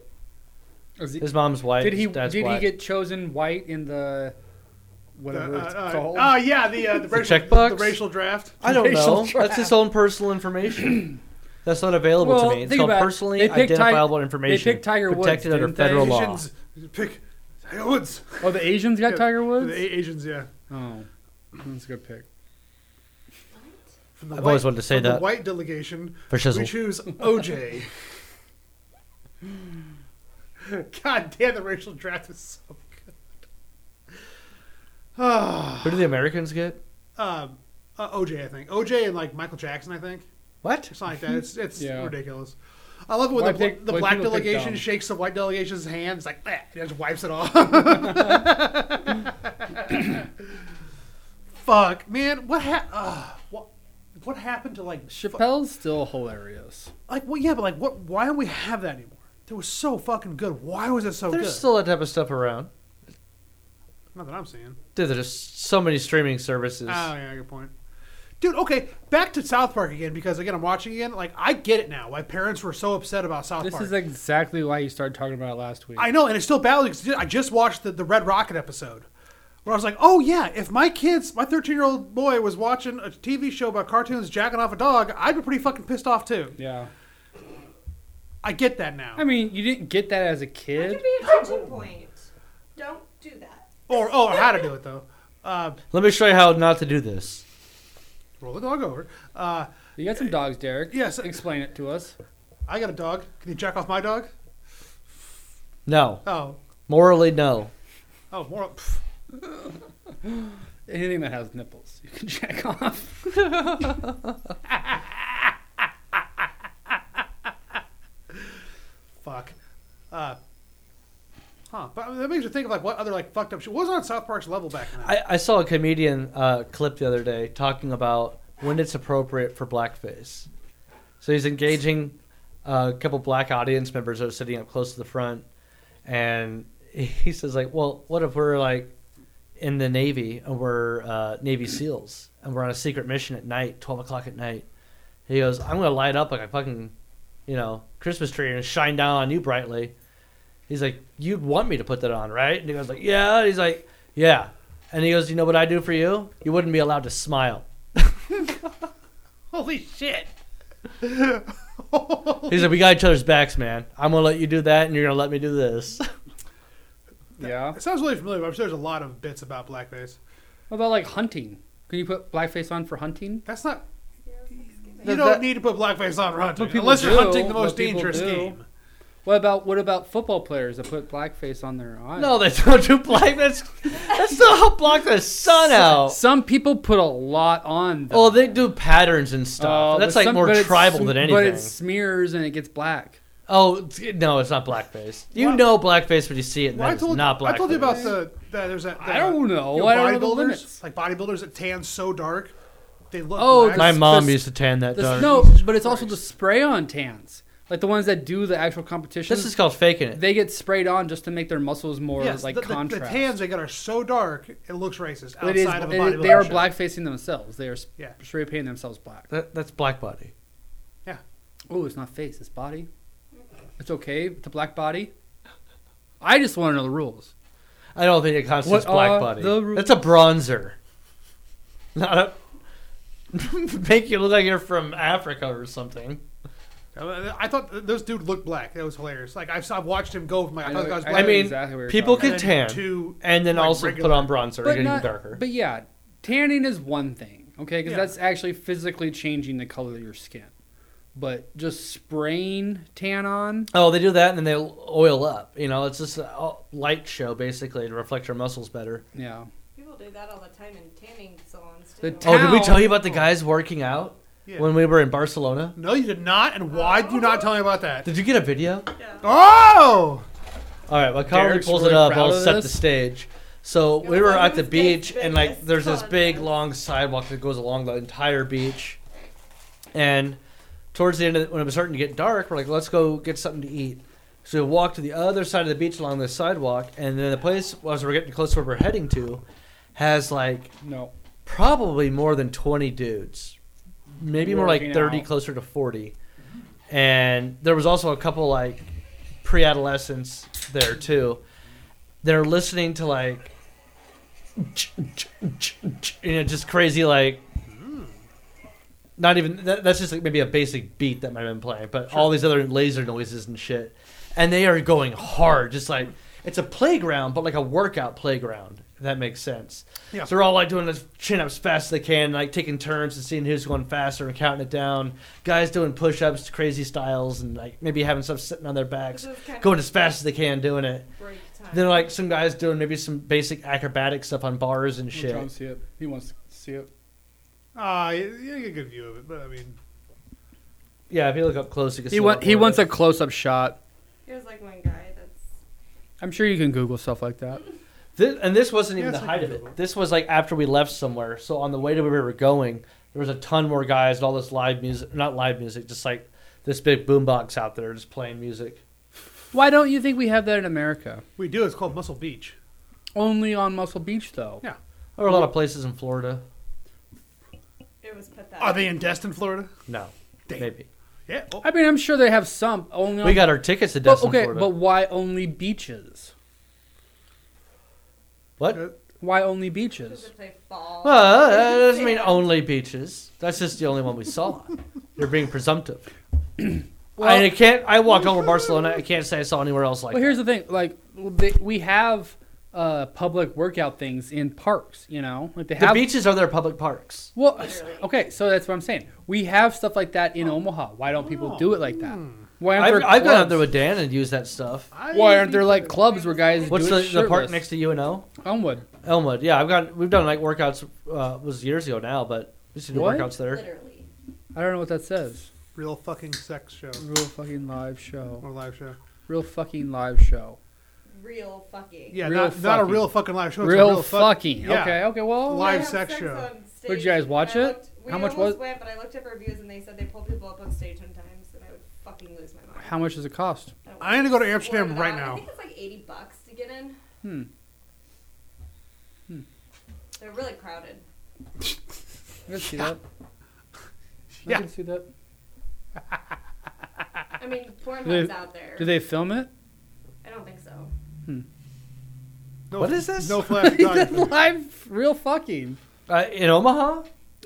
[SPEAKER 3] Is he,
[SPEAKER 2] His mom's white.
[SPEAKER 3] did he
[SPEAKER 2] His dad's
[SPEAKER 3] did
[SPEAKER 2] white.
[SPEAKER 3] he get chosen white in
[SPEAKER 1] The,
[SPEAKER 3] the whatever
[SPEAKER 1] uh,
[SPEAKER 3] it's
[SPEAKER 1] uh,
[SPEAKER 3] called?
[SPEAKER 1] Oh yeah, the
[SPEAKER 3] (laughs)
[SPEAKER 1] uh, the, racial,
[SPEAKER 2] checkbox?
[SPEAKER 1] the racial draft.
[SPEAKER 2] I don't know.
[SPEAKER 3] racial
[SPEAKER 2] That's his
[SPEAKER 3] draft?
[SPEAKER 2] own personal information.
[SPEAKER 3] (clears throat)
[SPEAKER 2] That's not available
[SPEAKER 3] Well,
[SPEAKER 2] to me. It's
[SPEAKER 3] think
[SPEAKER 2] called
[SPEAKER 3] about it.
[SPEAKER 2] personally
[SPEAKER 3] They picked Ti-
[SPEAKER 2] identifiable
[SPEAKER 3] they
[SPEAKER 2] information
[SPEAKER 3] picked Tiger Woods,
[SPEAKER 2] protected under
[SPEAKER 3] didn't they?
[SPEAKER 2] federal law.
[SPEAKER 1] Asians pick Tiger Woods.
[SPEAKER 3] Oh, the Asians got
[SPEAKER 1] Yeah,
[SPEAKER 3] Tiger
[SPEAKER 1] The
[SPEAKER 3] Woods.
[SPEAKER 1] A- Asians, yeah.
[SPEAKER 3] oh, that's a good pick.
[SPEAKER 1] From the
[SPEAKER 2] I've always wanted to say
[SPEAKER 1] from the
[SPEAKER 2] that.
[SPEAKER 1] white delegation.
[SPEAKER 2] For
[SPEAKER 1] We
[SPEAKER 2] shizzle.
[SPEAKER 1] choose (laughs) OJ. God damn, the racial draft is so good. (sighs)
[SPEAKER 2] Who do the Americans get?
[SPEAKER 1] Uh, uh, OJ, I think OJ and like Michael Jackson, I think
[SPEAKER 2] What?
[SPEAKER 1] something like that. It's it's
[SPEAKER 6] Yeah.
[SPEAKER 1] ridiculous. I love it when
[SPEAKER 6] Why
[SPEAKER 1] the, bla-
[SPEAKER 6] pick-
[SPEAKER 1] the
[SPEAKER 6] why
[SPEAKER 1] black
[SPEAKER 6] people pick
[SPEAKER 1] delegation
[SPEAKER 6] dumb?
[SPEAKER 1] shakes the white delegation's hand. It's like, "Ah," and just wipes it off. (laughs) Fuck, man, what ha- uh, what what happened to like fu-
[SPEAKER 3] Chappelle's still hilarious.
[SPEAKER 1] like well yeah, but like what? Why don't we have that anymore? That was so fucking good. Why was it so
[SPEAKER 2] There's
[SPEAKER 1] good?
[SPEAKER 2] still that type of stuff around.
[SPEAKER 1] Not that I'm seeing.
[SPEAKER 2] Dude, there's just so many streaming services.
[SPEAKER 1] Oh yeah, good point. Dude, okay, back to South Park again because again I'm watching again. Like I get it now. My parents were so upset about South
[SPEAKER 3] This
[SPEAKER 1] Park.
[SPEAKER 3] is exactly why you started talking about it last week.
[SPEAKER 1] I know, and it's still battling. 'cause I just watched the, the Red Rocket episode where I was like, oh, yeah, if my kids, my 13 year old boy was watching a TV show about cartoons jacking off a dog, I'd be pretty fucking pissed off too.
[SPEAKER 3] yeah.
[SPEAKER 1] I get that now.
[SPEAKER 3] I mean, you didn't get that as a
[SPEAKER 5] That
[SPEAKER 3] kid.
[SPEAKER 5] could be a touching point. Don't do that.
[SPEAKER 1] or, oh, or how to do it though. Uh,
[SPEAKER 2] Let me show you how not to do this.
[SPEAKER 1] roll the dog over. Uh,
[SPEAKER 3] You got some dogs, Derek.
[SPEAKER 1] Yes.
[SPEAKER 3] Explain it to us.
[SPEAKER 1] I got a dog. Can you jack off my dog?
[SPEAKER 2] No.
[SPEAKER 1] Oh,
[SPEAKER 2] Morally, no.
[SPEAKER 1] oh, more. Pff.
[SPEAKER 3] Anything that has nipples, you can (laughs) check off.
[SPEAKER 1] fuck. Uh, huh. But uh, that makes you think of like what other like fucked up shit what was on South Park's level back then.
[SPEAKER 2] I, I saw a comedian uh, clip the other day talking about when it's appropriate for blackface. So he's engaging uh, a couple black audience members that are sitting up close to the front, and (laughs) he says like, "Well, what if we're like in the Navy and we're uh, Navy SEALs and we're on a secret mission at night, twelve o'clock at night?" He goes, "I'm gonna light up like a fucking, you know, Christmas tree and shine down on you brightly." He's like, "You'd want me to put that on, right?" And he goes like, "Yeah." He's like, "Yeah." And he goes, "You know what I do for you? You wouldn't be allowed to
[SPEAKER 3] (laughs)
[SPEAKER 2] smile."
[SPEAKER 1] Holy shit.
[SPEAKER 2] He's like, "We got each other's backs, man. I'm gonna let you do that, and you're gonna let me do this." (laughs)
[SPEAKER 3] Yeah.
[SPEAKER 1] It sounds really familiar, but I'm sure there's a lot of bits about blackface.
[SPEAKER 3] What about like hunting? Can you put blackface on for hunting?
[SPEAKER 1] That's not
[SPEAKER 3] Th-
[SPEAKER 1] You don't
[SPEAKER 3] that-
[SPEAKER 1] need to put blackface on for hunting,
[SPEAKER 3] But people
[SPEAKER 1] unless you're
[SPEAKER 3] do,
[SPEAKER 1] hunting the
[SPEAKER 3] but
[SPEAKER 1] most
[SPEAKER 3] people
[SPEAKER 1] dangerous
[SPEAKER 3] do.
[SPEAKER 1] game.
[SPEAKER 3] What about what about football players that put blackface on their eyes?
[SPEAKER 2] no, they don't do black. That's that's not how block the sun out.
[SPEAKER 3] Some people put a lot on. Them.
[SPEAKER 2] Oh, they do patterns and
[SPEAKER 3] Oh,
[SPEAKER 2] stuff. that's
[SPEAKER 3] but
[SPEAKER 2] like
[SPEAKER 3] some-
[SPEAKER 2] more
[SPEAKER 3] but it's
[SPEAKER 2] tribal
[SPEAKER 3] sm-
[SPEAKER 2] than
[SPEAKER 3] But
[SPEAKER 2] anything.
[SPEAKER 3] it smears and it gets black.
[SPEAKER 2] Oh it's- no, it's not blackface. You
[SPEAKER 1] Well-
[SPEAKER 2] know blackface when you see it. And
[SPEAKER 1] Well, I
[SPEAKER 2] that it's
[SPEAKER 1] told,
[SPEAKER 2] not blackface.
[SPEAKER 1] I told you about the, the there's that.
[SPEAKER 3] I
[SPEAKER 1] the,
[SPEAKER 3] don't know.
[SPEAKER 1] you
[SPEAKER 3] I don't know the
[SPEAKER 1] bodybuilders,
[SPEAKER 3] limits.
[SPEAKER 1] like bodybuilders that tan so dark, they look.
[SPEAKER 3] Oh,
[SPEAKER 1] black.
[SPEAKER 2] My
[SPEAKER 3] the-
[SPEAKER 2] mom
[SPEAKER 3] the-
[SPEAKER 2] used to tan that
[SPEAKER 3] The-
[SPEAKER 2] dark.
[SPEAKER 3] no, but it's also the spray-on tans, like the ones that do the actual competition.
[SPEAKER 2] this is called faking it.
[SPEAKER 3] they get sprayed on just to make their muscles more
[SPEAKER 1] yes,
[SPEAKER 3] like
[SPEAKER 1] the, the, the
[SPEAKER 3] contrast.
[SPEAKER 1] tans they got are so dark it looks racist outside
[SPEAKER 3] It is-
[SPEAKER 1] of a
[SPEAKER 3] it-
[SPEAKER 1] bodybuilder.
[SPEAKER 3] they are
[SPEAKER 1] show.
[SPEAKER 3] blackfacing themselves. They are s-
[SPEAKER 1] Yeah.
[SPEAKER 3] spray painting themselves black.
[SPEAKER 2] That, that's black body.
[SPEAKER 3] Oh, it's not face, it's body. It's okay with the black body. I just want to know the rules.
[SPEAKER 2] I don't think it constitutes
[SPEAKER 3] What
[SPEAKER 2] black
[SPEAKER 3] are
[SPEAKER 2] body.
[SPEAKER 3] the ru-
[SPEAKER 2] That's a bronzer. Not a (laughs) make you look like you're from Africa or something.
[SPEAKER 1] Uh, I I thought th- this dude looked black. That was hilarious. Like I've, I've watched him go from like I, thought
[SPEAKER 3] know-
[SPEAKER 1] the guy was
[SPEAKER 3] I
[SPEAKER 1] black.
[SPEAKER 2] I mean,
[SPEAKER 3] exactly what you're
[SPEAKER 2] people
[SPEAKER 1] and
[SPEAKER 3] talking
[SPEAKER 2] can
[SPEAKER 1] then
[SPEAKER 2] tan
[SPEAKER 1] to
[SPEAKER 2] and then
[SPEAKER 1] like,
[SPEAKER 2] also put
[SPEAKER 1] regular-
[SPEAKER 2] on bronzer and
[SPEAKER 3] But,
[SPEAKER 2] get even
[SPEAKER 3] not,
[SPEAKER 2] darker.
[SPEAKER 3] but yeah, tanning is one thing, okay? Because
[SPEAKER 1] Yeah.
[SPEAKER 3] that's actually physically changing the color of your skin. But just spraying tan on,
[SPEAKER 2] oh, they do that and then they oil up. You know, it's just a all- light show basically to reflect your muscles better.
[SPEAKER 3] yeah.
[SPEAKER 5] People do that all the time in tanning salons.
[SPEAKER 3] The
[SPEAKER 5] Too.
[SPEAKER 3] tan-
[SPEAKER 2] Oh, did we
[SPEAKER 3] Ow.
[SPEAKER 2] tell you about the guys working out
[SPEAKER 1] Yeah.
[SPEAKER 2] when we were in Barcelona?
[SPEAKER 1] No, you did not. And why did you not tell me about that?
[SPEAKER 2] Did you get a video?
[SPEAKER 5] Yeah.
[SPEAKER 1] Oh,
[SPEAKER 2] All right, well, Carly
[SPEAKER 3] Derek's
[SPEAKER 2] pulls it
[SPEAKER 3] really
[SPEAKER 2] up.
[SPEAKER 3] proud
[SPEAKER 2] I'll
[SPEAKER 3] of
[SPEAKER 2] set the
[SPEAKER 3] this.
[SPEAKER 2] stage. So
[SPEAKER 5] Yeah,
[SPEAKER 2] we were
[SPEAKER 5] well,
[SPEAKER 2] at the
[SPEAKER 5] who's getting
[SPEAKER 2] beach, and like
[SPEAKER 5] biggest?
[SPEAKER 2] there's this
[SPEAKER 5] Come on,
[SPEAKER 2] big
[SPEAKER 5] guys.
[SPEAKER 2] long sidewalk that goes along the entire beach. And towards the end, of, when it was starting to get dark, we're like, let's go get something to eat. So we walked to the other side of the beach along this sidewalk, and then the place, as we're getting close to where we're heading to, has like
[SPEAKER 3] No.
[SPEAKER 2] probably more than 20 dudes maybe more like
[SPEAKER 3] Working
[SPEAKER 2] 30
[SPEAKER 3] out.
[SPEAKER 2] closer to 40 and there was also a couple like pre-adolescents there too they're listening to like you know just crazy like not even that, that's just like maybe a basic beat that might have been playing but all these other laser noises and shit and they are going hard just like it's a playground but like a workout playground if that makes sense
[SPEAKER 1] Yeah.
[SPEAKER 2] so they're all like doing the chin ups fast as they can, like taking turns and seeing who's going faster and counting it down. Guys doing push ups, crazy styles, and like maybe having stuff sitting on their backs,
[SPEAKER 5] This is kind
[SPEAKER 2] going
[SPEAKER 5] of
[SPEAKER 2] as fast as they can, doing it.
[SPEAKER 5] break time.
[SPEAKER 2] Then like some guys doing maybe some basic acrobatic stuff on bars and
[SPEAKER 6] Shit.
[SPEAKER 2] shit.
[SPEAKER 6] see it. He wants to see it.
[SPEAKER 1] Uh, you, you get a good view of it, but I mean,
[SPEAKER 2] Yeah, if you look up close, you can.
[SPEAKER 3] He
[SPEAKER 2] see
[SPEAKER 3] want,
[SPEAKER 2] what
[SPEAKER 3] he
[SPEAKER 2] part
[SPEAKER 3] wants
[SPEAKER 2] it
[SPEAKER 3] a close up shot.
[SPEAKER 5] There's like one guy that's.
[SPEAKER 3] I'm sure you can Google stuff like that.
[SPEAKER 2] Thi- and this wasn't even
[SPEAKER 1] Yeah,
[SPEAKER 2] the
[SPEAKER 1] it's
[SPEAKER 2] height
[SPEAKER 1] like
[SPEAKER 2] of
[SPEAKER 1] doable.
[SPEAKER 2] it. This was like after we left somewhere. So on the way to where we were going, there was a ton more guys and all this live music. Not live music, just like this big boombox out there just playing music.
[SPEAKER 3] Why don't you think we have that in America?
[SPEAKER 1] we do. It's called Muscle Beach.
[SPEAKER 3] Only on Muscle Beach though.
[SPEAKER 1] Yeah.
[SPEAKER 2] There were a lot of places in Florida.
[SPEAKER 5] It was pathetic.
[SPEAKER 1] Are they in Destin, Florida?
[SPEAKER 2] No,
[SPEAKER 1] Damn.
[SPEAKER 2] maybe
[SPEAKER 1] Yeah. Oh,
[SPEAKER 3] I mean, I'm sure they have some. Only
[SPEAKER 2] we
[SPEAKER 3] on,
[SPEAKER 2] got our tickets to
[SPEAKER 3] but,
[SPEAKER 2] Destin,
[SPEAKER 3] okay,
[SPEAKER 2] Florida.
[SPEAKER 3] but why only beaches?
[SPEAKER 2] what?
[SPEAKER 1] Uh,
[SPEAKER 3] Why only
[SPEAKER 5] Because
[SPEAKER 3] beaches?
[SPEAKER 5] they play ball.
[SPEAKER 2] Well, that doesn't mean only beaches. That's just the only one
[SPEAKER 1] (laughs)
[SPEAKER 2] we saw. You're being presumptive. I, I can't. I walked over Barcelona. I can't say I saw anywhere else like.
[SPEAKER 3] Well, here's
[SPEAKER 2] that.
[SPEAKER 3] the thing. Like, they, we have uh, public workout things in parks. You know, like they
[SPEAKER 2] the
[SPEAKER 3] have.
[SPEAKER 2] beaches are their public parks.
[SPEAKER 3] Well, (laughs)
[SPEAKER 5] Literally.
[SPEAKER 3] okay, so that's what I'm saying. We have stuff like that in Omaha. Why don't people do it like that? Why aren't
[SPEAKER 2] I've,
[SPEAKER 3] there?
[SPEAKER 2] I've gone out
[SPEAKER 3] clubs?
[SPEAKER 2] there with Dan and used that stuff.
[SPEAKER 1] I-
[SPEAKER 3] Why aren't there like clubs where guys?
[SPEAKER 2] What's
[SPEAKER 3] do
[SPEAKER 2] the,
[SPEAKER 3] it
[SPEAKER 2] the park
[SPEAKER 3] shirtless?
[SPEAKER 2] next to UNO?
[SPEAKER 3] Elmwood?
[SPEAKER 2] Elmwood. Yeah, I've got. We've done like workouts. Uh, it was years ago now, but we used to do
[SPEAKER 3] What?
[SPEAKER 2] workouts there.
[SPEAKER 5] Literally.
[SPEAKER 3] I don't know what that says.
[SPEAKER 1] real fucking sex show
[SPEAKER 3] Real fucking live show.
[SPEAKER 1] or live show?
[SPEAKER 3] Real fucking live show.
[SPEAKER 5] Real fucking.
[SPEAKER 1] Yeah,
[SPEAKER 3] Real
[SPEAKER 1] not, not a
[SPEAKER 3] fucking.
[SPEAKER 1] real fucking live show. It's
[SPEAKER 3] Real,
[SPEAKER 1] a real fuck-
[SPEAKER 3] fucking.
[SPEAKER 1] yeah.
[SPEAKER 3] Okay. Okay. Well,
[SPEAKER 5] They
[SPEAKER 1] Live
[SPEAKER 5] have
[SPEAKER 1] sex show.
[SPEAKER 5] on stage,
[SPEAKER 3] Would you guys
[SPEAKER 5] and
[SPEAKER 3] watch
[SPEAKER 5] I
[SPEAKER 3] it?
[SPEAKER 5] looked- we
[SPEAKER 3] How much was-
[SPEAKER 5] almost Went, but I looked up reviews and they said they pulled people up on stage sometimes, and I would fucking lose my mind.
[SPEAKER 3] how much does it cost?
[SPEAKER 5] I don't
[SPEAKER 1] I'm gonna go to
[SPEAKER 5] want
[SPEAKER 1] Amsterdam
[SPEAKER 5] afford
[SPEAKER 1] right
[SPEAKER 5] that.
[SPEAKER 1] now.
[SPEAKER 5] I think it's like 80 bucks to get in.
[SPEAKER 3] Hmm.
[SPEAKER 2] Hmm.
[SPEAKER 5] They're really crowded.
[SPEAKER 3] I can see (laughs) that.
[SPEAKER 1] Yeah.
[SPEAKER 3] I can see that.
[SPEAKER 2] Ah.
[SPEAKER 5] I mean,
[SPEAKER 3] Do
[SPEAKER 5] Pornhub's
[SPEAKER 3] they-
[SPEAKER 5] out there.
[SPEAKER 3] Do they film (laughs) it?
[SPEAKER 5] I don't think
[SPEAKER 2] (laughs)
[SPEAKER 5] so.
[SPEAKER 1] No,
[SPEAKER 2] What is this?
[SPEAKER 1] No flash photography.
[SPEAKER 3] (laughs) live, real fucking.
[SPEAKER 2] Uh, in Omaha?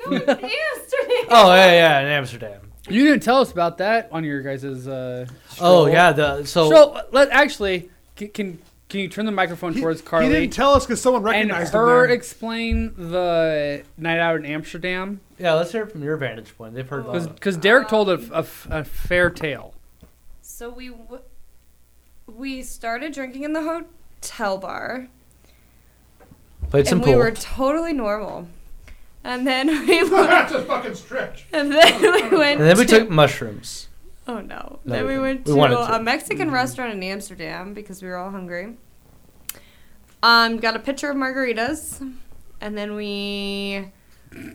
[SPEAKER 5] No, in Amsterdam.
[SPEAKER 2] Oh yeah, yeah, in Amsterdam.
[SPEAKER 3] You didn't tell us about that on your guys' uh,
[SPEAKER 2] Oh
[SPEAKER 3] stroll.
[SPEAKER 2] yeah, the so.
[SPEAKER 3] So let actually can, can can you turn the microphone
[SPEAKER 1] He,
[SPEAKER 3] towards
[SPEAKER 1] he
[SPEAKER 3] Carly
[SPEAKER 1] didn't tell us because someone
[SPEAKER 3] and
[SPEAKER 1] recognized
[SPEAKER 3] her
[SPEAKER 1] him. there.
[SPEAKER 3] explain the night out in Amsterdam?
[SPEAKER 2] yeah, let's hear it from your vantage point. They've heard.
[SPEAKER 5] Was-
[SPEAKER 2] about it.
[SPEAKER 3] Because
[SPEAKER 5] Oh,
[SPEAKER 3] Derek told a, a, a fair tale.
[SPEAKER 5] So we w- we started drinking in the hotel bar,
[SPEAKER 2] Played some
[SPEAKER 5] and
[SPEAKER 2] pool.
[SPEAKER 5] we were totally normal. And then (laughs) we
[SPEAKER 1] (laughs) (laughs)
[SPEAKER 5] went,
[SPEAKER 1] That's a fucking stretch.
[SPEAKER 5] and then we went.
[SPEAKER 2] and then we
[SPEAKER 5] to-
[SPEAKER 2] took mushrooms.
[SPEAKER 5] Oh no!
[SPEAKER 2] No,
[SPEAKER 5] then
[SPEAKER 2] we didn't.
[SPEAKER 5] we went
[SPEAKER 2] We
[SPEAKER 5] to,
[SPEAKER 2] wanted to. Mm-hmm.
[SPEAKER 5] a Mexican restaurant in Amsterdam because we were all hungry. Um, got a pitcher of margaritas, and then we,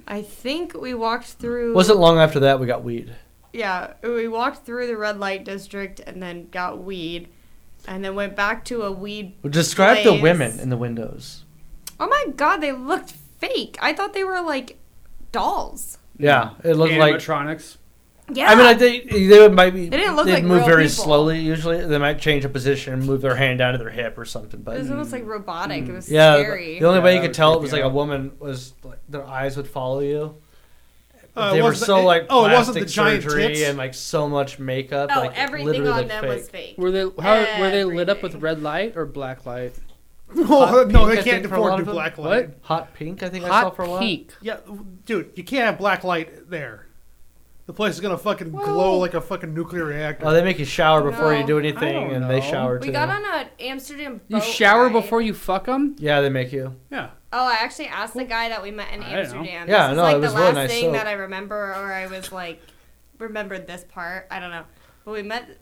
[SPEAKER 5] I think we walked through.
[SPEAKER 2] Wasn't long after that we got weed.
[SPEAKER 5] Yeah, we walked through the red light district and then got weed, and then went back to a weed.
[SPEAKER 2] Describe the
[SPEAKER 5] place.
[SPEAKER 2] women in the windows.
[SPEAKER 5] Oh my god, they looked fake. I thought they were like dolls.
[SPEAKER 2] Yeah, it looked like.
[SPEAKER 3] Animatronics.
[SPEAKER 5] Yeah.
[SPEAKER 2] I mean, like they they would might be.
[SPEAKER 5] They didn't look
[SPEAKER 2] they'd
[SPEAKER 5] like
[SPEAKER 2] move
[SPEAKER 5] real
[SPEAKER 2] very
[SPEAKER 5] people.
[SPEAKER 2] slowly. Usually, they might change a position, and move their hand down to their hip or something.
[SPEAKER 5] it
[SPEAKER 2] But
[SPEAKER 5] was almost like robotic. It was
[SPEAKER 2] Mm-hmm. yeah,
[SPEAKER 5] scary.
[SPEAKER 2] the only
[SPEAKER 3] Yeah,
[SPEAKER 2] way you
[SPEAKER 3] that
[SPEAKER 2] could
[SPEAKER 3] would
[SPEAKER 2] tell it
[SPEAKER 3] freak
[SPEAKER 2] was
[SPEAKER 3] me
[SPEAKER 2] like a
[SPEAKER 3] out.
[SPEAKER 2] woman was like their eyes would follow you.
[SPEAKER 1] Uh, it
[SPEAKER 2] they were
[SPEAKER 1] wasn't-
[SPEAKER 2] so
[SPEAKER 1] it-
[SPEAKER 2] like
[SPEAKER 1] oh, it wasn't
[SPEAKER 2] plastic
[SPEAKER 1] the giant
[SPEAKER 2] surgery
[SPEAKER 1] tits?
[SPEAKER 2] and like so much makeup.
[SPEAKER 5] oh,
[SPEAKER 2] like, it
[SPEAKER 5] everything
[SPEAKER 2] literally
[SPEAKER 5] on
[SPEAKER 2] looked
[SPEAKER 5] them
[SPEAKER 2] fake.
[SPEAKER 5] was fake.
[SPEAKER 3] Were they how were they lit up with
[SPEAKER 5] Everything.
[SPEAKER 3] red light or black light?
[SPEAKER 1] Oh, (laughs) no,
[SPEAKER 2] pink,
[SPEAKER 1] they
[SPEAKER 2] I
[SPEAKER 1] can't
[SPEAKER 2] think, for a lot
[SPEAKER 1] afford to
[SPEAKER 2] of them.
[SPEAKER 1] black light.
[SPEAKER 3] What?
[SPEAKER 2] hot pink. I think I saw
[SPEAKER 3] Hot
[SPEAKER 2] for a while.
[SPEAKER 3] pink.
[SPEAKER 1] Yeah, w- dude, you can't have black light there. The place is gonna fucking glow like a fucking nuclear reactor.
[SPEAKER 2] Oh, they make you shower before you
[SPEAKER 5] No,
[SPEAKER 2] do
[SPEAKER 3] I
[SPEAKER 2] anything,
[SPEAKER 3] don't
[SPEAKER 2] and they
[SPEAKER 3] know.
[SPEAKER 2] shower
[SPEAKER 5] We
[SPEAKER 2] too.
[SPEAKER 5] got on a Amsterdam
[SPEAKER 3] You
[SPEAKER 5] boat
[SPEAKER 3] shower
[SPEAKER 5] ride.
[SPEAKER 3] before you fuck them?
[SPEAKER 2] yeah, they make you.
[SPEAKER 1] yeah,
[SPEAKER 5] Oh, I actually asked the guy that we met in
[SPEAKER 3] I don't know.
[SPEAKER 5] Amsterdam.
[SPEAKER 2] Yeah,
[SPEAKER 5] this is
[SPEAKER 2] no,
[SPEAKER 5] like
[SPEAKER 2] it was
[SPEAKER 5] the
[SPEAKER 2] really
[SPEAKER 5] last
[SPEAKER 2] nice
[SPEAKER 5] thing
[SPEAKER 2] soap.
[SPEAKER 5] that I remember, or I was like, remembered this part. I don't know, but we met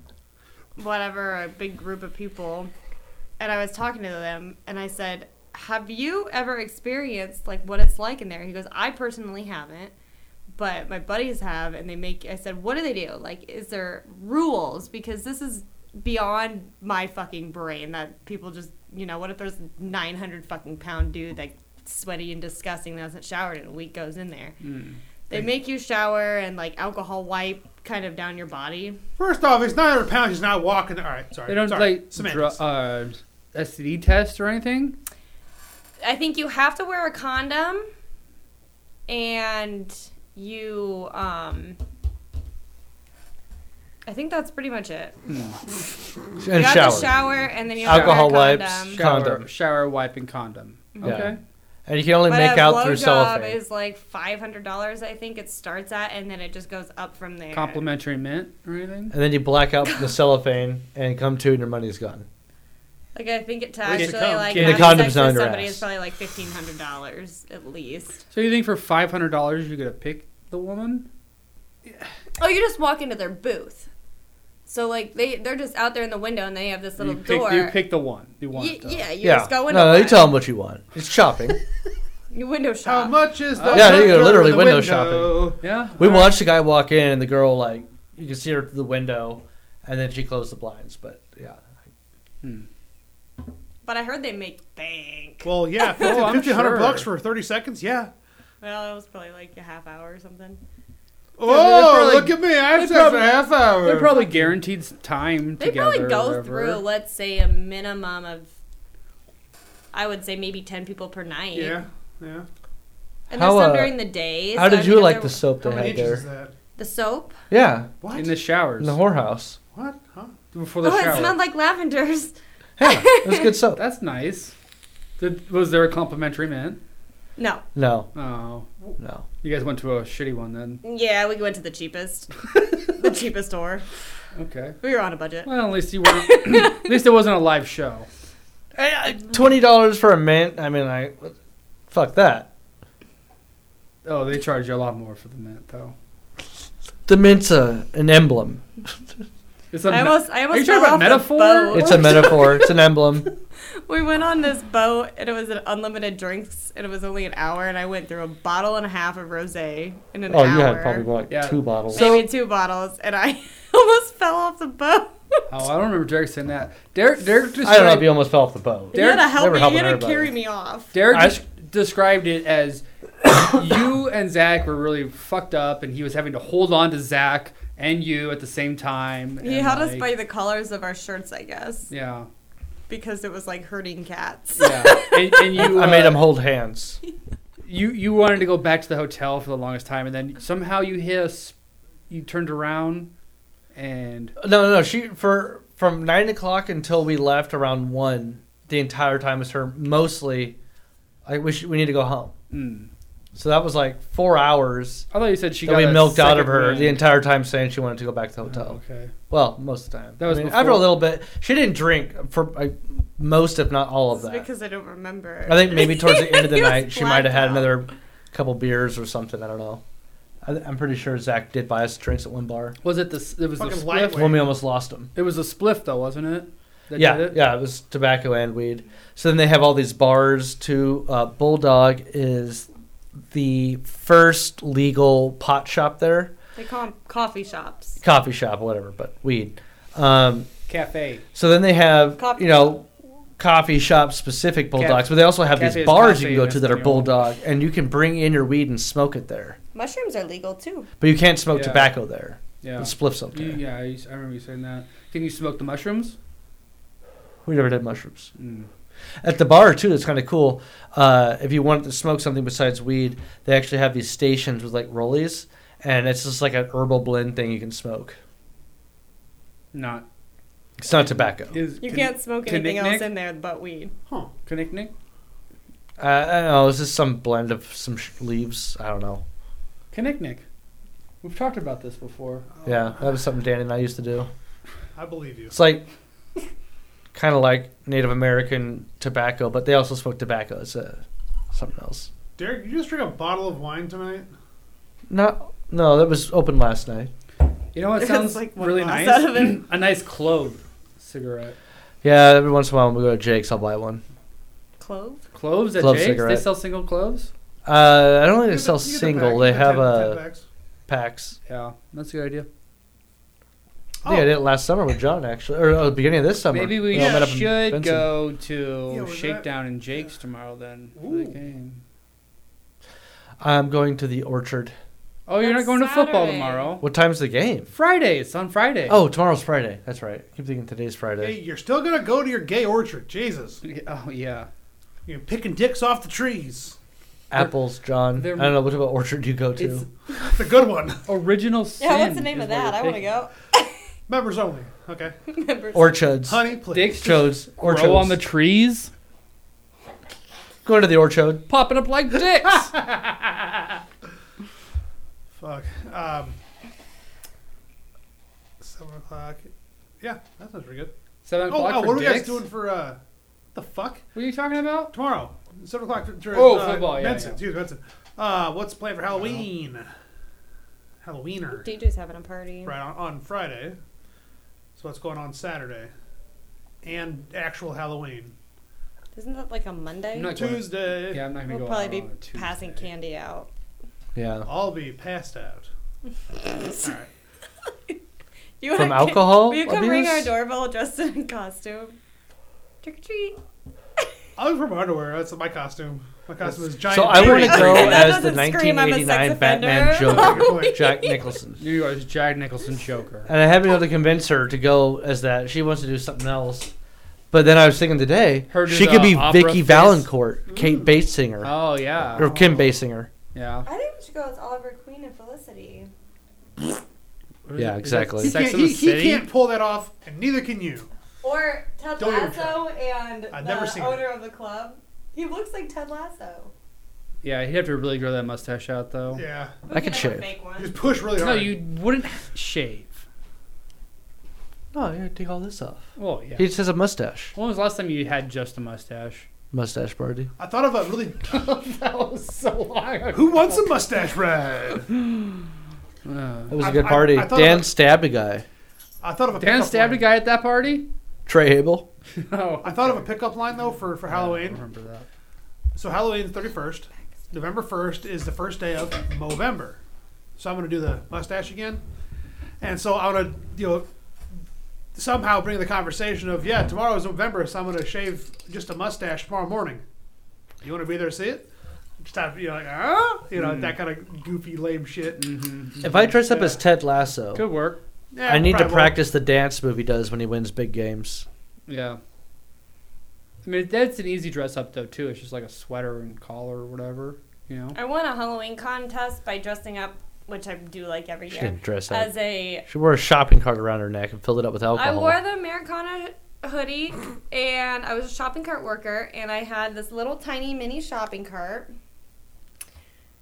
[SPEAKER 5] whatever a big group of people, and I was talking to them, and I said, "Have you ever experienced like what it's like in there?" He goes, "I personally haven't." But my buddies have, and they make. I said, "What do they do? Like, is there rules? Because this is beyond my fucking brain that people just you know what if there's 900 fucking pound dude that sweaty and disgusting that hasn't showered in a week goes in there they make you shower and like alcohol wipe kind of down your body
[SPEAKER 1] First off, it's 900 pounds. He's not walking. All right, sorry.
[SPEAKER 3] They don't
[SPEAKER 1] sorry.
[SPEAKER 3] like dr-
[SPEAKER 1] Semantics.
[SPEAKER 3] uh, STD test or anything.
[SPEAKER 5] i think you have to wear a condom and you um i think that's pretty much it
[SPEAKER 2] And
[SPEAKER 5] you have
[SPEAKER 2] shower.
[SPEAKER 5] to shower and then you have
[SPEAKER 2] Alcohol
[SPEAKER 5] to wear a
[SPEAKER 2] wipes.
[SPEAKER 5] condom.
[SPEAKER 3] Shower,
[SPEAKER 2] Condom.
[SPEAKER 3] shower, wiping condom.
[SPEAKER 2] Yeah.
[SPEAKER 3] Okay.
[SPEAKER 2] And you can only
[SPEAKER 5] But
[SPEAKER 2] make
[SPEAKER 5] a
[SPEAKER 2] out through
[SPEAKER 5] blowjob
[SPEAKER 2] cellophane.
[SPEAKER 5] is like five hundred dollars, I think it starts at, and then it just goes up from there.
[SPEAKER 3] Complimentary mint or anything.
[SPEAKER 2] and
[SPEAKER 5] (laughs)
[SPEAKER 2] then you black out the cellophane and come to and your money's gone.
[SPEAKER 5] Like I think it's
[SPEAKER 3] Where's it
[SPEAKER 5] actually
[SPEAKER 3] come?
[SPEAKER 5] like
[SPEAKER 3] The
[SPEAKER 5] having
[SPEAKER 2] condom's
[SPEAKER 5] sex
[SPEAKER 2] not in
[SPEAKER 5] with
[SPEAKER 2] her
[SPEAKER 5] somebody
[SPEAKER 2] ass.
[SPEAKER 5] is probably like fifteen hundred dollars at least.
[SPEAKER 3] So you think for five hundred dollars you're gonna pick the woman?
[SPEAKER 5] Oh, you just walk into their booth. So like they they're just out there in the window and they have this little
[SPEAKER 3] you pick,
[SPEAKER 5] door.
[SPEAKER 3] You pick the one. You want
[SPEAKER 5] Y-
[SPEAKER 3] though.
[SPEAKER 5] yeah, you
[SPEAKER 2] yeah.
[SPEAKER 5] just go in.
[SPEAKER 2] no,
[SPEAKER 5] and
[SPEAKER 2] you tell them what you want. It's shopping.
[SPEAKER 5] You window shop.
[SPEAKER 1] How much is the
[SPEAKER 2] Yeah, you
[SPEAKER 1] hot
[SPEAKER 2] go
[SPEAKER 1] girl
[SPEAKER 2] literally
[SPEAKER 1] in the
[SPEAKER 2] window shopping.
[SPEAKER 3] Yeah.
[SPEAKER 2] we
[SPEAKER 3] all right.
[SPEAKER 2] watched the guy walk in, and the girl like you can see her through the window, and then she closed the blinds. But yeah,
[SPEAKER 5] But I heard they make bank.
[SPEAKER 1] Well, yeah,
[SPEAKER 3] Oh, I'm
[SPEAKER 1] 1500
[SPEAKER 3] sure.
[SPEAKER 1] bucks for 30 seconds. Yeah.
[SPEAKER 5] Well, it was probably like a half hour or something.
[SPEAKER 1] Oh,
[SPEAKER 3] probably-
[SPEAKER 1] look at me. I
[SPEAKER 3] they
[SPEAKER 1] have sex for
[SPEAKER 3] probably-
[SPEAKER 1] a half hour.
[SPEAKER 3] They're probably guaranteed time
[SPEAKER 5] They
[SPEAKER 3] together.
[SPEAKER 5] probably
[SPEAKER 3] or
[SPEAKER 5] go
[SPEAKER 3] whatever.
[SPEAKER 5] through, let's say, a minimum of, I would say maybe ten people per night.
[SPEAKER 1] Yeah. Yeah.
[SPEAKER 5] And
[SPEAKER 2] How,
[SPEAKER 5] there's some
[SPEAKER 2] uh,
[SPEAKER 5] during the day.
[SPEAKER 2] how
[SPEAKER 5] so
[SPEAKER 2] did
[SPEAKER 5] I
[SPEAKER 2] you
[SPEAKER 5] mean,
[SPEAKER 2] like
[SPEAKER 5] there-
[SPEAKER 2] the soap
[SPEAKER 1] How
[SPEAKER 2] they
[SPEAKER 1] many
[SPEAKER 2] had
[SPEAKER 1] inches is
[SPEAKER 2] there?
[SPEAKER 1] that?
[SPEAKER 5] The soap?
[SPEAKER 2] Yeah,
[SPEAKER 1] What?
[SPEAKER 3] in the showers
[SPEAKER 2] in the whorehouse.
[SPEAKER 1] what? Huh?
[SPEAKER 3] before the
[SPEAKER 5] Oh,
[SPEAKER 3] shower.
[SPEAKER 5] it smelled like lavenders. (laughs)
[SPEAKER 2] Yeah, it was good
[SPEAKER 3] (laughs)
[SPEAKER 2] soap.
[SPEAKER 3] That's nice. Did, was there a complimentary man?
[SPEAKER 5] No.
[SPEAKER 2] No,
[SPEAKER 3] Oh,
[SPEAKER 2] no.
[SPEAKER 3] you guys went to a shitty one then.
[SPEAKER 5] Yeah, we went to
[SPEAKER 3] (laughs)
[SPEAKER 5] the cheapest, the cheapest store.
[SPEAKER 3] Okay.
[SPEAKER 5] We were on a budget.
[SPEAKER 3] Well, at least you weren't. (coughs) at least it wasn't a live show.
[SPEAKER 2] Eh, Twenty dollars for a mint. I mean, I fuck that.
[SPEAKER 3] Oh, they charge you a lot more for the mint though.
[SPEAKER 2] The mint's a, an emblem.
[SPEAKER 3] It's a
[SPEAKER 5] I
[SPEAKER 3] me-
[SPEAKER 5] almost, I
[SPEAKER 3] you
[SPEAKER 5] almost
[SPEAKER 3] talking
[SPEAKER 5] fell
[SPEAKER 3] about
[SPEAKER 5] off the
[SPEAKER 3] metaphor?
[SPEAKER 5] boat.
[SPEAKER 2] It's a metaphor. It's an emblem.
[SPEAKER 5] We went on this boat and it was an unlimited drinks and it was only an hour and I went through a bottle and a half of rosé in an
[SPEAKER 2] Oh,
[SPEAKER 5] hour.
[SPEAKER 2] you had probably like
[SPEAKER 3] Yeah.
[SPEAKER 2] two bottles.
[SPEAKER 5] maybe two bottles and I (laughs) almost fell off the boat. (laughs)
[SPEAKER 3] oh, I don't remember Derek saying that. Derek, Derek described.
[SPEAKER 2] I don't know if you almost fell off the boat.
[SPEAKER 5] you had to
[SPEAKER 3] Derek-
[SPEAKER 2] they
[SPEAKER 5] help
[SPEAKER 2] were
[SPEAKER 5] me.
[SPEAKER 2] helping
[SPEAKER 5] You had to
[SPEAKER 2] everybody.
[SPEAKER 5] carry me off.
[SPEAKER 3] Derek
[SPEAKER 2] I-
[SPEAKER 3] des- described it as (coughs) you and Zach were really fucked up, and he was having to hold on to Zach and you at the same time.
[SPEAKER 5] He
[SPEAKER 3] and,
[SPEAKER 5] held us
[SPEAKER 3] like,
[SPEAKER 5] by the collars of our shirts, I guess,
[SPEAKER 3] Yeah,
[SPEAKER 5] because it was like herding cats.
[SPEAKER 3] yeah. and, and
[SPEAKER 2] (laughs)
[SPEAKER 3] you,
[SPEAKER 2] I made
[SPEAKER 3] uh,
[SPEAKER 2] him hold hands.
[SPEAKER 3] You you wanted to go back to the hotel for the longest time, and then somehow you hiss. You turned around, and
[SPEAKER 2] No, no, no. She for from nine o'clock until we left around one. The entire time was her mostly. I wish we need to go home.
[SPEAKER 3] mm,
[SPEAKER 2] So that was like four hours
[SPEAKER 3] I thought you said she
[SPEAKER 2] that
[SPEAKER 3] got
[SPEAKER 2] we
[SPEAKER 3] a
[SPEAKER 2] milked out of
[SPEAKER 3] second
[SPEAKER 2] her
[SPEAKER 3] wind.
[SPEAKER 2] the entire time saying she wanted to go back to the
[SPEAKER 3] Oh,
[SPEAKER 2] hotel.
[SPEAKER 3] okay.
[SPEAKER 2] Well, most of the time.
[SPEAKER 3] That was
[SPEAKER 2] I mean,
[SPEAKER 3] before-
[SPEAKER 2] after a little bit. She didn't drink for like, most, if not all of
[SPEAKER 5] It's
[SPEAKER 2] that.
[SPEAKER 5] because I don't remember.
[SPEAKER 2] I think
[SPEAKER 5] (laughs)
[SPEAKER 2] maybe towards the end of the
[SPEAKER 5] He was
[SPEAKER 2] night she might have had
[SPEAKER 5] blacked out.
[SPEAKER 2] another couple beers or something. I don't know. I, I'm pretty sure Zach did buy us drinks at one bar.
[SPEAKER 3] Was it the s- it was the
[SPEAKER 1] Fucking
[SPEAKER 3] spliff?
[SPEAKER 1] lightweight.
[SPEAKER 2] When we almost lost him.
[SPEAKER 3] It was a spliff though, wasn't it? That
[SPEAKER 2] yeah,
[SPEAKER 3] did it?
[SPEAKER 2] yeah, it was tobacco and weed. So then they have all these bars too. Uh, Bulldog is the first legal pot shop there,
[SPEAKER 5] They call 'em coffee shops.
[SPEAKER 2] coffee shop, whatever, but weed. Um,
[SPEAKER 3] Cafe.
[SPEAKER 2] so then they have
[SPEAKER 5] Coffee
[SPEAKER 2] you know coffee shop specific bulldogs, but they also have
[SPEAKER 3] Cafe
[SPEAKER 2] these
[SPEAKER 3] is
[SPEAKER 2] bars you
[SPEAKER 3] coffee
[SPEAKER 2] can go
[SPEAKER 3] in
[SPEAKER 2] to that are
[SPEAKER 3] Espanol.
[SPEAKER 2] bulldog, and you can bring in your weed and smoke it there,
[SPEAKER 5] Mushrooms are legal too.
[SPEAKER 2] but you can't smoke
[SPEAKER 3] Yeah.
[SPEAKER 2] tobacco there.
[SPEAKER 3] Yeah.
[SPEAKER 2] And spliffs up there.
[SPEAKER 3] You- yeah, I, used- I remember you saying that. Can you smoke the mushrooms?
[SPEAKER 2] We never did mushrooms.
[SPEAKER 3] Mm.
[SPEAKER 2] At the bar too, that's kind of cool. Uh, if you wanted to smoke something besides weed, they actually have these stations with like rollies, and it's just like an herbal blend thing you can smoke.
[SPEAKER 3] Not.
[SPEAKER 2] It's not tobacco.
[SPEAKER 3] Is,
[SPEAKER 5] You can't smoke
[SPEAKER 3] can
[SPEAKER 5] anything
[SPEAKER 3] knick-knack?
[SPEAKER 5] else in there but weed.
[SPEAKER 3] Knick-knack?
[SPEAKER 2] Uh, I don't know. It's just some blend of some sh- leaves. I don't know.
[SPEAKER 3] Knick-knack. We've talked about this before.
[SPEAKER 2] Yeah, that was something Danny and I used to do.
[SPEAKER 1] I believe you.
[SPEAKER 2] It's like kind of like Native American tobacco, but they also smoke tobacco. It's uh, something else.
[SPEAKER 1] Derek, you just drink a bottle of wine tonight?
[SPEAKER 2] No, no, that was open last night.
[SPEAKER 3] You know what
[SPEAKER 5] It's
[SPEAKER 3] sounds
[SPEAKER 5] like one
[SPEAKER 3] really
[SPEAKER 5] glass
[SPEAKER 3] nice?
[SPEAKER 5] out of it.
[SPEAKER 3] (clears throat) a nice clove cigarette.
[SPEAKER 2] Yeah, every once in a while when we go to Jake's, I'll buy one.
[SPEAKER 5] Clove?
[SPEAKER 3] Cloves at
[SPEAKER 2] Clove
[SPEAKER 3] Jake's?
[SPEAKER 2] cigarette.
[SPEAKER 3] They sell single cloves?
[SPEAKER 2] Uh, I don't think
[SPEAKER 1] You
[SPEAKER 2] they
[SPEAKER 1] get
[SPEAKER 2] sell
[SPEAKER 1] the- you get the
[SPEAKER 2] single.
[SPEAKER 1] pack,
[SPEAKER 2] They
[SPEAKER 1] the
[SPEAKER 2] have
[SPEAKER 1] 10
[SPEAKER 2] uh,
[SPEAKER 1] 10 packs.
[SPEAKER 2] packs.
[SPEAKER 3] Yeah, that's a good idea.
[SPEAKER 2] I think I did it last summer with John, actually, or uh, the beginning of this summer.
[SPEAKER 3] Oh. Maybe we
[SPEAKER 2] when I met up in
[SPEAKER 3] should
[SPEAKER 2] Benson.
[SPEAKER 3] go
[SPEAKER 1] Yeah,
[SPEAKER 3] to
[SPEAKER 1] was
[SPEAKER 3] Shakedown in Jake's tomorrow then. for the
[SPEAKER 1] Ooh.
[SPEAKER 3] game.
[SPEAKER 2] I'm going to the orchard.
[SPEAKER 3] Oh, you're not
[SPEAKER 5] That's
[SPEAKER 3] going to football
[SPEAKER 5] Saturday.
[SPEAKER 3] tomorrow?
[SPEAKER 2] What time's the game?
[SPEAKER 3] Friday. It's on Friday.
[SPEAKER 2] Oh, tomorrow's Friday. That's right. I keep thinking today's
[SPEAKER 1] Hey,
[SPEAKER 2] Friday.
[SPEAKER 1] you're still going to go to your gay orchard. Jesus.
[SPEAKER 3] Oh, yeah.
[SPEAKER 1] You're picking dicks off the trees.
[SPEAKER 2] Apples, John.
[SPEAKER 3] they're-
[SPEAKER 2] I don't know what about orchard you go
[SPEAKER 3] It's-
[SPEAKER 2] to.
[SPEAKER 1] That's a good one. (laughs)
[SPEAKER 3] Original Sin.
[SPEAKER 5] Yeah, what's the name
[SPEAKER 3] is
[SPEAKER 5] of
[SPEAKER 3] what
[SPEAKER 5] that?
[SPEAKER 3] we're
[SPEAKER 5] I want to
[SPEAKER 3] picking.
[SPEAKER 5] go.
[SPEAKER 1] Members only. Okay.
[SPEAKER 5] (laughs) Members.
[SPEAKER 2] Orchards.
[SPEAKER 1] Honey, please.
[SPEAKER 3] Dicks just
[SPEAKER 2] Chodes.
[SPEAKER 3] grow
[SPEAKER 2] Orchards.
[SPEAKER 3] on the trees,
[SPEAKER 2] Going to the orchard.
[SPEAKER 3] popping up
[SPEAKER 1] (laughs)
[SPEAKER 3] like dicks.
[SPEAKER 1] Fuck. Um, seven o'clock. Yeah, that sounds pretty good.
[SPEAKER 3] Seven
[SPEAKER 1] Oh,
[SPEAKER 3] o'clock
[SPEAKER 1] wow,
[SPEAKER 3] for
[SPEAKER 1] Oh, what are we
[SPEAKER 3] dicks.
[SPEAKER 1] guys doing for uh, the fuck?
[SPEAKER 3] What are you talking about?
[SPEAKER 1] Tomorrow, seven o'clock. For, for,
[SPEAKER 3] Oh,
[SPEAKER 1] uh,
[SPEAKER 3] football, yeah,
[SPEAKER 1] Benson,
[SPEAKER 3] yeah.
[SPEAKER 1] excuse me, Benson. Uh, what's planned for Halloween? Halloweener.
[SPEAKER 5] DJ's having a party.
[SPEAKER 1] Right on, on Friday. So what's going on Saturday? And actual Halloween
[SPEAKER 5] Isn't that like a Monday?
[SPEAKER 3] I'm not going.
[SPEAKER 1] Tuesday.
[SPEAKER 3] Yeah, I'm not gonna
[SPEAKER 5] we'll
[SPEAKER 3] go. out
[SPEAKER 5] probably be
[SPEAKER 3] on a Tuesday.
[SPEAKER 5] passing candy out.
[SPEAKER 2] Yeah.
[SPEAKER 1] I'll be passed out. All right.
[SPEAKER 5] (laughs) You
[SPEAKER 2] From
[SPEAKER 5] wanna-
[SPEAKER 2] alcohol
[SPEAKER 5] Will you come ring our
[SPEAKER 2] abuse?
[SPEAKER 5] doorbell dressed in a costume? Trick or treat.
[SPEAKER 1] I'll be from underwear. That's my costume. My costume is giant.
[SPEAKER 2] So I want to
[SPEAKER 1] berries.
[SPEAKER 2] go
[SPEAKER 5] That
[SPEAKER 2] as the
[SPEAKER 5] doesn't scream I'm a sex
[SPEAKER 2] 1989 Batman
[SPEAKER 5] offender.
[SPEAKER 2] Joker,
[SPEAKER 3] (laughs)
[SPEAKER 2] Jack Nicholson.
[SPEAKER 3] New York's Jack
[SPEAKER 2] (laughs)
[SPEAKER 3] Nicholson Joker.
[SPEAKER 2] And I haven't been able to convince her to go as that. She wants to do something else. But then I was thinking today,
[SPEAKER 3] Her do
[SPEAKER 2] she
[SPEAKER 3] the
[SPEAKER 2] could be
[SPEAKER 3] opera
[SPEAKER 2] Vicky
[SPEAKER 3] face.
[SPEAKER 2] Valancourt, Kate Basinger,
[SPEAKER 3] Oh yeah.
[SPEAKER 2] or Kim Basinger.
[SPEAKER 3] Yeah.
[SPEAKER 5] I think we should go as Oliver Queen and Felicity.
[SPEAKER 3] What is
[SPEAKER 2] Yeah,
[SPEAKER 3] it? Is
[SPEAKER 2] exactly.
[SPEAKER 3] that
[SPEAKER 1] He
[SPEAKER 3] Sex
[SPEAKER 1] can't,
[SPEAKER 3] in the
[SPEAKER 1] he, he
[SPEAKER 3] City.
[SPEAKER 1] can't pull that off, and neither can you.
[SPEAKER 5] Or Ted
[SPEAKER 1] Don't even
[SPEAKER 5] Lasso and
[SPEAKER 1] I've
[SPEAKER 5] the
[SPEAKER 1] never seen
[SPEAKER 5] owner of the club. He looks like Ted Lasso.
[SPEAKER 3] Yeah, he'd have to really grow that mustache out though.
[SPEAKER 1] Yeah,
[SPEAKER 5] We
[SPEAKER 2] I could
[SPEAKER 5] have a
[SPEAKER 2] shave.
[SPEAKER 5] Fake one.
[SPEAKER 1] just push really
[SPEAKER 3] No,
[SPEAKER 1] hard.
[SPEAKER 3] you wouldn't shave.
[SPEAKER 2] Oh, you gotta take all this off.
[SPEAKER 3] Well, yeah.
[SPEAKER 2] He just has a mustache.
[SPEAKER 3] When was the last time you had just a mustache?
[SPEAKER 2] Mustache party.
[SPEAKER 1] I thought of a really.
[SPEAKER 3] that was so long ago.
[SPEAKER 1] Who wants a mustache ride?
[SPEAKER 2] It was a
[SPEAKER 1] I-
[SPEAKER 2] good
[SPEAKER 1] I-
[SPEAKER 2] party.
[SPEAKER 1] I thought
[SPEAKER 2] Dan
[SPEAKER 1] about-
[SPEAKER 2] stabbed a guy.
[SPEAKER 1] I thought of a.
[SPEAKER 3] Uh, Dan
[SPEAKER 1] pickup
[SPEAKER 3] stabbed a
[SPEAKER 1] line.
[SPEAKER 3] guy at that party?
[SPEAKER 2] Trey Abel.
[SPEAKER 3] No.
[SPEAKER 1] I thought of a pickup line though for for
[SPEAKER 3] I
[SPEAKER 1] Halloween.
[SPEAKER 3] remember that.
[SPEAKER 1] So Halloween's thirty first. November first is the first day of Movember. So I'm gonna do the mustache again, and so I wanna you know somehow bring the conversation of yeah tomorrow is November, so I'm gonna shave just a mustache tomorrow morning. You wanna be there to see it? Just have you know like ah you know
[SPEAKER 2] Hmm.
[SPEAKER 1] that kind of goofy lame shit.
[SPEAKER 2] If I dress up as Ted Lasso,
[SPEAKER 3] Good work.
[SPEAKER 1] Yeah,
[SPEAKER 2] I need to
[SPEAKER 1] probably won't.
[SPEAKER 2] practice the dance move he does when he wins big games.
[SPEAKER 3] Yeah. I mean, that's an easy dress up though too. It's just like a sweater and collar or whatever, you know.
[SPEAKER 5] I won a Halloween contest by dressing up, which I do like every
[SPEAKER 2] She
[SPEAKER 5] year,
[SPEAKER 2] didn't dress up.
[SPEAKER 5] as a.
[SPEAKER 2] She wore a shopping cart around her neck and filled it up with
[SPEAKER 5] I
[SPEAKER 2] alcohol.
[SPEAKER 5] wore the Americana hoodie, and I was a shopping cart worker, and I had this little tiny mini shopping cart,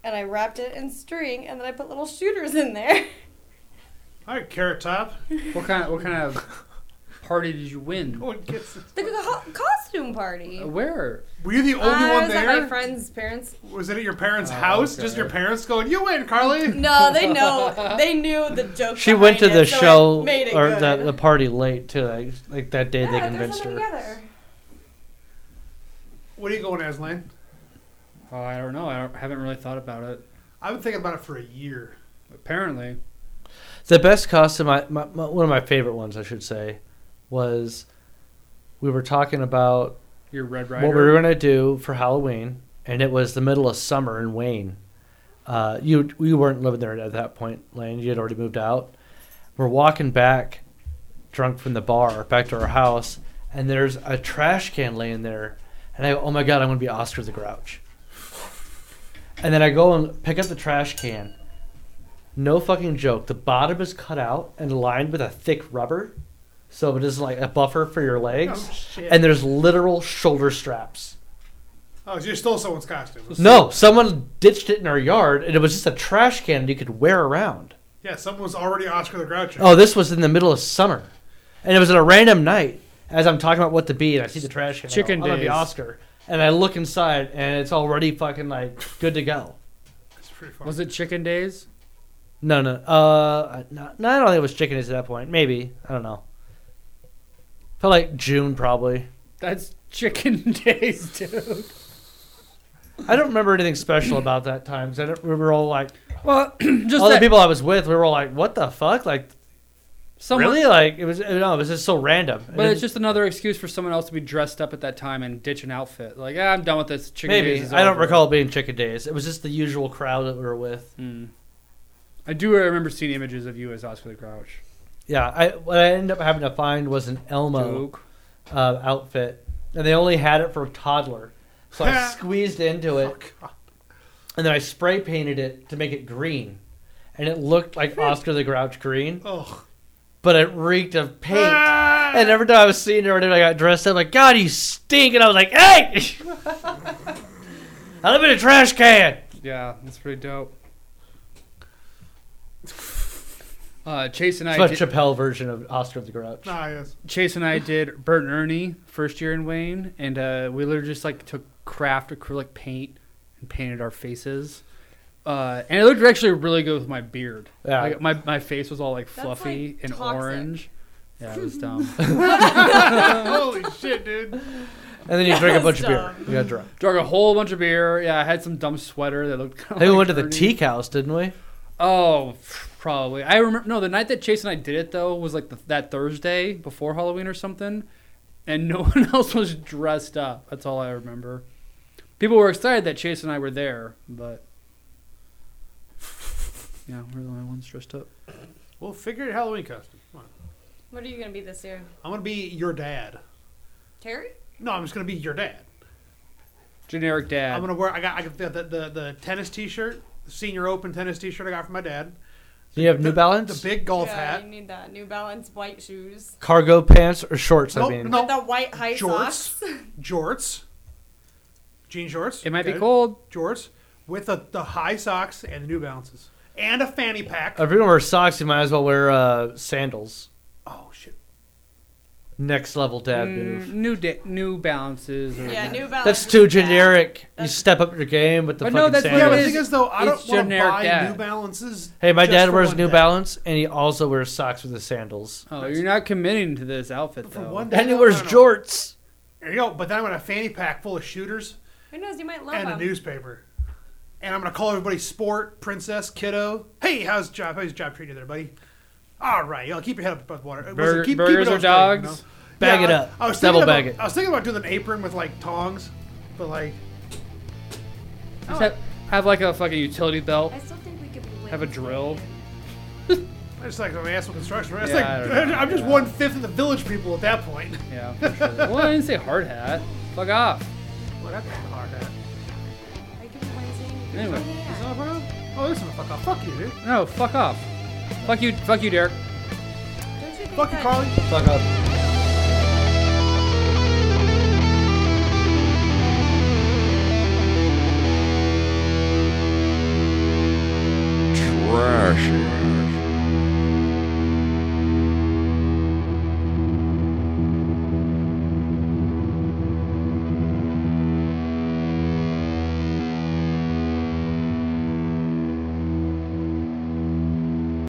[SPEAKER 5] and I wrapped it in string, and then I put little shooters in there. (laughs)
[SPEAKER 1] All right, carrot top. (laughs)
[SPEAKER 3] What kind of what kind (laughs) of party did you win?
[SPEAKER 1] Oh, it gets-
[SPEAKER 5] The co- costume party.
[SPEAKER 3] Uh, Where?
[SPEAKER 1] Were you the only
[SPEAKER 5] (laughs)
[SPEAKER 2] Oh,
[SPEAKER 5] I
[SPEAKER 1] one
[SPEAKER 5] was
[SPEAKER 1] there?
[SPEAKER 5] at my friend's parents.
[SPEAKER 1] Was it at your parents'
[SPEAKER 3] Oh,
[SPEAKER 1] house?
[SPEAKER 3] okay.
[SPEAKER 1] Just your parents going, "You win,
[SPEAKER 5] (laughs)
[SPEAKER 1] Carly."
[SPEAKER 5] No, they
[SPEAKER 2] (laughs)
[SPEAKER 5] know. They knew the joke.
[SPEAKER 2] She went to
[SPEAKER 5] behind
[SPEAKER 2] the
[SPEAKER 5] it, so it
[SPEAKER 2] show
[SPEAKER 5] made it
[SPEAKER 2] or
[SPEAKER 5] good.
[SPEAKER 2] the, the party late too. Like, like that day
[SPEAKER 5] yeah,
[SPEAKER 2] they
[SPEAKER 5] they're
[SPEAKER 2] convinced her.
[SPEAKER 5] something Together.
[SPEAKER 1] What are you going as, Lane?
[SPEAKER 3] Oh, I don't know. I, don't, I haven't really thought about it.
[SPEAKER 1] I've been thinking about it for a year.
[SPEAKER 3] Apparently,
[SPEAKER 2] The best costume, I, my, my, one of my favorite ones, I should say, was we were talking about
[SPEAKER 3] you're Red Rider.
[SPEAKER 2] what we were going to do for Halloween, and it was the middle of summer in Wayne. Uh, you you weren't living there at that point, Lane. You had already moved out. We're walking back, drunk from the bar, back to our house, and there's a trash can laying there, and I go, oh my god, I'm going to be Oscar the Grouch. And then I go and pick up the trash can. No fucking joke. The bottom is cut out and lined with a thick rubber, so it is like a buffer for your legs.
[SPEAKER 1] Oh shit!
[SPEAKER 2] And there's literal shoulder straps.
[SPEAKER 1] oh, so you stole someone's costume.
[SPEAKER 2] No, someone ditched it in our yard, and it was just a trash can you could wear around.
[SPEAKER 1] Yeah, someone was already Oscar the Grouch.
[SPEAKER 2] Oh, this was in the middle of summer, and it was on a random night. As I'm talking about what to be, and I see the trash can, I go,
[SPEAKER 3] Chicken
[SPEAKER 2] I'm gonna be
[SPEAKER 3] days.
[SPEAKER 2] Oscar, and I look inside, and it's already fucking like good to go.
[SPEAKER 1] That's pretty funny.
[SPEAKER 3] Was it Chicken Days?
[SPEAKER 2] No, no, uh, no, no, I don't think it was chicken days at that point. Maybe I don't know. Felt like June probably.
[SPEAKER 3] That's Chicken (laughs) Days, dude.
[SPEAKER 2] I don't remember anything
[SPEAKER 3] (clears throat)
[SPEAKER 2] special about that time. 'cause I don't, we were all like
[SPEAKER 3] Well, (clears throat) just
[SPEAKER 2] all the
[SPEAKER 3] that
[SPEAKER 2] people I was with, we were all like, "What the fuck?" Like,
[SPEAKER 3] someone-
[SPEAKER 2] really? Like, it was no, it was just so random. It
[SPEAKER 3] But
[SPEAKER 2] didn't-
[SPEAKER 3] it's just another excuse for someone else to be dressed up at that time and ditch an outfit. Like, ah, I'm done with this. Chicken
[SPEAKER 2] maybe
[SPEAKER 3] Days is
[SPEAKER 2] I don't
[SPEAKER 3] over."
[SPEAKER 2] recall it being chicken days. It was just the usual crowd that we were with.
[SPEAKER 3] Mm. I do remember seeing images of you as Oscar the Grouch.
[SPEAKER 2] Yeah, I what I ended up having to find was an Elmo
[SPEAKER 3] Duke.
[SPEAKER 2] uh, outfit, and they only had it for a toddler,
[SPEAKER 1] (laughs)
[SPEAKER 2] so I squeezed into
[SPEAKER 1] Oh,
[SPEAKER 2] it, and then I spray painted it to make it green, and it looked
[SPEAKER 1] Hmm.
[SPEAKER 2] like Oscar the Grouch green,
[SPEAKER 1] Oh.
[SPEAKER 2] but it reeked of paint.
[SPEAKER 1] Ah!
[SPEAKER 2] And every time I was seeing her, and I got dressed up like, God, you stink. And I was like, hey!
[SPEAKER 1] (laughs)
[SPEAKER 2] I live in a trash can.
[SPEAKER 3] Yeah, that's pretty dope. Uh, Chase and
[SPEAKER 2] It's
[SPEAKER 3] I
[SPEAKER 2] a
[SPEAKER 3] did,
[SPEAKER 2] Chappelle version of Oscar of the Grouch.
[SPEAKER 1] Ah, yes.
[SPEAKER 3] Chase and I did Bert and Ernie first year in Wayne, and uh, we literally just like took craft acrylic paint and painted our faces. Uh, and it looked actually really good with my beard.
[SPEAKER 2] Yeah.
[SPEAKER 3] Like, my my face was all like fluffy
[SPEAKER 5] like,
[SPEAKER 3] and
[SPEAKER 5] toxic.
[SPEAKER 3] orange. Yeah, it
[SPEAKER 5] (laughs)
[SPEAKER 3] was dumb.
[SPEAKER 1] (laughs) Holy shit, dude.
[SPEAKER 2] And then you drink a bunch of beer.
[SPEAKER 5] Stop.
[SPEAKER 2] You got drunk.
[SPEAKER 3] Drank a whole bunch of beer. Yeah, I had some dumb sweater that looked.
[SPEAKER 2] I
[SPEAKER 3] Kind
[SPEAKER 2] think we went to the teak house, didn't we?
[SPEAKER 3] Oh, probably. I remember. No, the night that Chase and I did it though was like the, that Thursday before Halloween or something, and no (laughs) one else was dressed up. That's all I remember. People were excited that Chase and I were there, but (laughs) yeah, we're the only ones dressed up.
[SPEAKER 1] We'll figure out Halloween costume. Come on.
[SPEAKER 5] What are you gonna be this year,
[SPEAKER 1] I'm gonna be your dad.
[SPEAKER 5] Terry?
[SPEAKER 1] No, I'm just gonna be your dad.
[SPEAKER 3] Generic dad.
[SPEAKER 1] I'm gonna wear. I got. I got the the, the, the tennis T-shirt, senior open tennis T-shirt I got from my dad.
[SPEAKER 2] You have New
[SPEAKER 1] The
[SPEAKER 2] Balance,
[SPEAKER 1] big golf
[SPEAKER 5] yeah,
[SPEAKER 1] hat.
[SPEAKER 5] you need that New Balance white shoes.
[SPEAKER 2] cargo pants, or shorts.
[SPEAKER 1] Nope,
[SPEAKER 2] I mean,
[SPEAKER 1] no.
[SPEAKER 5] With the white high socks. (laughs)
[SPEAKER 1] Jorts. Jorts. Jean shorts.
[SPEAKER 3] it might be
[SPEAKER 1] Okay.
[SPEAKER 3] cold.
[SPEAKER 1] Jorts with the, the high socks and the New Balances and a fanny pack.
[SPEAKER 3] Uh,
[SPEAKER 2] if you're gonna wear socks, you might as well wear uh, sandals.
[SPEAKER 1] oh shit.
[SPEAKER 2] Next level dad
[SPEAKER 3] Mm,
[SPEAKER 2] move.
[SPEAKER 3] new da- New Balances. Or Oh,
[SPEAKER 5] Yeah, New Balance.
[SPEAKER 2] That's
[SPEAKER 5] is
[SPEAKER 2] too
[SPEAKER 5] bad.
[SPEAKER 2] generic. You
[SPEAKER 5] That's-
[SPEAKER 2] step up your game with the
[SPEAKER 3] But
[SPEAKER 2] fucking
[SPEAKER 3] no, that's what
[SPEAKER 1] Yeah,
[SPEAKER 2] sandals.
[SPEAKER 1] but the
[SPEAKER 3] is-
[SPEAKER 1] thing is though, I
[SPEAKER 3] it's
[SPEAKER 1] don't want to
[SPEAKER 3] generic
[SPEAKER 1] buy
[SPEAKER 3] dad.
[SPEAKER 1] New Balances.
[SPEAKER 2] Hey, my
[SPEAKER 1] just
[SPEAKER 2] dad
[SPEAKER 1] for
[SPEAKER 2] wears
[SPEAKER 1] one
[SPEAKER 2] New
[SPEAKER 1] day.
[SPEAKER 2] Balance, and he also wears socks with his sandals.
[SPEAKER 3] Oh, you're not committing to this outfit
[SPEAKER 1] But for
[SPEAKER 3] though.
[SPEAKER 1] one day,
[SPEAKER 2] And he
[SPEAKER 1] no,
[SPEAKER 2] wears
[SPEAKER 1] no, no.
[SPEAKER 2] jorts.
[SPEAKER 1] There you go. But then I'm gonna fanny pack full of shooters
[SPEAKER 5] Who knows? You might love
[SPEAKER 1] and a
[SPEAKER 5] them.
[SPEAKER 1] newspaper. And I'm gonna call everybody sport, princess, kiddo. Hey, how's job? How's job treating you there, buddy? All right, y'all keep your head up above water. Was it
[SPEAKER 3] Burger-
[SPEAKER 1] keep- keep
[SPEAKER 3] burgers
[SPEAKER 1] it
[SPEAKER 3] or
[SPEAKER 1] up straight, you
[SPEAKER 3] dogs?
[SPEAKER 1] know?
[SPEAKER 2] Bag
[SPEAKER 1] Yeah,
[SPEAKER 2] it
[SPEAKER 1] I-
[SPEAKER 2] up.
[SPEAKER 1] I was thinking
[SPEAKER 2] Double
[SPEAKER 1] about,
[SPEAKER 2] bag it.
[SPEAKER 1] I was thinking about doing an apron with like tongs, but like
[SPEAKER 3] Just have, have like a fucking utility belt.
[SPEAKER 5] I still think we could be.
[SPEAKER 3] Have a drill.
[SPEAKER 1] I just like I'm an asshole construction. It's
[SPEAKER 3] Yeah, I
[SPEAKER 1] like
[SPEAKER 3] don't know.
[SPEAKER 1] (laughs) I'm just
[SPEAKER 3] Yeah.
[SPEAKER 1] one fifth of the village people at that point. (laughs)
[SPEAKER 3] Yeah. for sure. well, I didn't say hard hat. Fuck off.
[SPEAKER 1] Well, that's not hard. huh?
[SPEAKER 5] I could be Wednesday.
[SPEAKER 3] Anyway.
[SPEAKER 1] Is that a problem? Oh, this is a fuck off. Fuck you, dude.
[SPEAKER 3] No, fuck off. Fuck you, fuck you, Derek.
[SPEAKER 5] Don't you think
[SPEAKER 1] Fuck you,
[SPEAKER 5] that-
[SPEAKER 1] Carly.
[SPEAKER 2] Fuck up.